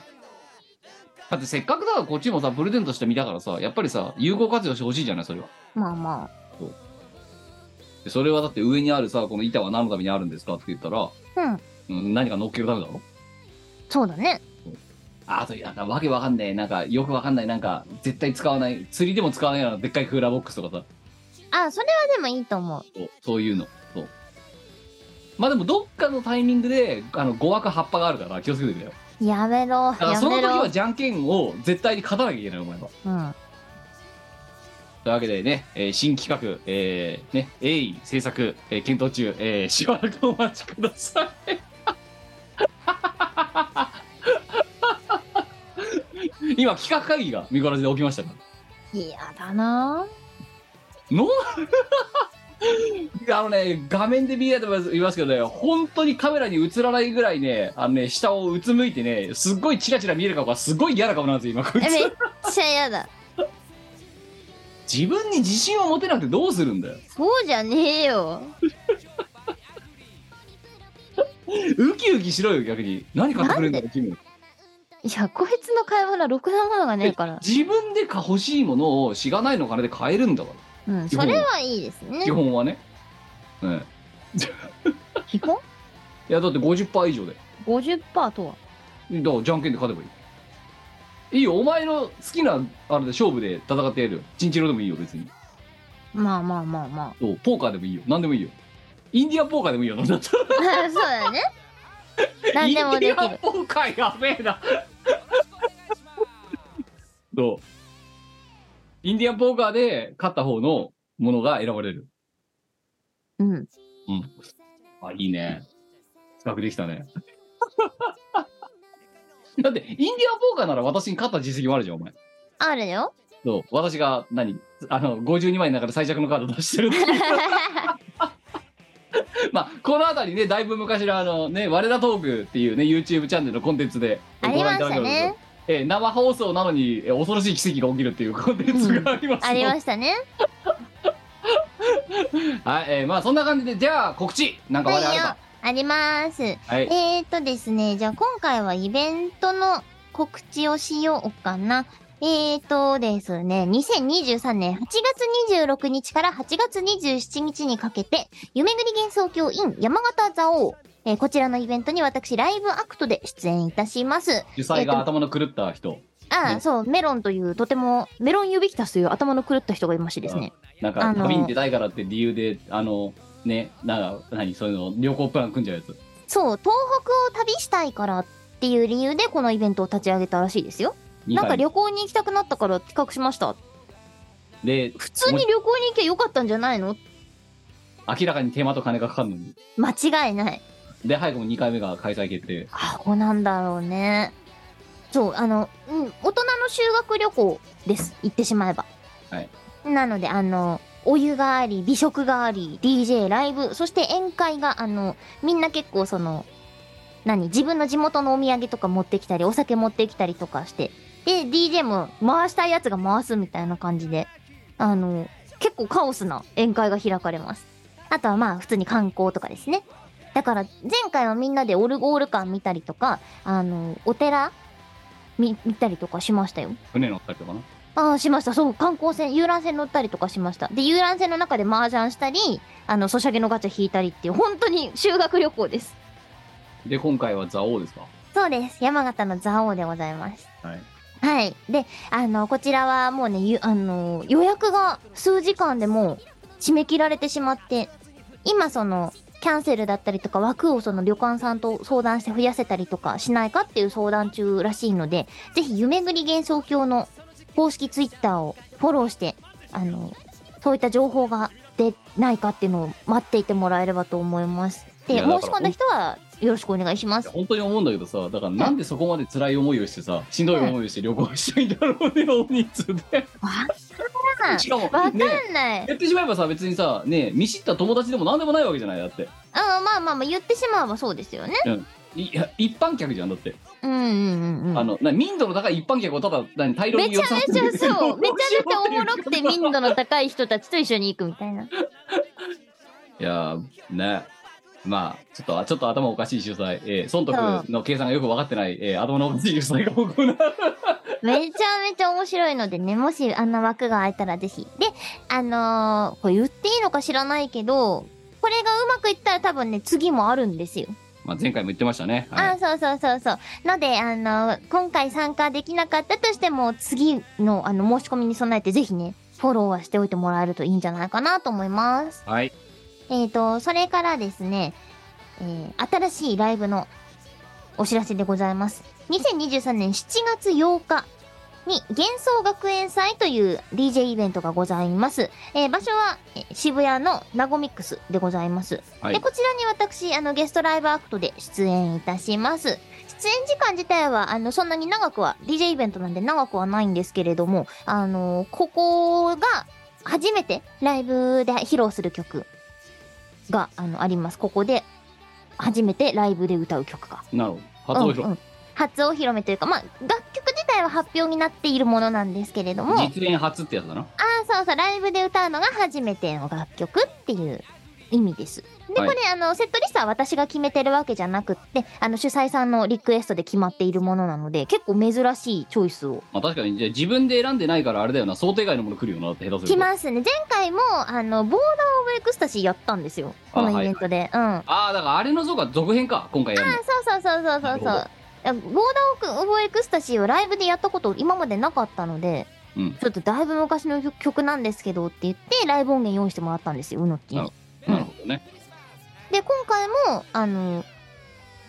S3: だってせっかくだからこっちもさ、プレゼントしてみたからさ、やっぱりさ、有効活用してほしいじゃない、それは。
S1: まあま
S3: でそれはだって上にあるさ、この板は何のためにあるんですかって言ったら、
S1: あうん
S3: うん、何か乗っけるためだろ
S1: そうだね
S3: あと、なんかわけわかんない、なんかよくわかんない、なんか絶対使わない、釣りでも使わないようなでっかいクーラーボックスとかさ、
S1: あそれはでもいいと思う
S3: そうそういうの。そう。まあでもどっかのタイミングで、あの、語枠葉っぱがあるから気をつけてくれよ。
S1: やめろ
S3: だから
S1: や
S3: その
S1: め
S3: 時
S1: ろ
S3: はじゃんけんを絶対に勝たなきゃいけないお前は
S1: うん
S3: というわけでね、えー新企画、えーね、鋭意制作、えー検討中、えーしばらくお待ちください 今企画会議が見殺しで起きましたから
S1: 嫌だ な
S3: の あのね画面で見えたと言いますけどね本当にカメラに映らないぐらいねあのね下をうつむいてねすっごいチラチラ見える顔がすごい嫌な顔なんですよ今こい
S1: え
S3: つ
S1: めっちゃ嫌だ
S3: 自分に自信を持てなくてどうするんだよ
S1: そうじゃねえよ
S3: ウキウキしろよ逆に何買ってくれるんだろう君
S1: いやこいつの買い物はろくなものがねえから
S3: 自分でか欲しいものをしがないの金で買えるんだか
S1: うん
S3: 基
S1: そ
S3: 本
S1: れはいいです
S3: ら
S1: ね
S3: 基本はね、うん、い
S1: 基本
S3: やだって50%以上で
S1: 50%とは
S3: だからじゃんけんで勝てばいいいいよお前の好きなあれで勝負で戦ってやるよチンチロでもいいよ別に
S1: まあまあまあまあ
S3: そうポーカーでもいいよ何でもいいよインディアンポーカーでもいいよなんだった ら
S1: そうだ ね何でも
S3: イ
S1: で
S3: ンデ
S1: き
S3: ィアン
S1: る
S3: ポーカーやべえなそうインディアンポーカーで勝った方のものが選ばれる
S1: うん
S3: あ、いいね。企画できたね。 だって、インディアンポーカーなら私に勝った実績もあるじゃん、お前。
S1: あるよ
S3: そう、私が何、あの、52枚の中で最弱のカード出してるって いうまあ、このあたりね、だいぶ昔のあのね、我らトークっていうね、YouTube チャンネルのコンテンツで
S1: ありましたね
S3: ご覧いだいておりますけど。えー生放送なのに、えー恐ろしい奇跡が起きるっていうコンテンツがありますの
S1: あ
S3: で、
S1: りましたね
S3: はい、えーまあそんな感じで、じゃあ告知なんか
S1: は
S3: 我
S1: い
S3: 々あれ
S1: よ
S3: ば。
S1: あります
S3: はい。
S1: えー、とですね、じゃあ今回はイベントの告知をしようかな。えーとですね、2023年8月26日から8月27日にかけて、夢ぐり幻想郷 in 山形蔵王、えーこちらのイベントに私ライブアクトで出演いたします。
S3: 主催が頭の狂った人。
S1: あ
S3: ね
S1: あ、そう、メロンというとても、メロンユビキタスという頭の狂った人がいましてですね。
S3: なん
S1: あ
S3: か、
S1: の
S3: 旅に出たいからって理由で、あの、ね、なんか、何、そういうの、旅行プラン組んじゃうやつ。
S1: そう、東北を旅したいからっていう理由でこのイベントを立ち上げたらしいですよ。
S3: 二
S1: なんか
S3: 回
S1: 旅行に行きたくなったから企画しました
S3: で、
S1: 普通に旅行に行けばよかったんじゃないの
S3: 明らかに手間と金がかかるのに。
S1: 間違いない。
S3: で、早くも2回目が開催決定。
S1: アホなんだろうね。そう、あの、うん、大人の修学旅行です。行ってしまえば。
S3: はい
S1: なので、あの、お湯があり、美食があり、DJ、ライブ、そして宴会が、あの、みんな結構その、何、自分の地元のお土産とか持ってきたり、お酒持ってきたりとかして、で、DJ も回したいやつが回すみたいな感じで、あの、結構カオスな宴会が開かれます。あとはまあ、普通に観光とかですね。だから前回はみんなでオルゴール館見たりとか、あの、お寺見見たりとかしましたよ。
S3: 船乗ったりとかな。
S1: ああ、しました。そう、観光船、遊覧船乗ったりとかしました。で、遊覧船の中で麻雀したり、あの、ソシャゲのガチャ引いたりっていう、本当に修学旅行です。
S3: で、今回は蔵王ですか。
S1: そうです。山形の蔵王でございます。
S3: はい。
S1: はい。で、あの、こちらはもうね、ゆあの、予約が数時間でもう締め切られてしまって、今その、キャンセルだったりとか枠をその旅館さんと相談して増やせたりとかしないかっていう相談中らしいので、ぜひ夢ぐり幻想郷の公式ツイッターをフォローして、あの、そういった情報が出ないかっていうのを待っていてもらえればと思います。
S3: い
S1: で、
S3: やだから
S1: 申し込んだ人はよろしくお願いします。
S3: 本当に思うんだけどさだからなんでそこまで辛い思いをしてさしんどい思いをして旅行したいんだろうね大人数で
S1: わ
S3: しかも
S1: かん
S3: ね
S1: ない。
S3: やってしまえばさ別にさね見知った友達でも何でもないわけじゃないだって
S1: あまあまあまあ言ってしまえばそうですよね。
S3: いいや一般客じゃんだって、
S1: うんうんうん。
S3: あのな民度の高い一般客をただ何大量
S1: め
S3: に
S1: ちゃめち
S3: て
S1: ゃそう。めちゃめ ちゃおもろくて民度
S3: の
S1: の高い人たちと一緒に行くみた いな。
S3: いやーねまあちょっとあちょっと頭おかしい秀才、えー、損得の計算がよく分かってない、えー、頭のおかしい秀才が 行う
S1: めちゃめちゃ面白いのでね、もしあんな枠が空いたらぜひ。で、あのーこれ言っていいのか知らないけど、これがうまくいったら多分ね、次もあるんですよ。
S3: まあ前回も言ってましたね、はい
S1: あ、そうそうそうそう。ので、あのー今回参加できなかったとしても、次のあの申し込みに備えてぜひね、フォローはしておいてもらえるといいんじゃないかなと思います。
S3: はい
S1: えー、と、それからですね、えー新しいライブのお知らせでございます。2023年7月8日に幻想学園祭という DJ イベントがございます。えー場所はえー渋谷のナゴミックスでございます。
S3: はい
S1: で、こちらに私、あの、ゲストライブアクトで出演いたします。出演時間自体は、あの、そんなに長くは、DJ イベントなんで長くはないんですけれども、あの、ここが初めてライブで披露する曲が、あの、あります。ここで、初めてライブで歌う曲が
S3: なるほど初お披露
S1: うんうん初お披露目というか、まあ、楽曲自体は発表になっているものなんですけれども、あ
S3: 実演初ってやつだな
S1: あ、そうそう、ライブで歌うのが初めての楽曲っていう意味です。で、
S3: はい
S1: これ、あの、セットリストは私が決めてるわけじゃなくって、あの、主催さんのリクエストで決まっているものなので、結構珍しいチョイスを
S3: まあ確かにじゃあ自分で選んでないからあれだよな想定外のもの来るよなだって下手す
S1: 来
S3: ると
S1: ますね。前回も、あの、ボーダーオブエクスタシーやったんですよ。こ
S3: あ
S1: の
S3: はい
S1: イベントで。うん。
S3: ああだからあれのそうか続編か今回やるの
S1: そうそうそうそうそうそういやボーダーオブエクスタシーをライブでやったこと今までなかったので、
S3: うん
S1: ちょっとだいぶ昔の曲曲なんですけどって言ってライブ音源用意してもらったんですようのっち
S3: なる
S1: に
S3: なるほどね
S1: で今回もあの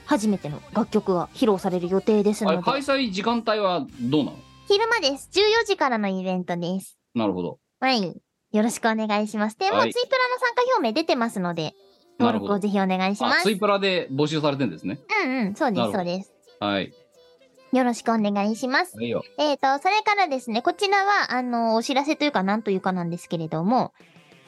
S1: 初めての楽曲が披露される予定です
S3: あ
S1: の
S3: れ
S1: で
S3: 開催時間帯はどうなの
S1: 昼間です14時からのイベントです
S3: なるほど
S1: はいよろしくお願いしますでもう
S3: は
S1: ツイ
S3: い
S1: トラの参加表明出てますので
S3: な
S1: 登
S3: るほ
S1: 録
S3: ど
S1: をぜひお願いしま
S3: あ
S1: す
S3: ツイプラで募集されてんですね
S1: うんうんそうで
S3: なる
S1: す
S3: ほど
S1: そうです
S3: はい
S1: よろしくお願いします
S3: はいよ
S1: えー、と、それからですね、こちらは、あの、お知らせというか、なんというかなんですけれども、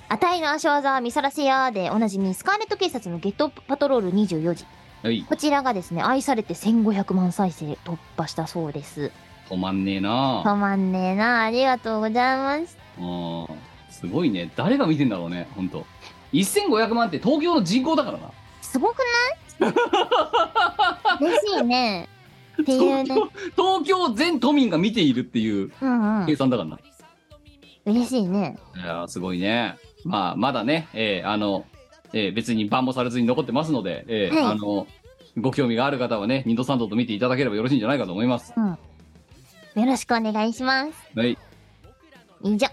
S1: あたいの足技、見さらせやーで、おなじみ、スカーレット警察のゲットパトロール24時。
S3: はい
S1: こちらがですね、愛されて1500万再生突破したそうです。
S3: 止まんねえな
S1: たまんねえな、ありがとうございます。
S3: あーすごいね誰が見てんだろうね本当1500万って東京の人口だからな
S1: すごく ない嬉しいね。っていう
S3: 東
S1: ね。
S3: 京東京全都民が見ているっていう
S1: うんう
S3: 計
S1: ん。
S3: 算だからな、
S1: 嬉しいね。
S3: いやーすごいねまあまだねえーあの、えー別に番もされずに残ってますので、えー
S1: はい
S3: あのご興味がある方はね二度三度と見ていただければよろしいんじゃないかと思います
S1: よろしくお願いします。
S3: はい
S1: 以上。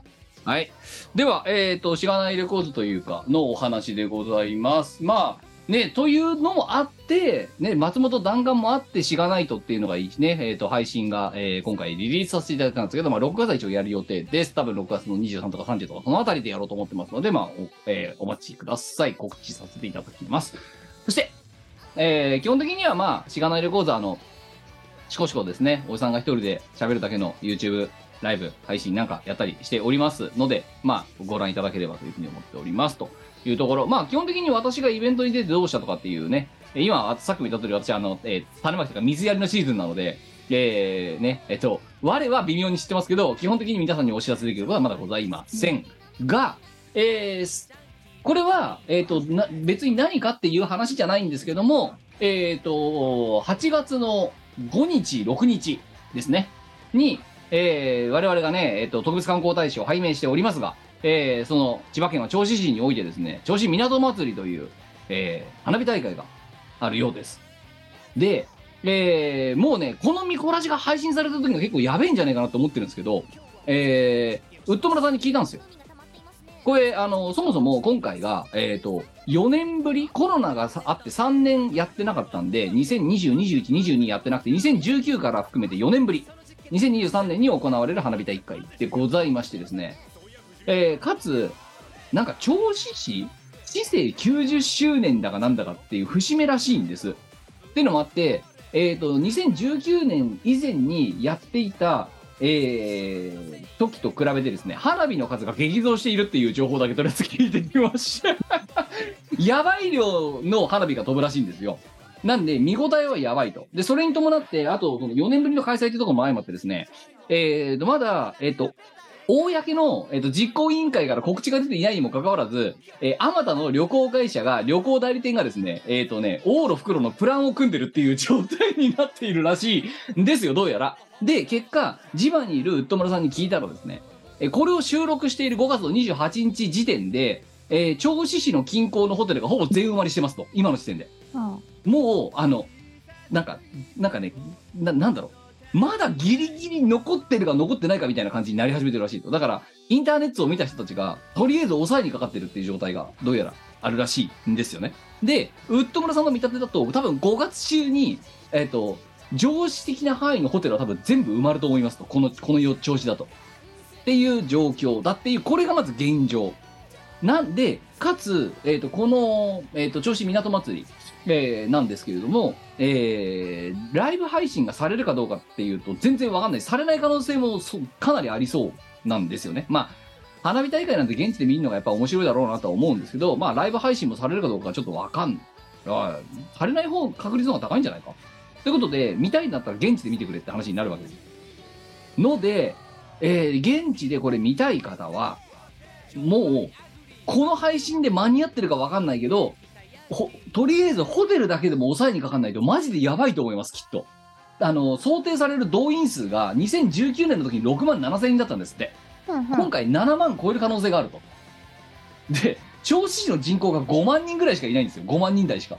S3: はい。では、えっ、と、しがないレコードというか、のお話でございます。まあ、ね、というのもあって、ね、松本弾丸もあって、しがないとっていうのがいいね、えっ、と、配信が、えー今回リリースさせていただいたんですけど、まあ、6月は一応やる予定です。多分6月の23とか30とか、そのあたりでやろうと思ってますので、まあ、お,、えーお待ちください。告知させていただきます。そして、えー基本的には、まあ、しがないレコードあの、しこしこですね、おじさんが一人で喋るだけの YouTube ライブ配信なんかやったりしておりますので、まあ、ご覧いただければというふうに思っておりますというところ、まあ、基本的に私がイベントに出てどうしたとかっていうね、え今、あさっきも言った通り、私、あの、えー種まきとか水やりのシーズンなので、えーね、えっと、我は微妙に知ってますけど、基本的に皆さんにお知らせできることはまだございませんが、えーすこれは、えっ、とな、別に何かっていう話じゃないんですけども、えっ、と、8月の5日、6日ですね、に、えー我々がね、えっと特別観光大使を拝命しておりますが、えーその千葉県は銚子市においてですね銚子港祭りという、えー花火大会があるようですで、えーもうね、このミコラジが配信された時が結構やべえんじゃないかなと思ってるんですけど、えー、ウッド村さんに聞いたんですよ。これ、あの、そもそも今回が、えっ、と、4年ぶり、コロナがさあって3年やってなかったんで、2020、21、22やってなくて、2019から含めて4年ぶり、2023年に行われる花火大会でございましてですね、えーかつ、なんか、銚子市市政90周年だかなんだかっていう節目らしいんです。っていうのもあって、えっ、と、2019年以前にやっていた、えー、時と比べてですね、花火の数が激増しているっていう情報だけとりあえず聞いてみました。やばい量の花火が飛ぶらしいんですよ。なんで、見応えはやばいと。で、それに伴って、あと、4年ぶりの開催というところも相まってですね、えーと、まだ、えっ、と、公の、えっと実行委員会から告知が出ていないにもかかわらず、えー、あまたの旅行会社が、旅行代理店がですね、えっ、とね、往路袋のプランを組んでるっていう状態になっているらしいんですよ、どうやら。で、結果、地場にいるウッド村さんに聞いたらですね、えーこれを収録している5月の28日時点で、えー、銚子市の近郊のホテルがほぼ全埋まりしてますと、今の時点で。もう、あの、なんか、なんかね、ななんだろう。まだギリギリ残ってるか残ってないかみたいな感じになり始めてるらしいと。だから、インターネットを見た人たちが、とりあえず抑えにかかってるっていう状態が、どうやらあるらしいんですよね。で、ウッド村さんの見立てだと、多分5月中に、えっ、と、常識的な範囲のホテルは多分全部埋まると思いますと。この、このよ調子だと。っていう状況だっていう、これがまず現状。なんで、かつ、えっ、と、この、えっ、と、銚子港祭り、えーなんですけれども、えーライブ配信がされるかどうかっていうと、全然わかんない。されない可能性もそかなりありそうなんですよね。まあ、花火大会なんて現地で見るのがやっぱ面白いだろうなとは思うんですけど、まあ、ライブ配信もされるかどうかはちょっとわかんない。あーされない方、確率の方が高いんじゃないか。ということで、見たいんだったら現地で見てくれって話になるわけです。ので、えー現地でこれ見たい方は、もう、この配信で間に合ってるかわかんないけど、ほとりあえずホテルだけでも抑えにかかんないとマジでやばいと思いますきっとあの想定される動員数が2019年の時に6万7000人だったんですって、今回7万超える可能性があるとで銚子市の人口が5万人ぐらいしかいないんですよ5万人台しか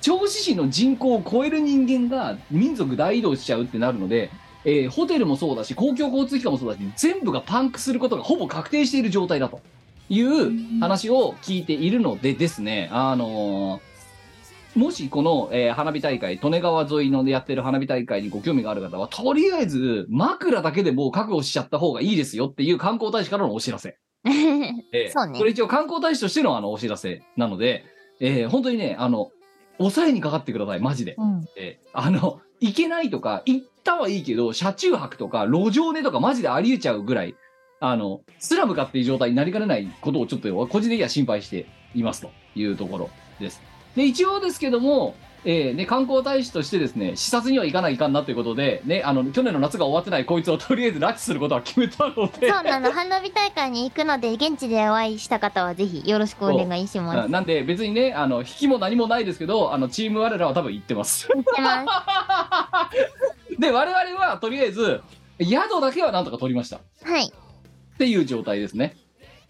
S3: 銚子市の人口を超える人間が民族大移動しちゃうってなるので、えーホテルもそうだし公共交通機関もそうだし全部がパンクすることがほぼ確定している状態だという話を聞いているのでですね、あのーもしこの、えー花火大会、利根川沿いのやってる花火大会にご興味がある方は、とりあえず枕だけでもう覚悟しちゃった方がいいですよっていう観光大使からのお知らせ。 ええ
S1: そうね
S3: これ一応観光大使としてのあのお知らせなので、えー本当にね、あの、抑えにかかってください、マジで。
S1: うん
S3: えーあの、行けないとか、行ったはいいけど、車中泊とか、路上寝とかマジでありえちゃうぐらい、あの、スラムかっていう状態になりかねないことをちょっと、個人的には心配していますというところです。で、一応ですけども、えーね、観光大使としてですね、視察には行かないかんなということで、ね、あの、去年の夏が終わってないこいつをとりあえず拉致することは決めたので、
S1: そうなの花火大会に行くので現地でお会いした方はぜひよろしくお願いしま
S3: うんなんで別にね、あの、引きも何もないですけど、あの、チーム我らは多分行ってます。
S1: す。行きま
S3: で、我々はとりあえず、宿だけはなんとか取りました。
S1: すはい。
S3: っていう状態ですね。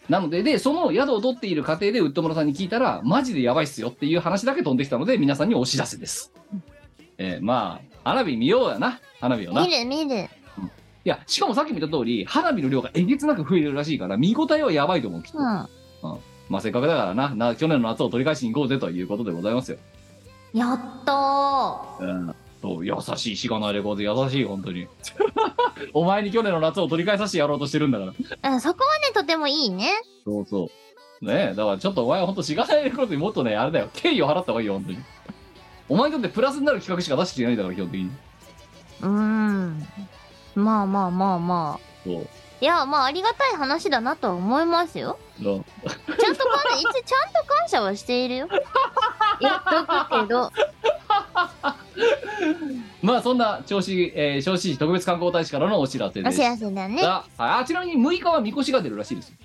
S3: なので、で、その宿を取っている過程でウッド村さんに聞いたら、マジでやばいっすよっていう話だけ飛んできたので、皆さんにお知らせです。えーまあ、花火見ようやな、花火をな。い
S1: 見る見る。
S3: や、しかもさっき見た通り、花火の量がえげつなく増えるらしいから、見応えはやばいと思う、きっと。
S1: うん。
S3: まあ、せっかくだからなな、去年の夏を取り返しに行こうぜということでございますよ。
S1: やったー。
S3: うん、そう優しいしがないレコード優しい本当に お前に去年の夏を取り返させてやろうとしてるんだから
S1: うん、そこはね、とてもいいね。
S3: そうそうねえだからちょっとお前は本当しがないレコードにもっとねあれだよ敬意を払った方がいいよ本当にお前にとってプラスになる企画しか出してきてないんだから基本的に
S1: うーん。まあまあまあまあ。
S3: そう
S1: いや、まあありがたい話だなとは思います よ。
S3: そ
S1: ち
S3: う
S1: ゃんと感謝、一応ちゃんと感謝はしてい るよ。言っとくけど。
S3: まあそんな銚子、えー、銚子市特別観光大使からのお知らせ
S1: お
S3: でし
S1: 知
S3: た
S1: らせだね。
S3: はいあちなみに6日はみこしが出るらしいですね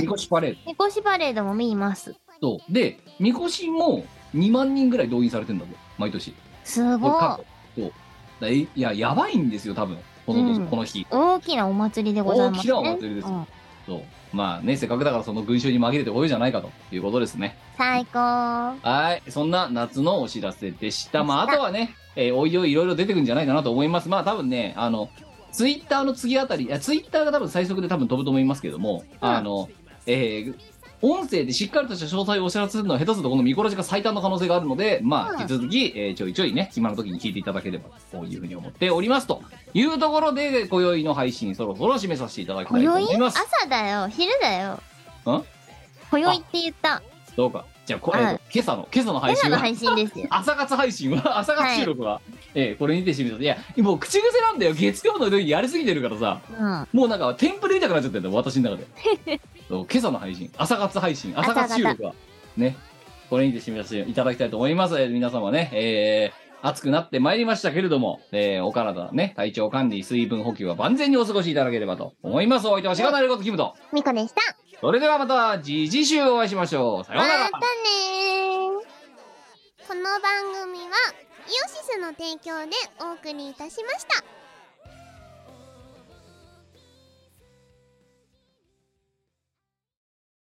S3: みこしパレード
S1: みこしパレードも見ます。
S3: そうでみこしも2万人ぐらい動員されてんだぞ毎年
S1: す
S3: これ
S1: ごい。
S3: 過去そうだいいややばいんですよ多分この,、
S1: うん
S3: この日
S1: 大きなお祭りでございますね。
S3: 大きなお祭りですよ
S1: うん
S3: そうまあねせっかくだからその群衆に紛れてこようじゃないかということですね
S1: 最高。
S3: はいそんな夏のお知らせでしたまああとはねえーおいおいいろいろ出てくるんじゃないかなと思います。まあ多分ね、あの、ツイッターの次あたり、いやツイッターが多分最速で多分飛ぶと思いますけども、あの、えー音声でしっかりとした詳細をお知らせするのは下手するとこの見殺しが最短の可能性があるので、まあ、
S1: うん
S3: 引き続き、えーちょいちょいね、暇の時に聞いていただければというふうに思っておりますというところで、今宵の配信そろそろ締めさせていただきた
S1: 今
S3: いと
S1: 宵
S3: 思います。
S1: 朝だよ昼だよ
S3: ん
S1: 今宵って言った
S3: どうか。じゃあ、これ、
S1: うん
S3: えーと今朝の、今朝の
S1: 今
S3: 配
S1: 朝
S3: 信
S1: の
S3: は
S1: 配信ですよ
S3: 朝活配信は、朝活収録は、えーこれにて締めた。いや、もう口癖なんだよ。月曜の時やりすぎてるからさ、
S1: うん
S3: もうなんかテンプレみたくなっちゃってるんだよ、私の中で。 そう今朝の配信、朝活配信、朝活収録は、ね、これにて締めさせていただきたいと思います。えー皆様ね、えー暑くなってまいりましたけれども、えーお体ね、体調管理、水分補給は万全にお過ごしいただければと思います。お相手はしがなることキムと。
S1: みこでした
S3: それではまた、次次週お会いしましょう。さよう
S1: ま
S3: なら。
S1: たねー
S6: この番組はイオシスの提供でお送りいたしました。